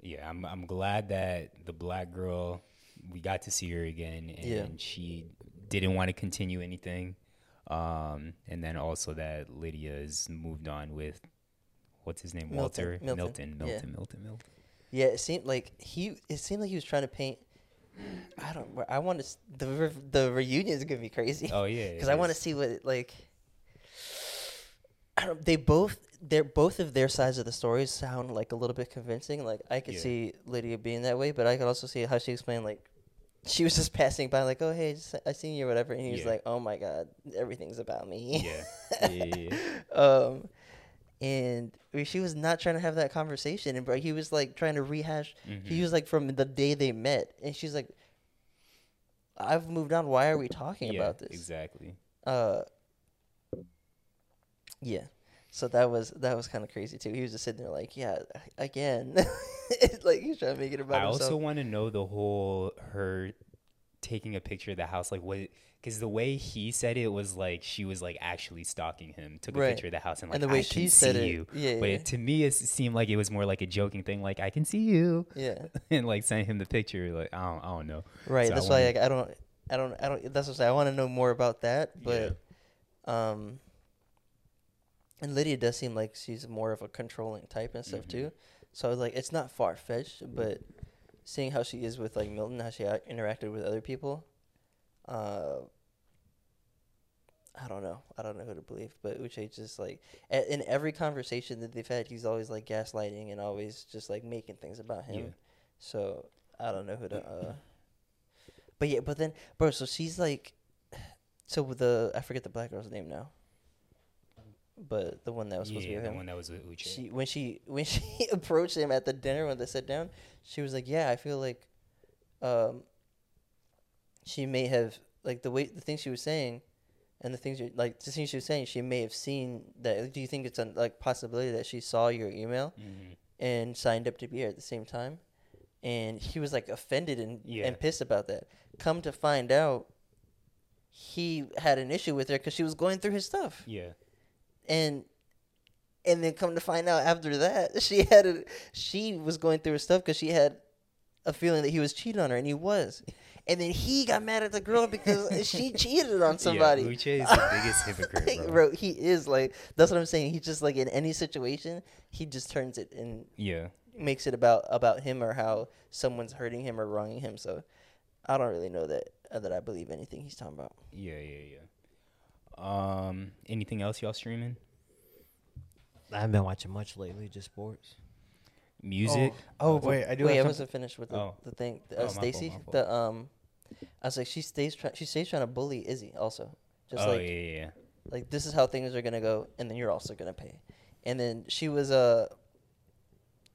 Speaker 1: Yeah, I'm I'm glad that the black girl we got to see her again and
Speaker 2: Yeah.
Speaker 1: she didn't want to continue anything. Um and then also that Lydia's moved on with what's his name?
Speaker 2: Milton,
Speaker 1: Walter Milton
Speaker 2: Milton,
Speaker 1: Milton
Speaker 2: yeah.
Speaker 1: Milton Milton. Milton.
Speaker 2: yeah it seemed like he it seemed like he was trying to paint I don't I want to the re- the reunion is gonna be crazy
Speaker 1: Oh yeah.
Speaker 2: (laughs) because I want to see what it, like. I don't. They both. They're both of their sides of the stories sound like a little bit convincing. Like I could
Speaker 1: Yeah.
Speaker 2: see Lydia being that way, but I could also see how she explained like she was just (laughs) passing by, like, "Oh hey, just, I seen you," or whatever, and he was
Speaker 1: Yeah.
Speaker 2: like, "Oh my god, everything's about (laughs) me."
Speaker 1: Yeah. Yeah, yeah, yeah.
Speaker 2: (laughs) um, and I mean, she was not trying to have that conversation, and bro, he was like trying to rehash.
Speaker 1: Mm-hmm.
Speaker 2: He was like from the day they met, and she's like, "I've moved on. Why are we talking
Speaker 1: Yeah,
Speaker 2: about this?"
Speaker 1: Exactly.
Speaker 2: uh yeah so that was that was kind of crazy too he was just sitting there like yeah again (laughs) like he's trying to make it about
Speaker 1: I
Speaker 2: himself
Speaker 1: also want to know the whole her taking a picture of the house, like what, because the way he said it was like she was like actually stalking him, took a
Speaker 2: Right.
Speaker 1: picture of the house, and like
Speaker 2: And the way
Speaker 1: I can
Speaker 2: she said
Speaker 1: see
Speaker 2: it-
Speaker 1: you.
Speaker 2: yeah,
Speaker 1: but
Speaker 2: yeah.
Speaker 1: It, to me, it seemed like it was more like a joking thing, like I can see you, (laughs)
Speaker 2: yeah
Speaker 1: and like sent him the picture. Like I don't, I don't know.
Speaker 2: right
Speaker 1: So I
Speaker 2: that's why
Speaker 1: wanna-
Speaker 2: like, i don't i don't i don't that's what i'm saying i want to know more about that
Speaker 1: Yeah.
Speaker 2: but um and lydia does seem like she's more of a controlling type and stuff
Speaker 1: Mm-hmm.
Speaker 2: too so I was like it's not far-fetched but seeing how she is with like milton how she act- interacted with other people uh I don't know. I don't know who to believe, but Uche just like a- in every conversation that they've had, he's always like gaslighting and always just like making things about him.
Speaker 1: Yeah.
Speaker 2: So I don't know who to. Uh, but yeah, but then, bro. So she's like, so with the I forget the black girl's name now, but the one that was supposed
Speaker 1: yeah, the
Speaker 2: to be with him.
Speaker 1: one that was with Uche.
Speaker 2: She when she (laughs) when she approached him at the dinner when they sat down, she was like, "Yeah, I feel like, um, she may have like the way the things she was saying, and the things you like the things she was saying, she may have seen that. Like, do you think it's a like possibility that she saw your email?"
Speaker 1: Mhm.
Speaker 2: and signed up to be here at the same time. And he was like offended and,
Speaker 1: Yeah.
Speaker 2: and pissed about that. Come to find out, he had an issue with her because she was going through his stuff.
Speaker 1: Yeah,
Speaker 2: And and then come to find out after that, (laughs) she had a, she was going through his stuff because she had a feeling that he was cheating on her, and he was. And then he got mad at the
Speaker 1: (laughs)
Speaker 2: girl because she cheated on somebody.
Speaker 1: Yeah, Uche
Speaker 2: (laughs)
Speaker 1: is the biggest hypocrite,
Speaker 2: Like,
Speaker 1: bro.
Speaker 2: bro, (laughs) he is like that's what I'm saying. He just like in any situation, he just turns it and
Speaker 1: Yeah,
Speaker 2: makes it about about him or how someone's hurting him or wronging him. So I don't really know that uh, that I believe anything he's talking about.
Speaker 1: yeah, yeah, yeah. Um, anything else y'all streaming?
Speaker 5: I haven't been watching much lately, just
Speaker 1: (laughs)
Speaker 5: sports.
Speaker 1: Music?
Speaker 3: Oh, wait, I do
Speaker 2: Wait, I
Speaker 3: have
Speaker 2: wasn't finished with the,
Speaker 1: Oh.
Speaker 2: the thing.
Speaker 1: Oh,
Speaker 2: Uh,
Speaker 1: my fault,
Speaker 2: Stacy,
Speaker 1: my fault.
Speaker 2: the um, I was like, she stays trying. She stays trying to bully Izzy also. Just
Speaker 1: oh
Speaker 2: like
Speaker 1: yeah, yeah, yeah.
Speaker 2: like this is how things are gonna go, and then you're also gonna pay. And then she was uh,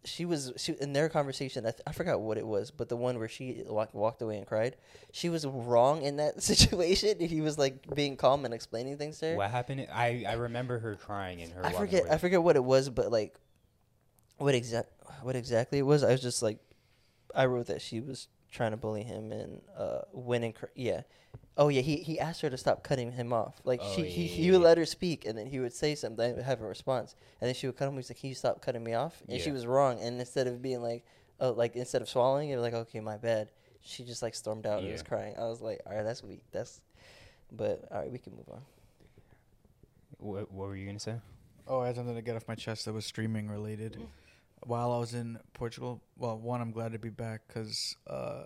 Speaker 2: she was she in their conversation. I, th- I forgot what it was, but the one where she like walked away and cried. She was wrong in that (laughs) situation. and He was like being calm and explaining things to her.
Speaker 1: What happened? I, I remember her crying and her.
Speaker 2: I
Speaker 1: walking
Speaker 2: forget
Speaker 1: away.
Speaker 2: I forget what it was, but like what exact what exactly it was. I was just like I wrote that she was trying to bully him and uh winning cr- yeah. Oh yeah, he he asked her to stop cutting him off. Like
Speaker 1: Oh,
Speaker 2: she
Speaker 1: yeah,
Speaker 2: he,
Speaker 1: yeah,
Speaker 2: he would
Speaker 1: yeah.
Speaker 2: let her speak and then he would say something and have a response. And then she would cut him he's like, Can you stop cutting me off? And she
Speaker 1: Yeah.
Speaker 2: was wrong and instead of being like oh like instead of swallowing it like, Okay, my bad she just like stormed out and was
Speaker 1: Yeah.
Speaker 2: crying. I was like, Alright, that's weak. That's but all right, we can move on.
Speaker 1: What, what were you gonna say?
Speaker 3: Oh, I had something to get off my chest that was streaming related.
Speaker 1: Mm.
Speaker 3: While I was in Portugal, well, one, I'm glad to be back because uh,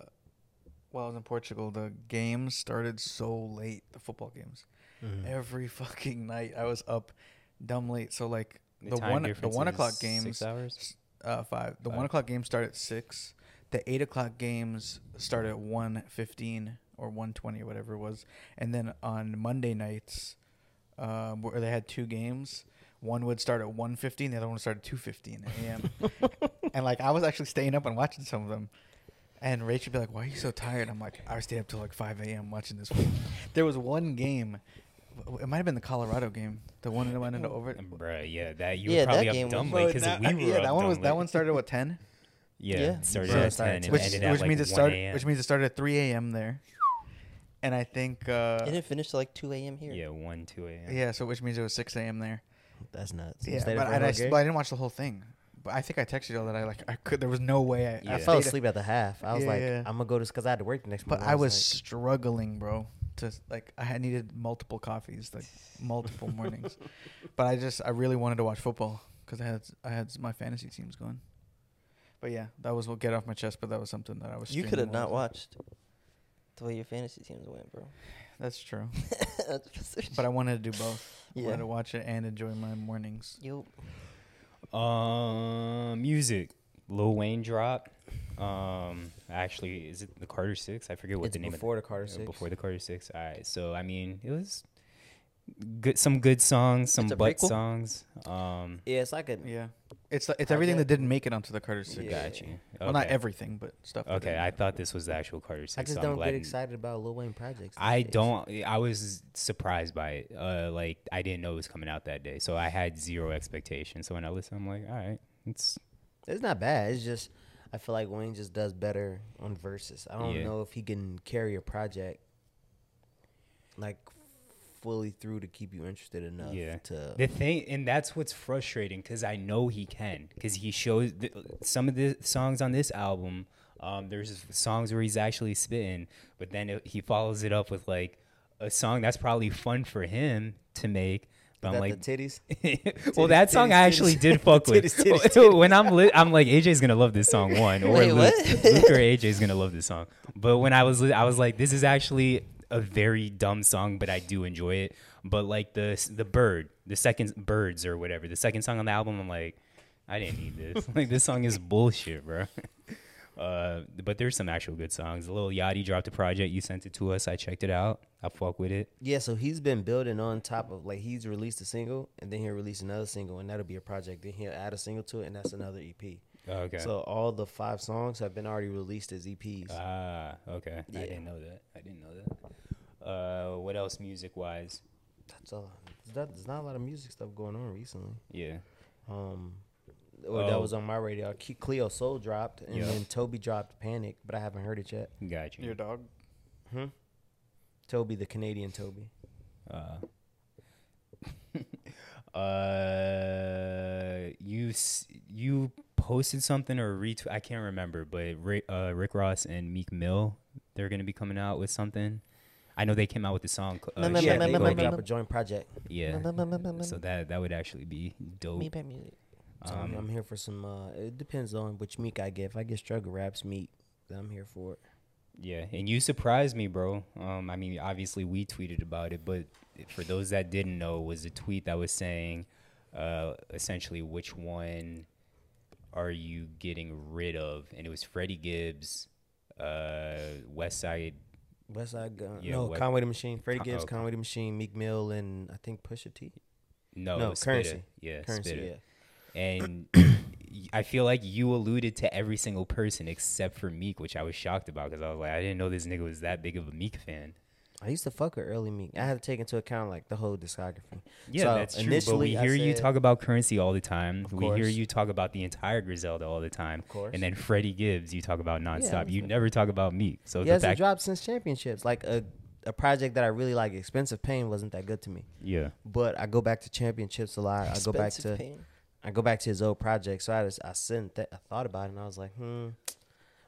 Speaker 3: while I was in Portugal, the games started so late, the football games. Every (laughs) fucking night, I was up dumb late. So like the,
Speaker 1: time
Speaker 3: one, the
Speaker 1: difference
Speaker 3: one
Speaker 1: is
Speaker 3: o'clock
Speaker 1: Six
Speaker 3: games,
Speaker 1: hours.
Speaker 3: uh, five. The one o'clock games start at six. The eight o'clock games start at one fifteen or one twenty or whatever it was. And then on Monday nights, um, where they had two games, one would start at one fifteen, the other one would start at two fifteen
Speaker 1: (laughs)
Speaker 3: a.m. and like I was actually staying up and watching some of them. And Rachel would be like, "Why are you so tired?" I'm like, "I stayed up till like five a.m. watching this." One. there was one game. It might have been the Colorado game, the one that went into over.
Speaker 1: Bruh, yeah, that you
Speaker 2: Yeah,
Speaker 1: were
Speaker 2: that
Speaker 1: probably
Speaker 2: game
Speaker 1: up
Speaker 2: was-
Speaker 1: dumb
Speaker 3: Bro,
Speaker 1: late because
Speaker 3: that-
Speaker 1: we were
Speaker 3: yeah,
Speaker 1: up
Speaker 3: that one was
Speaker 1: dumb
Speaker 3: that
Speaker 1: late.
Speaker 3: one started with ten.
Speaker 1: Yeah,
Speaker 2: Yeah.
Speaker 1: it started
Speaker 5: Bro,
Speaker 1: at
Speaker 5: it started
Speaker 1: ten and
Speaker 5: at
Speaker 1: which,
Speaker 5: 10.
Speaker 1: ended
Speaker 3: which,
Speaker 1: at
Speaker 3: which
Speaker 1: like
Speaker 3: means it
Speaker 1: 1
Speaker 3: started
Speaker 1: a.m.
Speaker 3: which means it started at 3 a.m there and i think
Speaker 2: and
Speaker 3: uh
Speaker 2: it finished at like 2 a.m. here.
Speaker 1: yeah, one, two a.m.
Speaker 3: yeah so which means it was 6 a.m there
Speaker 5: That's nuts. You
Speaker 3: yeah
Speaker 5: stayed up
Speaker 3: but,
Speaker 5: for
Speaker 3: and
Speaker 5: the whole
Speaker 3: I, s-
Speaker 5: game?
Speaker 3: but I didn't watch the whole thing but i think i texted y'all that i like i could there was no way i,
Speaker 1: Yeah.
Speaker 5: I
Speaker 3: I
Speaker 5: fell
Speaker 3: stayed-
Speaker 5: asleep at the half. I was like,
Speaker 3: Yeah.
Speaker 5: I'm gonna go to because I had to work the next
Speaker 3: but
Speaker 5: morning.
Speaker 3: i was struggling bro to like i had needed multiple coffees like multiple mornings but i just i really wanted to watch football because i had i had my fantasy teams going but yeah that was what get off my chest but that was something that i was
Speaker 2: You could
Speaker 3: streaming
Speaker 2: have
Speaker 3: while I
Speaker 2: not
Speaker 3: was-
Speaker 2: watched the way your fantasy teams went, bro. (laughs)
Speaker 3: that's true
Speaker 2: That's-
Speaker 3: but i wanted to do both I
Speaker 2: yeah.
Speaker 3: wanted to watch it and enjoy my mornings
Speaker 2: You
Speaker 1: Um, music. Lil Wayne drop. Um, actually, is it the Carter Six? I forget what
Speaker 5: It's
Speaker 1: the name
Speaker 5: before
Speaker 1: of
Speaker 5: the Carter
Speaker 1: Yeah,
Speaker 5: Six.
Speaker 1: Before the Carter Six. All right. So I mean, it was good. Some good songs. Some
Speaker 2: a
Speaker 1: butt
Speaker 2: prequel?
Speaker 1: songs. Um,
Speaker 5: yeah, it's like a
Speaker 3: Yeah, it's it's everything that
Speaker 2: Project.
Speaker 3: didn't make it onto the Carter Six.
Speaker 2: Yeah.
Speaker 1: got you. Okay.
Speaker 3: Well, not everything, but stuff. that
Speaker 1: Okay,
Speaker 3: didn't.
Speaker 1: I thought this was the actual Carter Six.
Speaker 5: I just
Speaker 1: so I'm
Speaker 5: don't
Speaker 1: glad
Speaker 5: get
Speaker 1: n-
Speaker 5: excited about Lil Wayne projects.
Speaker 1: I
Speaker 5: these days.
Speaker 1: don't. I was surprised by it. Uh, like I didn't know it was coming out that day, so I had zero expectation. So when I listened, I'm like, all right, it's
Speaker 5: It's not bad. It's just I feel like Wayne just does better on verses. I don't
Speaker 1: Yeah.
Speaker 5: know if he can carry a project like fully through to keep you interested enough.
Speaker 1: Yeah.
Speaker 5: To
Speaker 1: The thing, and that's what's frustrating because I know he can because he shows th- some of the songs on this album. Um, there's songs where he's actually spitting, but then it, he follows it up with like a song that's probably fun for him to make. But I'm
Speaker 5: that
Speaker 1: like,
Speaker 5: the
Speaker 1: (laughs)
Speaker 5: titties.
Speaker 1: well, that song I
Speaker 5: titties,
Speaker 1: actually
Speaker 5: titties.
Speaker 1: did fuck with.
Speaker 5: Titties, titties,
Speaker 1: (laughs) when I'm li- I'm like AJ's gonna love this song one, or
Speaker 2: Wait,
Speaker 1: Luke,
Speaker 2: what?
Speaker 1: Luke
Speaker 2: (laughs)
Speaker 1: or AJ's gonna love this song. But when I was li- I was like, this is actually a very dumb song, but I do enjoy it. But like the the bird, the second birds or whatever, the second song on the album, I'm like, I didn't need this. (laughs) like this song is bullshit, bro. (laughs) Uh, but there's some actual good songs. Little Yachty dropped a project. You sent it to us. I checked it out. I fuck with it.
Speaker 5: Yeah, so he's been building on top of like he's released a single and then he'll release another single and that'll be a project. Then he'll add a single to it and that's another EP.
Speaker 2: Oh,
Speaker 1: Oh, Okay.
Speaker 5: So all the five songs have been already released as E EPs.
Speaker 1: Ah, okay. I didn't know that. I didn't know that. Uh, what else music wise?
Speaker 5: That's all. That, there's not a lot of music stuff going on recently.
Speaker 1: Yeah.
Speaker 5: Um, or that
Speaker 1: Oh.
Speaker 5: was on my radio. Ke- Cleo Soul dropped and
Speaker 1: Yeah.
Speaker 5: then Toby dropped Panic, but I haven't heard it yet.
Speaker 1: Got you.
Speaker 3: Your dog.
Speaker 1: Hmm?
Speaker 5: Toby, the Canadian Toby.
Speaker 1: (laughs) Uh, you s- you posted something or retweet? I can't remember, but Rick, uh, Rick Ross and Meek Mill, they're gonna be coming out with something. I know they came out with the song. co- Uh,
Speaker 2: Mm, mm,
Speaker 1: Shit
Speaker 5: Yeah,
Speaker 2: mm,
Speaker 1: They
Speaker 5: they
Speaker 2: mm,
Speaker 1: Go
Speaker 5: gonna
Speaker 2: mm,
Speaker 1: Get-
Speaker 5: drop a joint project.
Speaker 1: yeah.
Speaker 2: Mm, mm, mm, mm, mm,
Speaker 1: So
Speaker 2: mm.
Speaker 1: that that would actually be dope. Um,
Speaker 2: me back music.
Speaker 5: So I'm- I'm here for some. Uh, it depends on which meek I get. If I get struggle raps meek, then I'm here for it.
Speaker 1: Yeah, and you surprised me, bro. Um, I mean, obviously we tweeted about it, but for those that didn't know, it was a tweet that was saying, uh, essentially, which one are you getting rid of? And it was Freddie Gibbs, uh, West Side.
Speaker 5: West Side Gun.
Speaker 1: Yeah,
Speaker 5: no,
Speaker 1: what-
Speaker 5: Conway the Machine, Freddie
Speaker 1: Con-
Speaker 5: Gibbs,
Speaker 1: okay.
Speaker 5: Conway the Machine, Meek Mill, and I think Pusha T.
Speaker 1: No,
Speaker 5: No,
Speaker 1: Spitter.
Speaker 5: Currency.
Speaker 1: Yeah,
Speaker 5: Currency.
Speaker 1: Spitter.
Speaker 5: Yeah. (coughs)
Speaker 1: and I feel like you alluded to every single person except for Meek, which I was shocked about because I was like, I didn't know this nigga was that big of a Meek fan.
Speaker 5: I used to fuck with early meek. I had to take into account like the whole discography.
Speaker 1: Yeah,
Speaker 5: So,
Speaker 1: that's true. But we
Speaker 5: initially, I
Speaker 1: hear you
Speaker 5: said-
Speaker 1: talk about currency all the time. We hear
Speaker 5: course.
Speaker 1: you talk about the entire Griselda all the time. Of
Speaker 5: course.
Speaker 1: And then Freddie Gibbs, you talk about nonstop. you
Speaker 5: that's-
Speaker 1: never talk about me. So
Speaker 5: He
Speaker 1: the
Speaker 5: hasn't
Speaker 1: fact,
Speaker 5: dropped since championships. Like a a project that I really like, Expensive Pain, wasn't that good to me.
Speaker 1: yeah,
Speaker 5: But I go back to championships a lot. I go back
Speaker 2: Expensive
Speaker 5: to
Speaker 2: pain.
Speaker 5: I go back to his old project. So I just I sent that I thought about it and I was like, hmm.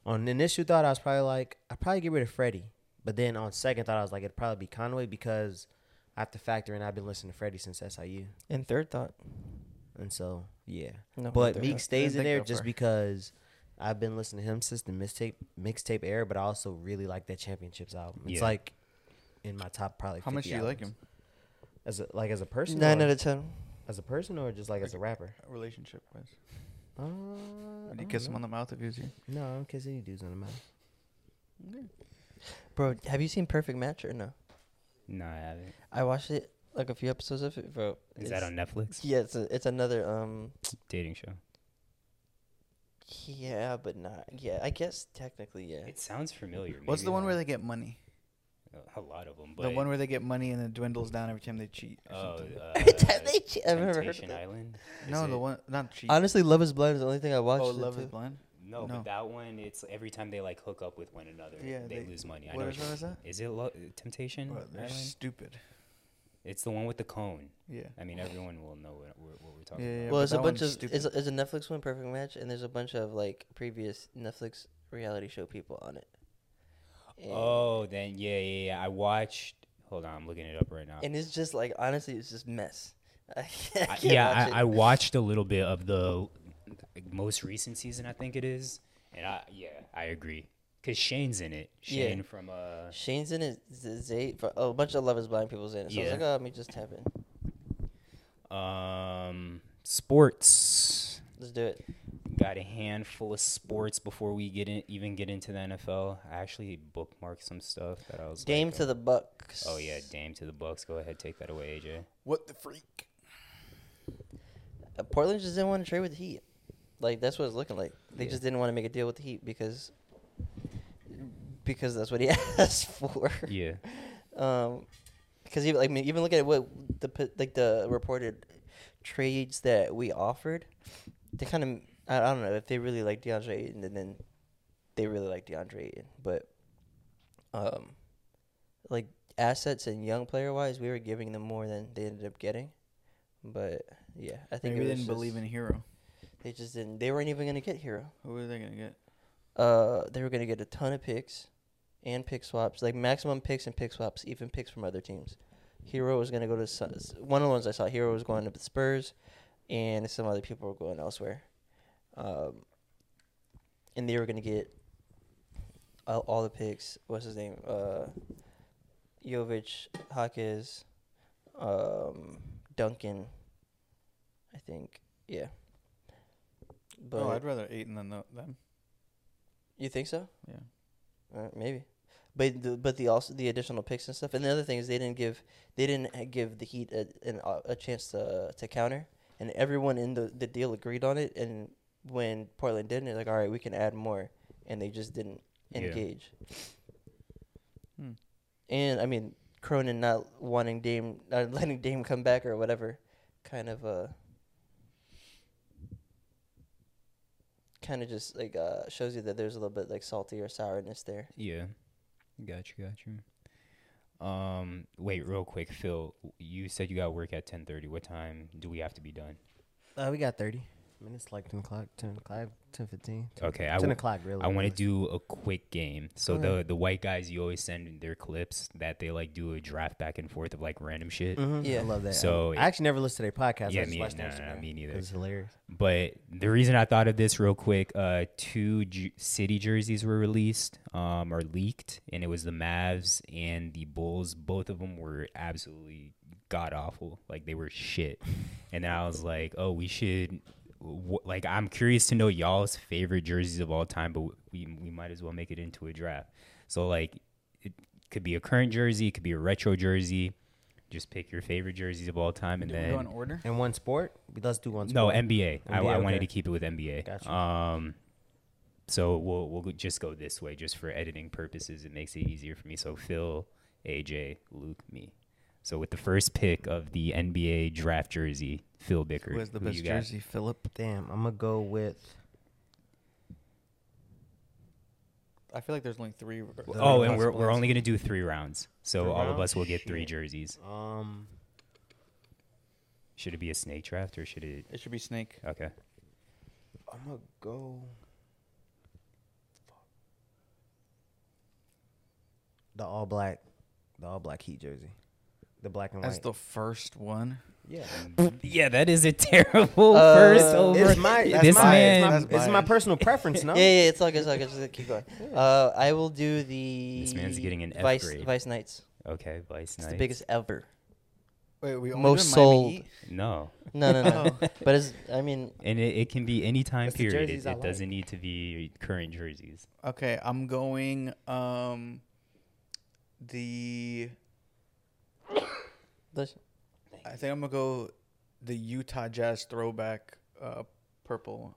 Speaker 5: On initial thought, I was probably like, I'd probably get rid of Freddie. But then on second thought, I was like, it'd probably be Conway because I have to factor in I've been listening to Freddie since SIU,
Speaker 2: And third thought.
Speaker 5: and so yeah.
Speaker 2: No,
Speaker 5: But
Speaker 2: third
Speaker 5: Meek
Speaker 2: thought.
Speaker 5: stays in
Speaker 3: didn't think
Speaker 5: there
Speaker 3: that
Speaker 5: just
Speaker 3: far.
Speaker 5: because I've been listening to him since the mixtape mixtape era, but I also really like that Championships album. It's
Speaker 1: Yeah.
Speaker 5: like in my top probably.
Speaker 3: How much
Speaker 5: 50
Speaker 3: do you like
Speaker 5: albums.
Speaker 3: him?
Speaker 5: As a, like as a person,
Speaker 2: Nine
Speaker 5: or
Speaker 2: out of ten.
Speaker 5: as a person, or just like as a rapper.
Speaker 3: Relationship wise,
Speaker 5: Uh, I
Speaker 3: would you
Speaker 5: don't
Speaker 3: kiss him
Speaker 5: know.
Speaker 3: on the mouth if he was you?
Speaker 5: No, I don't kiss any dudes on the mouth.
Speaker 2: Bro, have you seen Perfect Match or no?
Speaker 1: No, I haven't.
Speaker 2: I watched it like a few episodes of it, bro.
Speaker 1: Is that
Speaker 2: it's-
Speaker 1: on Netflix?
Speaker 2: Yeah, it's a, it's another um
Speaker 1: Dating show.
Speaker 2: yeah, but not yeah. I guess technically yeah.
Speaker 1: It sounds familiar.
Speaker 3: What's
Speaker 1: maybe uh,
Speaker 3: the one where
Speaker 1: not
Speaker 3: they get money?
Speaker 1: a lot of them? But
Speaker 3: The one where they get money and it dwindles down every time (laughs) they cheat. Or
Speaker 1: oh,
Speaker 3: something.
Speaker 1: uh,
Speaker 2: Every (laughs) time they che- I've never heard of
Speaker 1: Temptation
Speaker 2: that.
Speaker 1: Island. Is
Speaker 3: no, the
Speaker 1: it-
Speaker 3: one not cheat.
Speaker 2: Honestly, Love Is Blind is the only thing I watched.
Speaker 3: oh,
Speaker 2: it
Speaker 3: love
Speaker 2: to.
Speaker 3: is blind.
Speaker 1: No,
Speaker 3: No.
Speaker 1: but that one, it's every time they like hook up with one another,
Speaker 3: Yeah,
Speaker 1: they,
Speaker 3: they-
Speaker 1: lose money. I
Speaker 3: what
Speaker 1: know
Speaker 3: is-
Speaker 1: you
Speaker 3: what
Speaker 1: mean.
Speaker 3: is that?
Speaker 1: Is it Lo- Temptation
Speaker 3: Bro, they're
Speaker 1: Island?
Speaker 3: stupid.
Speaker 1: It's the one with the cone.
Speaker 3: Yeah.
Speaker 1: I mean, everyone will know what we're, what we're talking
Speaker 3: Yeah, yeah,
Speaker 1: about.
Speaker 2: well,
Speaker 3: but
Speaker 2: it's a
Speaker 3: that
Speaker 2: bunch
Speaker 3: one's
Speaker 2: of
Speaker 3: stupid.
Speaker 2: it's a, it's a Netflix one, Perfect Match, and there's a bunch of like previous Netflix reality show people on it. And,
Speaker 1: Oh, then yeah, yeah, yeah. I watched. Hold on, I'm looking it up right now.
Speaker 2: and it's just like honestly, it's just mess. (laughs) I can't,
Speaker 1: Ah.
Speaker 2: I
Speaker 1: I,
Speaker 2: can't
Speaker 1: yeah,
Speaker 2: watch
Speaker 1: I, I
Speaker 2: it.
Speaker 1: watched a little bit of the like, most recent season, I think it is, and I yeah, I agree. Cause Shane's in it.
Speaker 2: Yeah.
Speaker 1: Shane from uh,
Speaker 2: Shane's in it. Z- Zay, for, oh, a bunch of Love Is Blind people's in it. So I was
Speaker 1: Yeah.
Speaker 2: like, oh, let me just tap in.
Speaker 1: um sports.
Speaker 2: Let's do it.
Speaker 1: Got a handful of sports before we get in, even get into the NFL. I actually bookmarked some stuff that I was
Speaker 2: Dame
Speaker 1: like,
Speaker 2: to the Bucks.
Speaker 1: Oh yeah, Dame to the Bucks. Go ahead, take that away,
Speaker 2: (laughs)
Speaker 1: AJ.
Speaker 3: What the freak?
Speaker 2: Uh, Portland just didn't want to trade with the Heat. Like that's what it's looking like. They
Speaker 1: Yeah.
Speaker 2: just didn't want to make a deal with the Heat because because that's what he (laughs) asked for.
Speaker 1: Yeah,
Speaker 2: Um, because even like I mean, even look at what the p- like the reported trades that we offered, they kind of I, I don't know if they really like DeAndre Ayton and then they really like DeAndre Ayton, but um, like assets and young player wise, we were giving them more than they ended up getting. But yeah, I think
Speaker 3: Maybe
Speaker 2: it
Speaker 3: they
Speaker 2: was
Speaker 3: didn't believe
Speaker 2: just-
Speaker 3: in Hero.
Speaker 2: They just didn't. They weren't even gonna get Hero.
Speaker 3: Who are they gonna get?
Speaker 2: Uh, they were gonna get a ton of picks and pick swaps, like maximum picks and pick swaps, even picks from other teams. Hero was gonna go to some, one of the ones I saw. Hero was going to the Spurs, and some other people were going elsewhere. Um, and they were gonna get all, all the picks. What's his name? Uh, Jovic, Hawkes, um, Duncan. I think, yeah. But
Speaker 3: oh, I'd rather Aiton than tho- them.
Speaker 2: you think so?
Speaker 3: Yeah.
Speaker 2: Uh, maybe, but the, but the also the additional picks and stuff. And the other thing is they didn't give they didn't uh, give the Heat a an, uh, a chance to to counter. And everyone in the, the deal agreed on it. And when Portland didn't, they're like, all right, we can add more, and they just didn't
Speaker 1: Yeah.
Speaker 2: engage.
Speaker 3: Hmm.
Speaker 2: And I mean Cronin not wanting Dame, not (laughs) letting Dame come back or whatever, kind of uh, kind of just like uh, shows you that there's a little bit like salty or sourness there.
Speaker 1: yeah. Got you, got you. Um, wait, real quick, Phil. You said you got work at ten thirty. What time do we have to be done?
Speaker 5: Uh, we got 30 minutes, like 10 o'clock, 10 o'clock, 10 15.
Speaker 1: Okay, I
Speaker 5: 10
Speaker 1: w-
Speaker 5: o'clock, really.
Speaker 1: I want to
Speaker 5: really.
Speaker 1: do a quick game. So
Speaker 5: Go
Speaker 1: the the white guys you always send in their clips that they like do a draft back and forth of like random shit.
Speaker 5: Mhm,
Speaker 2: Yeah.
Speaker 5: I love that.
Speaker 1: So-
Speaker 5: I actually never listened to their podcast.
Speaker 1: Yeah,
Speaker 5: I just
Speaker 1: me-
Speaker 5: watched
Speaker 1: no, no,
Speaker 5: their
Speaker 1: no,
Speaker 5: Instagram
Speaker 1: me neither.
Speaker 5: 'cause It's hilarious.
Speaker 1: But the reason I thought of this real quick, uh, two ju- city jerseys were released, um, or leaked, and it was the Mavs and the Bulls. Both of them were absolutely god awful, like they were shit. And then I was like, oh, we should. wh- Like I'm curious to know y'all's favorite jerseys of all time, but we we might as well make it into a draft. So like, it could be a current jersey, it could be a retro jersey. Just pick your favorite jerseys of all time, and
Speaker 3: Do we
Speaker 1: then
Speaker 3: go in order?
Speaker 5: And one sport? We- Let's do one
Speaker 1: no
Speaker 5: sport.
Speaker 1: NBA. I,
Speaker 5: NBA,
Speaker 1: I wanted
Speaker 5: okay.
Speaker 1: to keep it with NBA.
Speaker 5: Gotcha.
Speaker 1: Um, so we'll we'll go- just go this way, just for editing purposes. It makes it easier for me. So Phil, AJ, Luke, me. So with the first pick of the NBA draft jersey, Phil Bicker.
Speaker 3: Who has the
Speaker 1: who
Speaker 3: best
Speaker 1: you got?
Speaker 3: jersey, Philip?
Speaker 5: Damn, I'm going to go with.
Speaker 3: I feel like there's only three. r-
Speaker 5: Well,
Speaker 1: Oh,
Speaker 5: Three
Speaker 1: and we're,
Speaker 3: possible
Speaker 1: we're
Speaker 3: ones.
Speaker 1: only gonna do three rounds, so
Speaker 5: Three
Speaker 1: all of
Speaker 5: rounds?
Speaker 1: us will get three
Speaker 5: Shit.
Speaker 1: jerseys.
Speaker 5: Um,
Speaker 1: Should it be a snake draft or should it?
Speaker 3: It should be Snake.
Speaker 1: Okay,
Speaker 5: I'm going to go. The all black, the all black Heat jersey. the black and
Speaker 3: That's
Speaker 5: white.
Speaker 3: the first one.
Speaker 5: yeah,
Speaker 1: Yeah, that is a (laughs) terrible
Speaker 2: Uh,
Speaker 1: first over.
Speaker 5: it's my that's
Speaker 1: this
Speaker 5: my,
Speaker 1: man.
Speaker 5: it's my, it's my
Speaker 3: Biased.
Speaker 5: personal
Speaker 2: (laughs)
Speaker 5: preference. No,
Speaker 2: Yeah, yeah, it's all good. It's all good. Just keep going. Uh, I will do the.
Speaker 1: This man's getting an F
Speaker 2: Vice
Speaker 1: grade.
Speaker 2: Vice Knights.
Speaker 1: okay, Vice
Speaker 2: It's
Speaker 1: Knights.
Speaker 2: the biggest ever.
Speaker 5: (laughs)
Speaker 3: Wait, we
Speaker 2: only Most doing Miami Heat?
Speaker 1: No,
Speaker 2: No, no,
Speaker 5: Oh.
Speaker 2: no. but it's, I mean,
Speaker 1: and it, it can be any time
Speaker 5: That's the
Speaker 1: period.
Speaker 5: jerseys
Speaker 1: It,
Speaker 5: I
Speaker 1: it
Speaker 5: like.
Speaker 1: doesn't need to be current jerseys.
Speaker 3: Okay, I'm going um the
Speaker 2: those-
Speaker 3: I think I'm gonna go the Utah Jazz throwback uh purple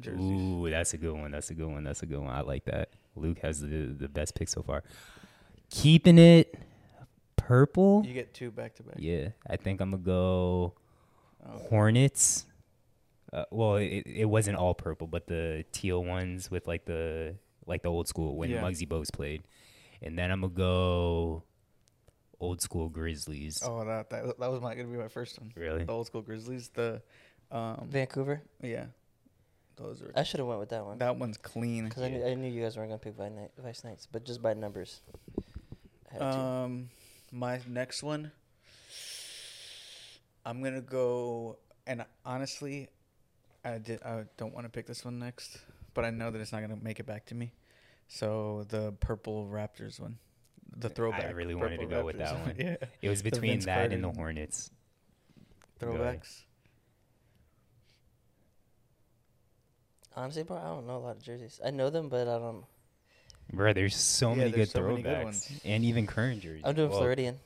Speaker 3: jerseys.
Speaker 1: Ooh, that's a good one. That's a good one. That's a good one. I like that. Luke has the the best pick so far. Keeping it purple.
Speaker 3: You get two back to back. Oh,
Speaker 1: Yeah, I think I'm gonna go Hornets. Uh, well, it, it wasn't all purple, but the teal ones with like the like the old school when
Speaker 3: Yeah.
Speaker 1: Muggsy Bogues played, and then I'm gonna go old school Grizzlies.
Speaker 3: Oh, that that, that was my, gonna be my first one.
Speaker 1: Really?
Speaker 3: The old school Grizzlies. The um
Speaker 2: Vancouver.
Speaker 3: yeah, those are
Speaker 2: I should have went with that one
Speaker 3: that one's clean.
Speaker 2: because I, knew, I knew you guys weren't gonna pick Vice, Knight, Vice Knights, but just by numbers. I had to.
Speaker 5: Uh,
Speaker 3: Um, my next one, I'm gonna go. And honestly, I did. I don't want to pick this one next, but I know that it's not gonna make it back to me. So the purple Raptors one, the throwback.
Speaker 1: I really wanted to
Speaker 3: purple
Speaker 1: go with that
Speaker 3: Raptors.
Speaker 1: one. (laughs)
Speaker 3: yeah,
Speaker 1: It was
Speaker 3: The
Speaker 1: between
Speaker 3: Vince
Speaker 1: that and the
Speaker 3: Carter.
Speaker 1: Hornets. ahead.
Speaker 3: throwbacks.
Speaker 2: Honestly, bro, I don't know a lot of jerseys. I know them, but I don't.
Speaker 1: Bro, there's so
Speaker 3: Yeah,
Speaker 1: many good
Speaker 3: there's so
Speaker 1: throwbacks
Speaker 3: many good ones.
Speaker 1: and even current jerseys.
Speaker 2: I'm doing
Speaker 1: Well,
Speaker 2: Floridian.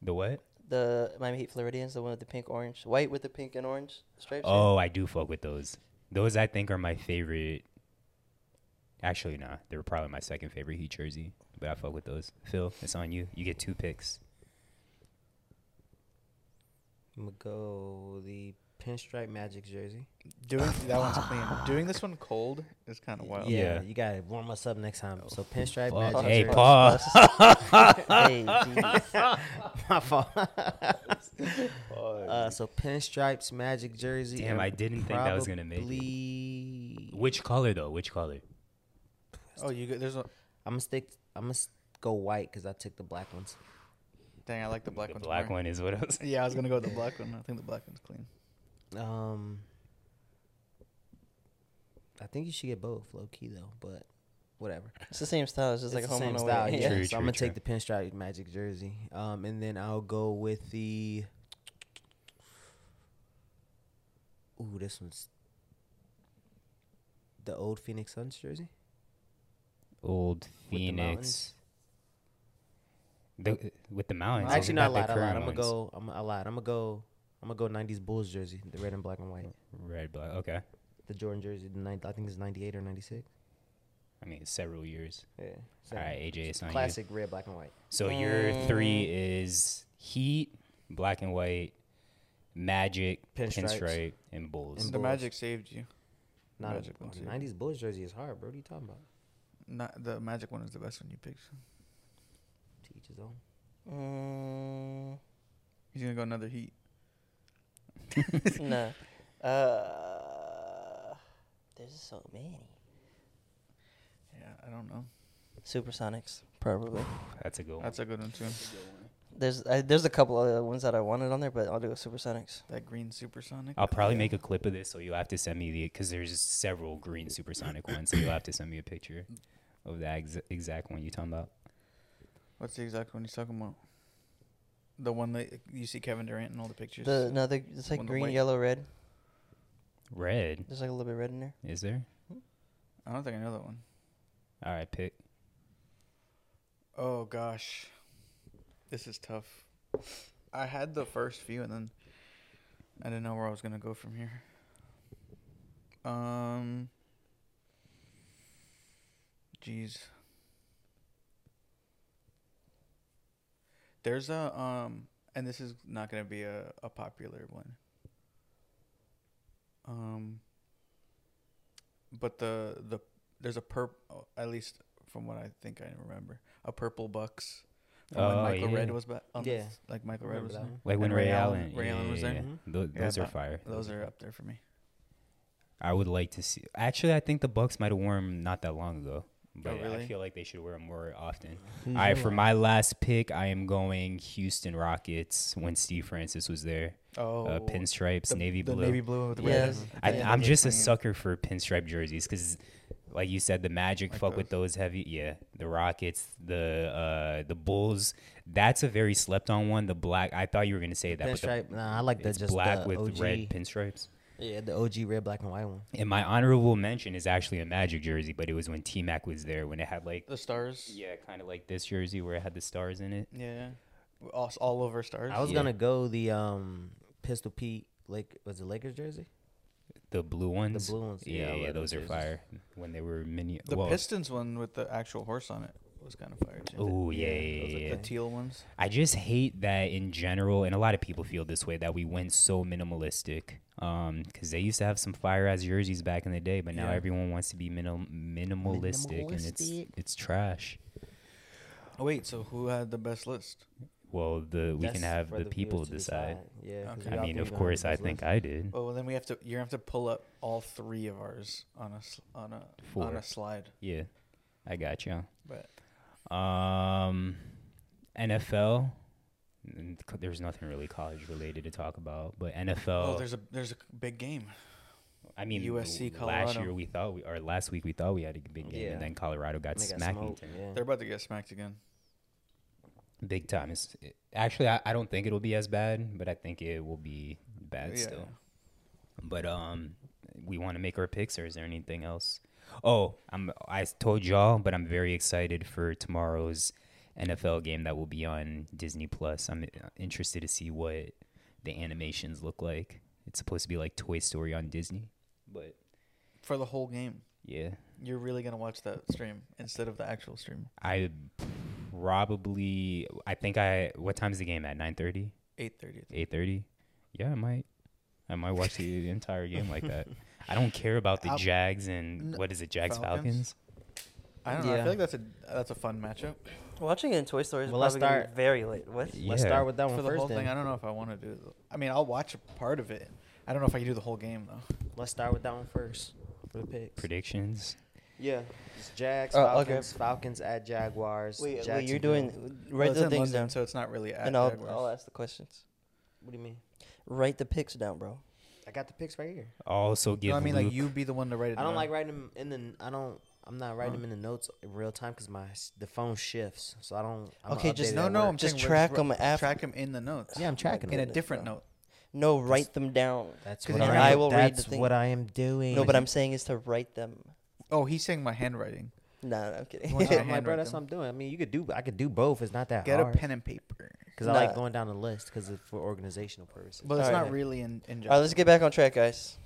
Speaker 1: The what?
Speaker 2: The Miami Heat Floridians, the one with the pink, orange, white with the pink and orange stripes. yeah?
Speaker 1: Oh, I do fuck with those. Those I think are my favorite. Actually, nah, they were probably my second favorite Heat jersey, but I fuck with those. Phil, it's on you. You get two picks.
Speaker 5: I'm gonna go the pinstripe Magic jersey.
Speaker 3: Doing that one's clean.
Speaker 1: (laughs)
Speaker 3: Doing this one cold is kind of wild.
Speaker 5: Yeah,
Speaker 1: Oh, Yeah. Oh,
Speaker 5: you gotta warm us up next time. So pinstripe
Speaker 1: Fuck.
Speaker 5: Magic.
Speaker 1: Hey,
Speaker 5: jersey.
Speaker 1: Paul.
Speaker 2: hey, jeez.
Speaker 5: (laughs)
Speaker 1: (laughs)
Speaker 5: My fault. uh, so pinstripes Magic jersey.
Speaker 1: Damn,
Speaker 5: and
Speaker 1: I didn't think that was gonna make it.
Speaker 5: probably-
Speaker 1: Which color though? Which color?
Speaker 3: Oh, you got there's a
Speaker 5: I'm gonna stick. I'm gonna s- go white because I took the black ones.
Speaker 3: dang. I like the black
Speaker 1: the
Speaker 3: one.
Speaker 1: black one is what I was.
Speaker 3: Yeah, I was gonna go with the black one. I think the black one's
Speaker 1: (laughs)
Speaker 3: clean.
Speaker 5: Um, I think you should get both, low key though. But whatever.
Speaker 2: It's the same style. It's just like a
Speaker 5: It's
Speaker 2: home
Speaker 5: the
Speaker 2: and
Speaker 5: same
Speaker 2: away.
Speaker 5: style.
Speaker 2: Yeah. (laughs)
Speaker 5: Yeah.
Speaker 1: True,
Speaker 5: so I'm
Speaker 1: true,
Speaker 5: gonna take the pinstripe Magic jersey, um, and then I'll go with the. Ooh, this one's the old Phoenix Suns jersey.
Speaker 1: Old
Speaker 5: with the
Speaker 1: Phoenix.
Speaker 5: mountains.
Speaker 1: The with the mountains.
Speaker 5: Actually,
Speaker 1: isn't
Speaker 5: not
Speaker 1: that
Speaker 5: a lot.
Speaker 1: the
Speaker 5: A lot.
Speaker 1: current
Speaker 5: I'm gonna
Speaker 1: ones?
Speaker 5: go. I'm a lot. I'm gonna go. I'm gonna go '90s Bulls jersey, the red and black and white.
Speaker 1: Red, black. Okay.
Speaker 5: The Jordan jersey, the nine, I think it's '98 or '96.
Speaker 1: I mean, it's several years.
Speaker 5: Yeah.
Speaker 1: All right, AJ, it's on you.
Speaker 5: Classic red, black and white.
Speaker 1: So your three
Speaker 3: Mm.
Speaker 1: is Heat, Black and White, Magic,
Speaker 5: Pinstripes.
Speaker 1: Pinstripe, and Bulls.
Speaker 5: And
Speaker 3: The
Speaker 5: Bulls.
Speaker 3: magic saved you.
Speaker 5: Not
Speaker 3: Magic
Speaker 5: a,
Speaker 3: ones,
Speaker 5: the
Speaker 3: yeah.
Speaker 5: '90s Bulls jersey is hard, bro. What are you talking about?
Speaker 3: Not the magic one is the best one you picked.
Speaker 5: To each his own.
Speaker 2: (laughs) Mm,
Speaker 3: He's gonna go another heat.
Speaker 2: no. Uh, there's so many.
Speaker 3: Yeah, I don't know.
Speaker 2: Supersonics, probably.
Speaker 1: That's a good one.
Speaker 3: That's a good one too.
Speaker 2: There's I, there's a couple other ones that I wanted on there, but I'll do a Supersonics.
Speaker 3: That green supersonic.
Speaker 1: I'll probably make a clip of this, so you'll have to send me the because there's several green supersonic ones, so you'll have to send me a picture of that ex- exact one you're talking about.
Speaker 3: What's the exact one he's talking about? The one that you see Kevin Durant in all the pictures.
Speaker 2: The no, the, it's like
Speaker 3: one of the
Speaker 2: green,
Speaker 3: white-
Speaker 2: yellow, red.
Speaker 1: Red,
Speaker 2: There's like a little bit of red in there.
Speaker 1: is there?
Speaker 3: I don't think I know that one.
Speaker 1: All right, pick.
Speaker 3: Oh gosh, this is tough. I had the first few, and then I didn't know where I was gonna go from here. Um. Jeez. There's a um, and this is not gonna be a, a popular one. Um. But the the there's a perp at least from what I think I remember a purple bucks. From when
Speaker 1: Oh,
Speaker 3: Michael Red
Speaker 1: yeah.
Speaker 3: was back. on
Speaker 5: Yeah.
Speaker 3: this- like Michael Red
Speaker 5: Remember
Speaker 3: was
Speaker 5: that
Speaker 3: there.
Speaker 5: one.
Speaker 1: Like when
Speaker 3: And
Speaker 1: Ray, Allen,
Speaker 3: Ray
Speaker 1: yeah,
Speaker 3: Allen was
Speaker 1: yeah,
Speaker 3: there. Mm-hmm.
Speaker 1: yeah. Tho-
Speaker 3: Yeah,
Speaker 1: those are
Speaker 3: that-
Speaker 1: fire.
Speaker 3: Those are up there for me.
Speaker 1: I would like to see. Actually, I think the Bucks might have worn 'em not that long ago. but I
Speaker 3: really?
Speaker 1: feel like they should wear them more often. All right, for my last pick, I am going Houston Rockets when Steve Francis was there.
Speaker 3: Oh,
Speaker 1: uh, pinstripes,
Speaker 3: the,
Speaker 1: navy
Speaker 3: the
Speaker 1: blue.
Speaker 3: navy blue with the red.
Speaker 2: Yes.
Speaker 1: I,
Speaker 2: Yeah,
Speaker 1: I'm
Speaker 3: they're
Speaker 1: just a
Speaker 3: clean.
Speaker 1: sucker for pinstripe jerseys because, like you said, the Magic
Speaker 3: Like
Speaker 1: fuck with those heavy. Yeah, the Rockets, the uh, the Bulls. That's a very slept on one. The black. I thought you were gonna say that. but the-
Speaker 5: Pinstripe. Nah, I like the
Speaker 1: it's
Speaker 5: just
Speaker 1: black
Speaker 5: the
Speaker 1: with
Speaker 5: OG.
Speaker 1: red pinstripes.
Speaker 5: Yeah, the OG red, black, and white one.
Speaker 1: And my honorable mention is actually a Magic jersey, but it was when T Mac was there when it had like
Speaker 3: The stars.
Speaker 1: yeah, kind of like this jersey where it had the stars in it.
Speaker 3: Yeah. All, all over stars.
Speaker 5: I was
Speaker 1: Yeah.
Speaker 5: gonna go the um Pistol Pete Lake was it Lakers jersey?
Speaker 1: The blue ones.
Speaker 5: blue ones, yeah, I
Speaker 1: Yeah, yeah,
Speaker 5: love
Speaker 1: those
Speaker 5: those
Speaker 1: are
Speaker 5: jerseys.
Speaker 1: fire. When they were mini.
Speaker 3: the
Speaker 1: well,
Speaker 3: Pistons one with the actual horse on it was kind of fire too.
Speaker 1: Oh yeah, yeah,
Speaker 3: Those,
Speaker 1: yeah,
Speaker 3: like,
Speaker 1: yeah.
Speaker 3: The teal ones.
Speaker 1: I just hate that in general, and a lot of people feel this way that we went so minimalistic. Um, because they used to have some fire ass jerseys back in the day, but now
Speaker 3: Yeah.
Speaker 1: everyone wants to be minim- minimalistic, and it's
Speaker 5: Minimalistic.
Speaker 1: it's trash.
Speaker 3: Oh, wait, so who had the best list?
Speaker 1: Well, the we can
Speaker 5: That's
Speaker 1: have
Speaker 5: for
Speaker 1: the,
Speaker 5: viewers
Speaker 1: people
Speaker 5: to
Speaker 1: decide.
Speaker 5: Yeah. 'cause
Speaker 3: Okay.
Speaker 5: we
Speaker 1: I
Speaker 5: all
Speaker 1: mean,
Speaker 5: think
Speaker 1: of
Speaker 5: we're gonna
Speaker 1: course,
Speaker 5: have
Speaker 1: I
Speaker 5: this
Speaker 1: think
Speaker 5: list.
Speaker 1: I did.
Speaker 3: Oh, well, then we have to. You're gonna have to pull up all three of ours on a s- on a on
Speaker 1: Four.
Speaker 3: a slide.
Speaker 1: Yeah, I got you.
Speaker 3: But
Speaker 1: Um, NFL. n- c- There's nothing really college related to talk about, but
Speaker 3: oh,
Speaker 1: NFL.
Speaker 3: there's a there's a big game.
Speaker 1: I mean,
Speaker 3: USC
Speaker 1: last
Speaker 3: Colorado.
Speaker 1: year we thought we or last week we thought we had a big game,
Speaker 5: Yeah.
Speaker 1: and then Colorado got
Speaker 5: And they got
Speaker 1: smacked.
Speaker 5: smoked,
Speaker 1: into-
Speaker 5: yeah.
Speaker 3: They're about to get smacked again.
Speaker 1: Big time. It's, it- actually, I, I don't think it'll be as bad, but I think it will be bad
Speaker 3: Yeah.
Speaker 1: still. But um, we want to make our picks, or is there anything else? Oh, I'm. I told y'all, but I'm very excited for tomorrow's NFL game that will be on Disney Plus. I'm uh, interested to see what the animations look like. It's supposed to be like Toy Story on Disney, but
Speaker 3: For the whole game,
Speaker 1: yeah,
Speaker 3: you're really gonna watch that stream instead of the actual stream.
Speaker 1: I probably. I think I. What time's the game at? Nine thirty.
Speaker 3: Eight thirty.
Speaker 1: eight thirty. Yeah, I might. I might watch the entire game like that. I don't care about the
Speaker 3: Al-
Speaker 1: Jags and what is it, Jags Falcons?
Speaker 3: Falcons? I don't know. I
Speaker 5: Yeah.
Speaker 3: feel like that's a that's a fun matchup
Speaker 2: Watching it in Toy Story is
Speaker 5: Well, let's
Speaker 2: probably gonna be
Speaker 5: start-
Speaker 2: very late. What?
Speaker 5: Let's
Speaker 1: Yeah.
Speaker 5: start with that one
Speaker 3: for the
Speaker 5: first.
Speaker 3: whole
Speaker 5: then.
Speaker 3: thing. I don't know if I want to do. the- I mean, I'll watch a part of it. I don't know if I can do the whole game though.
Speaker 5: Let's start with that one first for the picks.
Speaker 1: Predictions.
Speaker 5: Yeah, it's Jags,
Speaker 2: Oh, okay.
Speaker 5: Falcons, Falcons at Jaguars.
Speaker 2: Wait, wait, you're
Speaker 5: Jacksonville.
Speaker 2: doing
Speaker 3: Well,
Speaker 2: write
Speaker 3: it's
Speaker 2: the
Speaker 3: in
Speaker 2: things
Speaker 3: London,
Speaker 2: down,
Speaker 3: so it's not really at
Speaker 2: and I'll
Speaker 3: Jaguars.
Speaker 2: I'll ask the questions.
Speaker 5: What do you mean?
Speaker 2: Write the picks down, bro.
Speaker 5: I got the picks right here.
Speaker 1: Also
Speaker 3: No,
Speaker 1: give
Speaker 3: I mean, like
Speaker 1: Luke-
Speaker 3: you be the one to write it.
Speaker 5: I don't
Speaker 3: down.
Speaker 5: like writing them in the. I don't. I'm not writing them in the notes in real time because my s- the phone shifts, so I don't. I'm
Speaker 2: Okay, just-
Speaker 3: No, no, I'm
Speaker 2: Just
Speaker 3: saying we're
Speaker 2: track
Speaker 3: wri-
Speaker 2: 'em af-
Speaker 3: Track 'em in the notes.
Speaker 5: yeah, I'm tracking
Speaker 3: in a
Speaker 5: it.
Speaker 2: goodness,
Speaker 3: different
Speaker 2: bro.
Speaker 3: note.
Speaker 2: No, write them down.
Speaker 5: That's
Speaker 3: 'Cause
Speaker 5: what
Speaker 3: then
Speaker 5: I'm.
Speaker 3: I
Speaker 2: will read the
Speaker 5: that's
Speaker 2: thing.
Speaker 5: what I am doing.
Speaker 2: No, but I'm saying is to write them.
Speaker 3: Oh, he's saying my handwriting.
Speaker 2: No, no I'm kidding. (laughs)
Speaker 3: Well,
Speaker 5: (laughs) I'm like,
Speaker 3: handwrite
Speaker 5: bro, that's what I'm
Speaker 3: them.
Speaker 5: doing. I mean, you could do. I could do both. It's not that
Speaker 3: Get
Speaker 5: hard.
Speaker 3: a pen and paper.
Speaker 5: Because I like
Speaker 2: Nah.
Speaker 5: going down the list because it's for organizational purposes.
Speaker 3: But it's
Speaker 2: Alright,
Speaker 3: not
Speaker 2: yeah.
Speaker 3: really in. in
Speaker 2: All right, let's get back on track, guys.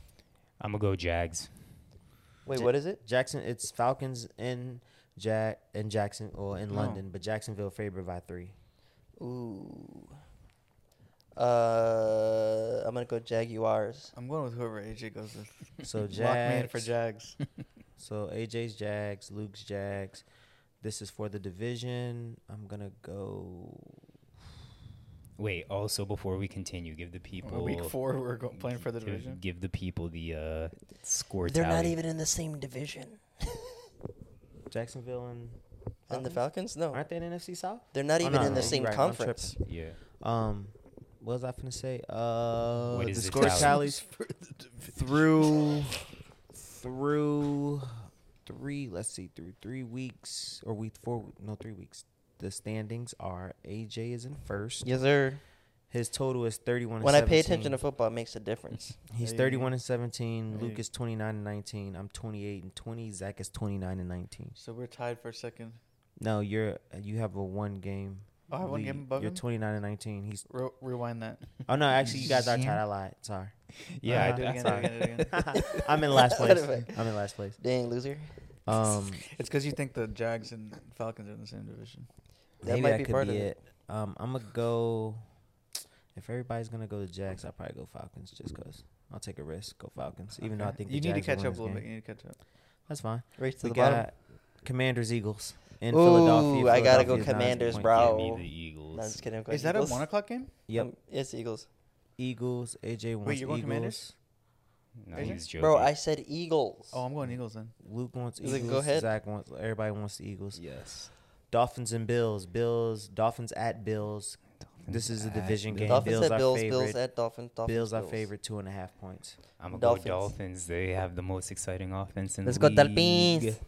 Speaker 1: I'm gonna go Jags.
Speaker 2: Wait,
Speaker 5: Ja-
Speaker 2: what is it?
Speaker 5: Jackson, it's Falcons in Jack in Jackson or in
Speaker 3: No.
Speaker 5: London, but Jacksonville favored by three.
Speaker 2: Ooh. Uh, I'm gonna go Jaguars.
Speaker 3: I'm going with whoever AJ goes with.
Speaker 5: So
Speaker 3: Lock me in
Speaker 5: Jags.
Speaker 3: for Jags.
Speaker 5: So AJ's Jags, Luke's Jags. This is for the division. I'm gonna go.
Speaker 1: Wait. Also, before we continue, give the people
Speaker 3: Week four, we're go- playing for the
Speaker 1: give-
Speaker 3: division.
Speaker 1: Give the people the uh, score.
Speaker 2: They're not
Speaker 1: tally.
Speaker 2: even in the same division.
Speaker 5: Jacksonville and
Speaker 2: And the
Speaker 5: Falcons?
Speaker 2: Falcons? No,
Speaker 5: aren't they in NFC South?
Speaker 2: they're not
Speaker 5: Oh,
Speaker 2: even
Speaker 5: no,
Speaker 2: in the
Speaker 5: no,
Speaker 2: same
Speaker 5: you're right, I'm
Speaker 2: conference.
Speaker 1: Yeah.
Speaker 5: Um, what was I finna say? Uh,
Speaker 1: What
Speaker 5: the
Speaker 1: is the
Speaker 5: score
Speaker 1: tally?
Speaker 2: (laughs)
Speaker 5: tallies through through three. Let's see, through three weeks or week four? No, three weeks. The standings are AJ is in first.
Speaker 2: Yes, sir.
Speaker 5: His total is 31. and
Speaker 2: When I pay attention
Speaker 5: 17.
Speaker 2: to football, it makes
Speaker 5: (laughs)
Speaker 2: a difference.
Speaker 5: He's
Speaker 3: Hey.
Speaker 5: 31 and 17. Luke
Speaker 3: Hey.
Speaker 5: is 29 and 19. I'm 28 and 20. Zach is 29 and 19.
Speaker 3: So we're tied for second.
Speaker 5: No, you're you have a one game.
Speaker 3: Oh, I have one game
Speaker 5: lead.
Speaker 3: above
Speaker 5: You're
Speaker 3: him?
Speaker 5: 29 and 19. He's
Speaker 3: Re- rewind that.
Speaker 5: oh no, actually you guys are tied. I lied.
Speaker 2: (laughs)
Speaker 5: Sorry. (laughs)
Speaker 1: Yeah. I,
Speaker 5: Uh-huh.
Speaker 3: do it
Speaker 1: that's
Speaker 3: again, do it
Speaker 1: not,
Speaker 3: again, do it again.
Speaker 5: I'm in last
Speaker 2: What
Speaker 5: place.
Speaker 2: if
Speaker 5: I'm in last
Speaker 2: (laughs)
Speaker 5: place.
Speaker 2: Dang loser.
Speaker 5: Um,
Speaker 3: It's because you think the Jags and Falcons are in the same division.
Speaker 2: That
Speaker 5: maybe
Speaker 2: might
Speaker 5: that
Speaker 2: be
Speaker 5: could
Speaker 2: part
Speaker 5: be
Speaker 2: of
Speaker 5: it. Um, I'm gonna go. If everybody's gonna go to Jags, I'll probably go Falcons just cause I'll take a risk. Go Falcons, even though I
Speaker 3: Okay.
Speaker 5: think
Speaker 3: you
Speaker 5: the
Speaker 3: need to
Speaker 5: Jags will
Speaker 3: catch
Speaker 5: win
Speaker 3: up a
Speaker 5: this game.
Speaker 3: little bit. You need to catch up.
Speaker 5: That's fine.
Speaker 2: Race to
Speaker 5: we
Speaker 2: the bottom.
Speaker 5: got Commanders Eagles in
Speaker 2: Ooh,
Speaker 5: Philadelphia.
Speaker 2: I gotta go
Speaker 5: Philadelphia is nine
Speaker 2: Commanders,
Speaker 5: point
Speaker 1: give
Speaker 2: bro.
Speaker 1: me the
Speaker 2: Ow. No, I'm
Speaker 1: Eagles.
Speaker 2: just kidding. I'm going
Speaker 3: Is that a
Speaker 2: Eagles.
Speaker 3: one o'clock game?
Speaker 5: Yep.
Speaker 2: Um, yes, Eagles.
Speaker 5: Um, Eagles. AJ wants
Speaker 3: you're going
Speaker 5: Eagles.
Speaker 3: Commanders?
Speaker 1: No,
Speaker 3: Is it?
Speaker 1: he's joking.
Speaker 2: Bro, I said Eagles.
Speaker 3: Oh, I'm going Eagles then.
Speaker 5: Luke wants
Speaker 2: Is it
Speaker 5: Eagles.
Speaker 2: go ahead?
Speaker 5: Zach wants. Everybody wants the Eagles.
Speaker 1: yes.
Speaker 5: Dolphins and Bills. Bills. Dolphins at Bills. This is a
Speaker 1: at
Speaker 5: division game.
Speaker 2: Dolphins
Speaker 5: Bills
Speaker 2: at
Speaker 5: our
Speaker 2: Bills, Bills
Speaker 5: favorite.
Speaker 2: at Dolphins, Dolphins.
Speaker 5: Bills are favorite two and a half points.
Speaker 1: I'm gonna
Speaker 2: Dolphins.
Speaker 1: go Dolphins. They have the most exciting offense in
Speaker 2: Let's
Speaker 1: the
Speaker 2: go
Speaker 1: league.
Speaker 2: Dolphins.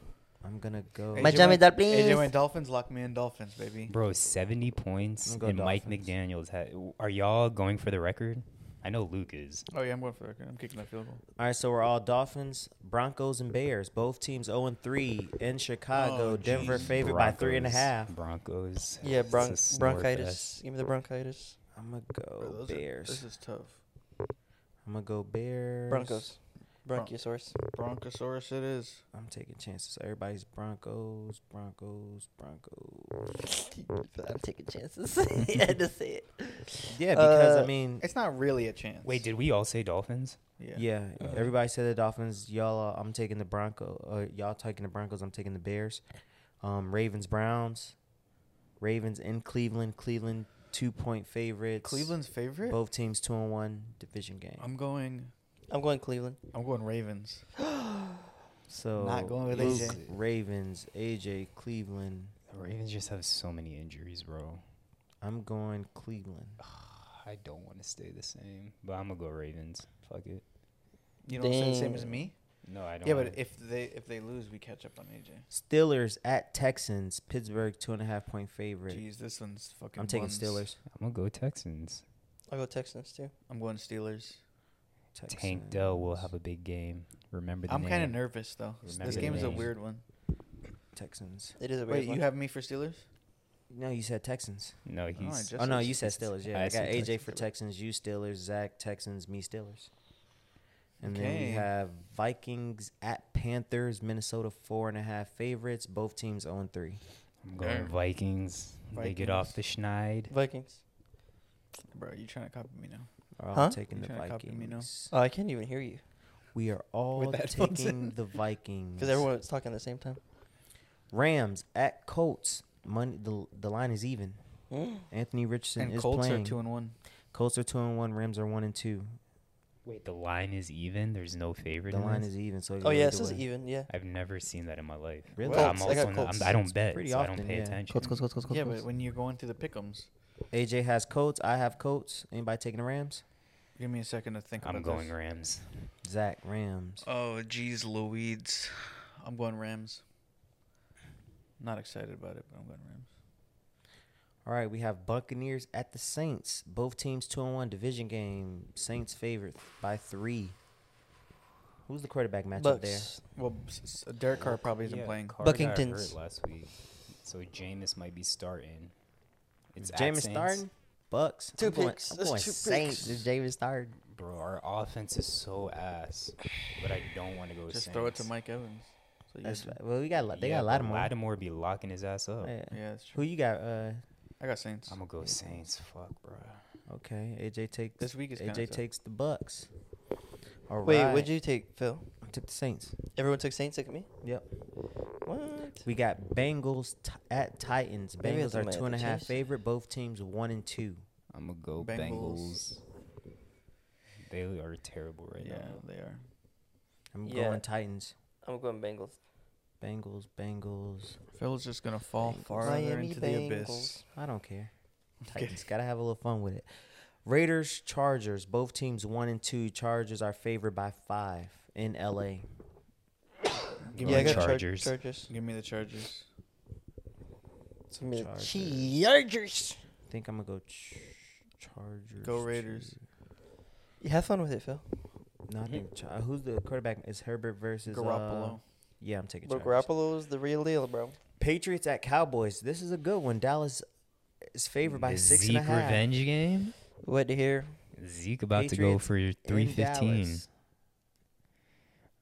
Speaker 5: I'm gonna go.
Speaker 2: My Miami
Speaker 3: went, AJ
Speaker 2: Dolphins.
Speaker 3: went Dolphins. Lock me in Dolphins, baby.
Speaker 1: Bro, 70 points
Speaker 5: I'm gonna
Speaker 1: and
Speaker 5: go
Speaker 1: Mike
Speaker 5: Dolphins.
Speaker 1: McDaniels. Ha- are y'all going for the record? I know Luke is.
Speaker 3: Oh yeah, I'm going for it. I'm kicking that field goal.
Speaker 5: All right, so we're all Dolphins, Broncos, and Bears. Both teams 0 and 3 in Chicago.
Speaker 3: Oh,
Speaker 5: Denver favored by three and a
Speaker 1: Broncos-
Speaker 5: half.
Speaker 1: Broncos.
Speaker 2: Yeah,
Speaker 1: It's a
Speaker 2: bron-
Speaker 1: snore
Speaker 2: bronchitis.
Speaker 1: fest.
Speaker 2: Give me the bronchitis.
Speaker 5: I'm gonna go
Speaker 3: Bro, those are-
Speaker 5: Bears.
Speaker 3: this is tough.
Speaker 5: I'm gonna go Bears.
Speaker 2: Broncos. Bronchiosaurus.
Speaker 3: Bronchosaurus, it is.
Speaker 5: I'm taking chances. Everybody's Broncos, Broncos, Broncos.
Speaker 2: I'm taking chances. (laughs) I had to say it.
Speaker 5: Yeah, because I
Speaker 2: Uh,
Speaker 5: mean,
Speaker 3: It's not really a chance.
Speaker 1: Wait, did we all say Dolphins?
Speaker 3: Yeah.
Speaker 5: yeah,
Speaker 3: Uh-huh.
Speaker 5: everybody said the Dolphins. Y'all, uh, I'm taking the Broncos. Uh, y'all taking the Broncos. I'm taking the Bears. Um, Ravens, Browns. Ravens in Cleveland. Cleveland two point favorites.
Speaker 3: Cleveland's favorite.
Speaker 5: Both teams two and one division game.
Speaker 3: I'm going.
Speaker 2: I'm going Cleveland.
Speaker 3: I'm going Ravens.
Speaker 5: So
Speaker 3: Not going with
Speaker 5: Luke,
Speaker 3: AJ.
Speaker 5: Ravens, AJ, Cleveland.
Speaker 1: The Ravens just have so many injuries, bro.
Speaker 5: I'm going Cleveland.
Speaker 1: I don't want to stay the same, but I'm gonna go Ravens. Fuck it.
Speaker 3: You don't say the same
Speaker 2: Dang.
Speaker 3: as me.
Speaker 1: No, I don't.
Speaker 3: Yeah,
Speaker 1: wanna-
Speaker 3: but if they if they lose, we catch up on AJ.
Speaker 5: Steelers at Texans. Pittsburgh two and a half point favorite.
Speaker 3: Jeez, this one's fucking.
Speaker 5: I'm taking
Speaker 3: buns.
Speaker 5: Steelers.
Speaker 1: I'm gonna go Texans.
Speaker 2: I'll go Texans too.
Speaker 3: I'm going Steelers.
Speaker 1: Tank Dell will have a big game. Remember the
Speaker 3: I'm kind of
Speaker 1: name.
Speaker 3: nervous though.
Speaker 1: Remember
Speaker 3: this
Speaker 5: the
Speaker 3: game is a
Speaker 5: name.
Speaker 3: weird one.
Speaker 5: Texans.
Speaker 2: It is a weird
Speaker 3: Wait,
Speaker 2: one.
Speaker 3: you have me for Steelers?
Speaker 5: No, you said Texans.
Speaker 1: No, he's.
Speaker 3: I just-
Speaker 5: oh no,
Speaker 3: said
Speaker 5: you said
Speaker 1: Steelers.
Speaker 5: Steelers. Yeah,
Speaker 1: I
Speaker 5: I,
Speaker 1: said
Speaker 5: got AJ
Speaker 1: Texans.
Speaker 5: for Texans, you Steelers, Zach Texans, me Steelers. And then
Speaker 3: Okay.
Speaker 5: we have Vikings at Panthers. Minnesota four and a half favorites. Both teams 0 and three.
Speaker 1: I'm going Vikings. They get off the Schneid.
Speaker 2: Vikings.
Speaker 3: Bro, you trying to copy me now?
Speaker 5: Are all
Speaker 2: Huh?
Speaker 5: taking
Speaker 3: You
Speaker 5: the
Speaker 3: tryna copy me now? Uh,
Speaker 5: Vikings.
Speaker 2: Oh, I can't even hear you
Speaker 5: We are all
Speaker 3: With headphones
Speaker 5: taking the Vikings.
Speaker 2: because everyone was talking at the same (gasps) time.
Speaker 5: Rams at Colts. Money, the, the line is even.
Speaker 2: Mm.
Speaker 5: Anthony Richardson
Speaker 3: And
Speaker 5: is
Speaker 3: Colts
Speaker 5: playing.
Speaker 3: are two and one.
Speaker 5: Colts are two and one. Rams are one and two.
Speaker 1: Wait, the line is even. There's no favorite.
Speaker 5: The
Speaker 1: in
Speaker 5: line
Speaker 1: this?
Speaker 5: is even. So it
Speaker 2: Oh
Speaker 5: goes
Speaker 2: yeah,
Speaker 5: either
Speaker 2: it says
Speaker 3: e
Speaker 5: way.
Speaker 2: even. Yeah.
Speaker 1: I've never seen that in my life.
Speaker 5: Really?
Speaker 1: But I'm
Speaker 2: Colts. I
Speaker 1: also
Speaker 2: got
Speaker 1: not- I'm-
Speaker 2: Colts.
Speaker 1: I don't bet,
Speaker 5: pretty
Speaker 1: so I
Speaker 5: often,
Speaker 1: don't pay
Speaker 5: yeah.
Speaker 1: attention.
Speaker 2: Colts, Colts, Colts, Colts, Colts.
Speaker 3: Yeah,
Speaker 2: Colts.
Speaker 3: but when you're going through the pickums,
Speaker 5: AJ has Colts. I have Colts. Anybody taking the Rams?
Speaker 3: give me a second to think.
Speaker 1: I'm
Speaker 3: about
Speaker 1: going
Speaker 3: this.
Speaker 1: Rams.
Speaker 5: Zach Rams.
Speaker 3: Oh, geez, Louise. I'm going Rams. Not excited about it, but I'm going Rams.
Speaker 5: All right, we have Buccaneers at the Saints. Both teams two and one division game. Saints favorite by three. Who's the quarterback matchup there?
Speaker 2: Bucks.
Speaker 3: Well, s- s- Derek Carr probably isn't playing.
Speaker 2: Buckingtons.
Speaker 1: last week, so Jameis might be starting. It's at
Speaker 5: Jameis
Speaker 1: Saints.
Speaker 5: starting. Bucks.
Speaker 2: Two
Speaker 5: I'm going,
Speaker 2: picks.
Speaker 5: I'm
Speaker 2: That's
Speaker 5: going
Speaker 2: two
Speaker 5: Saints. Is
Speaker 2: picks.
Speaker 5: Jameis starting?
Speaker 1: Bro, our offense is so ass, but I don't want to go.
Speaker 3: Just
Speaker 1: Saints.
Speaker 3: throw it to Mike Evans. So you
Speaker 5: That's
Speaker 3: do.
Speaker 5: right. Well, we got. They
Speaker 1: Yeah,
Speaker 5: got
Speaker 1: but
Speaker 5: Lattimore.
Speaker 1: Lattimore be locking his ass up.
Speaker 5: Yeah.
Speaker 3: Yeah, that's true.
Speaker 5: Who you got? Uh,
Speaker 3: I got Saints.
Speaker 1: I'm gonna go Saints. Fuck, bro.
Speaker 5: okay. AJ takes.
Speaker 3: This week is kinda
Speaker 5: AJ
Speaker 3: tough.
Speaker 5: takes the Bucks. All right.
Speaker 2: Wait, what'd you take, Phil?
Speaker 5: I took the Saints.
Speaker 2: Everyone took Saints. Look at me.
Speaker 5: Yep.
Speaker 2: What?
Speaker 5: We got Bengals t- at Titans.
Speaker 2: Maybe I
Speaker 5: Bengals
Speaker 2: think
Speaker 5: are
Speaker 2: my
Speaker 5: two and a
Speaker 2: other
Speaker 5: half
Speaker 2: teams.
Speaker 5: favorite. Both teams one and two.
Speaker 1: I'm gonna go Bengals.
Speaker 3: Bengals.
Speaker 1: They are terrible right
Speaker 3: yeah,
Speaker 1: now.
Speaker 3: they are.
Speaker 5: I'm
Speaker 2: Yeah.
Speaker 5: going Titans.
Speaker 2: I'm going Bengals.
Speaker 5: Bengals, Bengals.
Speaker 3: Phil's just gonna fall
Speaker 5: Bengals.
Speaker 3: farther
Speaker 2: Miami
Speaker 3: into the
Speaker 2: Bengals.
Speaker 3: abyss.
Speaker 5: I don't
Speaker 3: (laughs)
Speaker 5: care. Titans gotta have a little fun with it. Raiders, Chargers. Both teams one and two. Chargers are favored by five in LA.
Speaker 1: Give
Speaker 2: yeah,
Speaker 1: me
Speaker 2: I got Char-
Speaker 1: Chargers.
Speaker 2: Chargers.
Speaker 3: Give me the Chargers.
Speaker 2: Give me the
Speaker 5: Chargers.
Speaker 2: Chargers.
Speaker 5: I think I'm gonna go ch- Chargers.
Speaker 3: Go Raiders.
Speaker 2: You have fun with it, Phil.
Speaker 5: No, I think Char- uh, who's the quarterback? Is Herbert versus uh,
Speaker 3: Garoppolo.
Speaker 5: yeah, I'm taking
Speaker 2: But
Speaker 5: Chargers.
Speaker 2: Garoppolo's the real deal, bro.
Speaker 5: Patriots at Cowboys. This is a good one. Dallas is favored by
Speaker 1: The
Speaker 5: six
Speaker 1: Zeke
Speaker 5: and a half.
Speaker 1: revenge game.
Speaker 2: What to hear?
Speaker 1: Zeke about to go
Speaker 5: Patriots
Speaker 1: for
Speaker 5: in
Speaker 1: three fifteen.
Speaker 5: Dallas.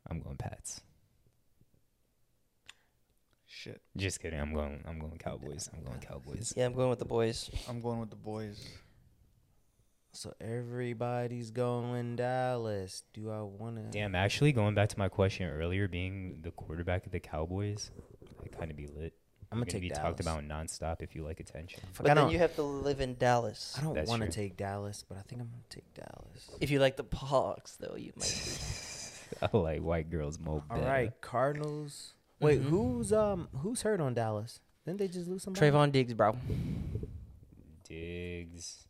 Speaker 1: I'm going Pats.
Speaker 3: Shit.
Speaker 1: Just kidding. I'm going. I'm going Cowboys. I'm going Cowboys.
Speaker 2: Yeah, I'm going with the boys.
Speaker 3: I'm going with the boys.
Speaker 5: So everybody's going Dallas. Do I want to?
Speaker 1: Damn. Actually, going back to my question earlier, being the quarterback of the Cowboys, that kind of be lit.
Speaker 5: I'm
Speaker 1: You're
Speaker 5: gonna
Speaker 1: gonna
Speaker 5: take
Speaker 1: be
Speaker 5: Dallas.
Speaker 1: talked about nonstop if you like attention.
Speaker 5: Fuck,
Speaker 2: But
Speaker 5: I
Speaker 2: then
Speaker 5: don't.
Speaker 2: you have to live in Dallas.
Speaker 5: I don't
Speaker 1: That's
Speaker 5: want to
Speaker 1: true.
Speaker 5: take Dallas, but I think I'm gonna take Dallas.
Speaker 2: If you like the Hawks, though, you
Speaker 1: (laughs)
Speaker 2: might.
Speaker 1: I like white girls more.
Speaker 5: All
Speaker 1: better.
Speaker 5: right, Cardinals. Wait, who's um who's hurt on Dallas? Didn't they just lose somebody?
Speaker 2: Trayvon Diggs, bro.
Speaker 1: Diggs.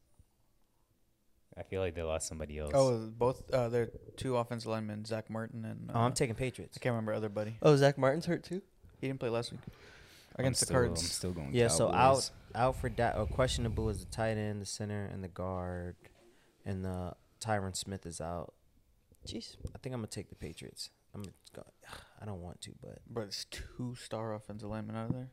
Speaker 1: I feel like they lost somebody else.
Speaker 3: Oh, both uh, their two offensive linemen, Zach Martin and uh,
Speaker 5: Oh, I'm
Speaker 3: taking.
Speaker 5: taking Patriots.
Speaker 3: I can't remember other buddy.
Speaker 2: Oh, Zach Martin's hurt too.
Speaker 3: He didn't play last week
Speaker 1: I'm
Speaker 3: against the
Speaker 1: still- I'm
Speaker 3: Cards.
Speaker 1: still going.
Speaker 5: Yeah, so out
Speaker 1: Cowboys.
Speaker 5: out for da- or questionable is the tight end, the center, and the guard, and the Tyron Smith is out.
Speaker 2: Jeez.
Speaker 5: I think I'm gonna take the Patriots. I'm go- I don't want to, but
Speaker 3: But it's two star offensive linemen out of there.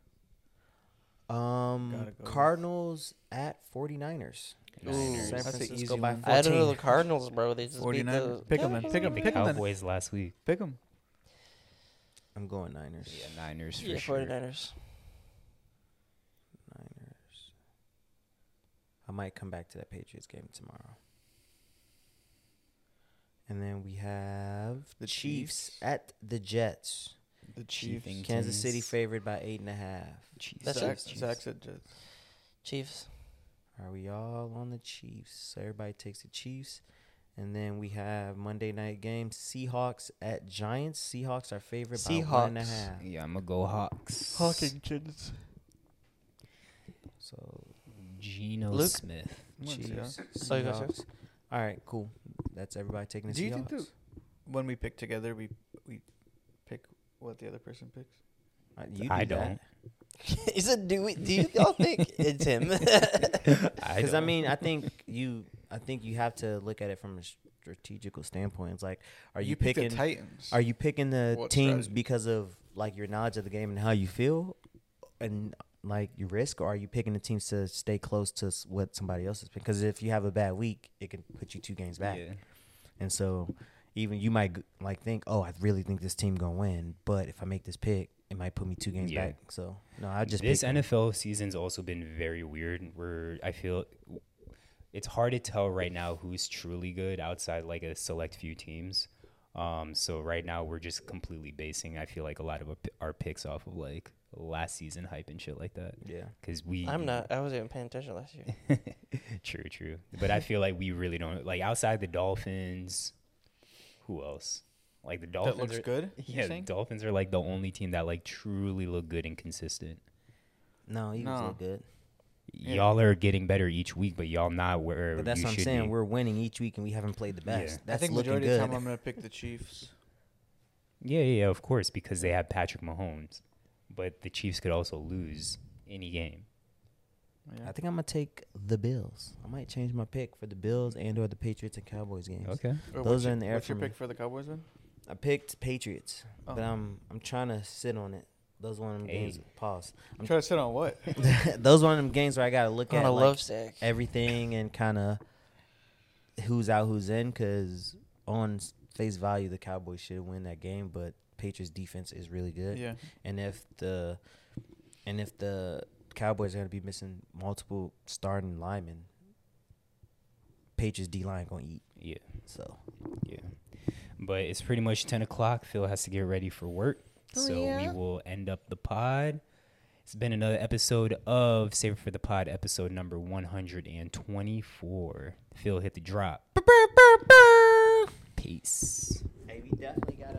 Speaker 3: Gotta
Speaker 5: um
Speaker 3: go.
Speaker 5: Cardinals at 49ers.
Speaker 1: Niners.
Speaker 5: San
Speaker 3: That's an
Speaker 5: Francisco
Speaker 3: easy
Speaker 5: by
Speaker 3: one.
Speaker 2: I don't know the
Speaker 5: 14.
Speaker 2: Cardinals, bro. They just beat
Speaker 3: 49.
Speaker 2: the
Speaker 3: Pick them then. Pick them.
Speaker 1: The
Speaker 3: Pick them then.
Speaker 1: Cowboys last week.
Speaker 3: Pick them.
Speaker 5: I'm going Niners.
Speaker 1: Yeah, Niners for
Speaker 2: yeah,
Speaker 1: sure.
Speaker 2: 49ers.
Speaker 5: Niners. I might come back to that Patriots game tomorrow. And then we have
Speaker 3: The
Speaker 5: the Chiefs,
Speaker 3: Chiefs.
Speaker 5: at the Jets.
Speaker 3: The
Speaker 1: Chiefs.
Speaker 3: Chiefs.
Speaker 5: Kansas
Speaker 1: Chiefs.
Speaker 5: City favored by eight and a half.
Speaker 1: Chiefs.
Speaker 2: That's
Speaker 3: Zach,
Speaker 2: Chiefs.
Speaker 3: Zach said Jets.
Speaker 2: Chiefs.
Speaker 5: Are we all on the Chiefs? So everybody takes the Chiefs. And then we have Monday night game Seahawks at Giants. Seahawks are favored by one and a
Speaker 2: Seahawks.
Speaker 5: half.
Speaker 1: Yeah, I'm gonna go Hawks.
Speaker 3: kids.
Speaker 5: So
Speaker 1: Geno
Speaker 2: Luke?
Speaker 1: Smith.
Speaker 5: Chiefs.
Speaker 2: Oh, you go
Speaker 5: Seahawks. All right, cool. That's everybody taking the
Speaker 3: Do
Speaker 5: Seahawks.
Speaker 3: you think that when we pick together, we we pick what the other person picks?
Speaker 5: Uh, you do
Speaker 1: I
Speaker 5: that.
Speaker 1: don't.
Speaker 2: (laughs) He said, "Do we? Do you all think
Speaker 3: (laughs)
Speaker 2: it's him?"
Speaker 5: Because
Speaker 1: (laughs)
Speaker 5: I, mean, I think you, I think you have to look at it from a strategical standpoint. It's like, are you,
Speaker 3: picked
Speaker 5: picking?
Speaker 3: the Titans?
Speaker 5: are you picking the
Speaker 3: What
Speaker 5: teams
Speaker 3: strategy?
Speaker 5: because of like your knowledge of the game and how you feel, and like your risk, or are you picking the teams to stay close to s- what somebody else is? Because if you have a bad week, it can put you two games back,
Speaker 1: Yeah.
Speaker 5: and so even you might g- like think, oh, I really think this team gonna win, but if I make this pick, it might put me two games
Speaker 1: Yeah.
Speaker 5: back. So no, I just
Speaker 1: this
Speaker 5: pick them.
Speaker 1: NFL season's also been very weird. Where I feel it's hard to tell right now who's truly good outside like a select few teams. Um, so right now we're just completely basing. I feel like a lot of our p- our picks off of like last season hype and shit like that.
Speaker 5: Yeah.
Speaker 1: Cause we,
Speaker 2: I'm not. I wasn't even paying attention last year.
Speaker 1: (laughs) true, true. But I feel like we really don't like outside the Dolphins. Who else? Like the Dolphins
Speaker 3: that looks
Speaker 1: are-
Speaker 3: good. you
Speaker 1: (laughs) Yeah, the
Speaker 3: think?
Speaker 1: Dolphins are like the only team that like truly look good and consistent.
Speaker 5: No, Eagles
Speaker 3: No.
Speaker 5: look good.
Speaker 3: Yeah.
Speaker 1: Y'all are getting better each week, but y'all not where
Speaker 5: But that's
Speaker 1: you
Speaker 5: what I'm
Speaker 1: should
Speaker 5: saying.
Speaker 1: be.
Speaker 5: We're winning each week, and we haven't played the
Speaker 1: Yeah.
Speaker 5: best.
Speaker 3: I
Speaker 5: That's
Speaker 3: think
Speaker 5: looking
Speaker 3: majority
Speaker 5: good.
Speaker 3: of
Speaker 1: (laughs)
Speaker 3: the time I'm gonna pick the Chiefs.
Speaker 1: Yeah, yeah, yeah, of course, because they have Patrick Mahomes, but the Chiefs could also lose any game.
Speaker 3: Yeah.
Speaker 5: I think I'm gonna take the Bills. I might change my pick for the Bills and or the Patriots and Cowboys games.
Speaker 1: Okay,
Speaker 3: Or
Speaker 5: those
Speaker 3: what's
Speaker 5: are
Speaker 3: your-
Speaker 5: in the air
Speaker 3: What's your
Speaker 5: for me.
Speaker 3: pick for the Cowboys then?
Speaker 5: I picked Patriots, but
Speaker 3: Oh.
Speaker 5: I'm I'm trying to sit on it. Those one of them games.
Speaker 1: Hey. (laughs)
Speaker 5: Pause. (laughs)
Speaker 3: I'm trying to sit on what?
Speaker 5: Those one of them games where I gotta look
Speaker 2: On
Speaker 5: at
Speaker 2: a
Speaker 5: like,
Speaker 2: love sack.
Speaker 5: everything and kind of who's out, who's in. Because on s- face value, the Cowboys should win that game, but Patriots defense is really good.
Speaker 3: yeah.
Speaker 5: and if the and if the Cowboys are going to be missing multiple starting linemen, Patriots D line going to eat.
Speaker 1: yeah,
Speaker 5: So
Speaker 1: yeah, but it's pretty much ten o'clock. Phil has to get ready for work, so we will end up the pod. It's been another episode of Save It for the Pod, episode number one hundred and twenty-four. Phil hit the drop. Peace.
Speaker 5: hey, we definitely um, got to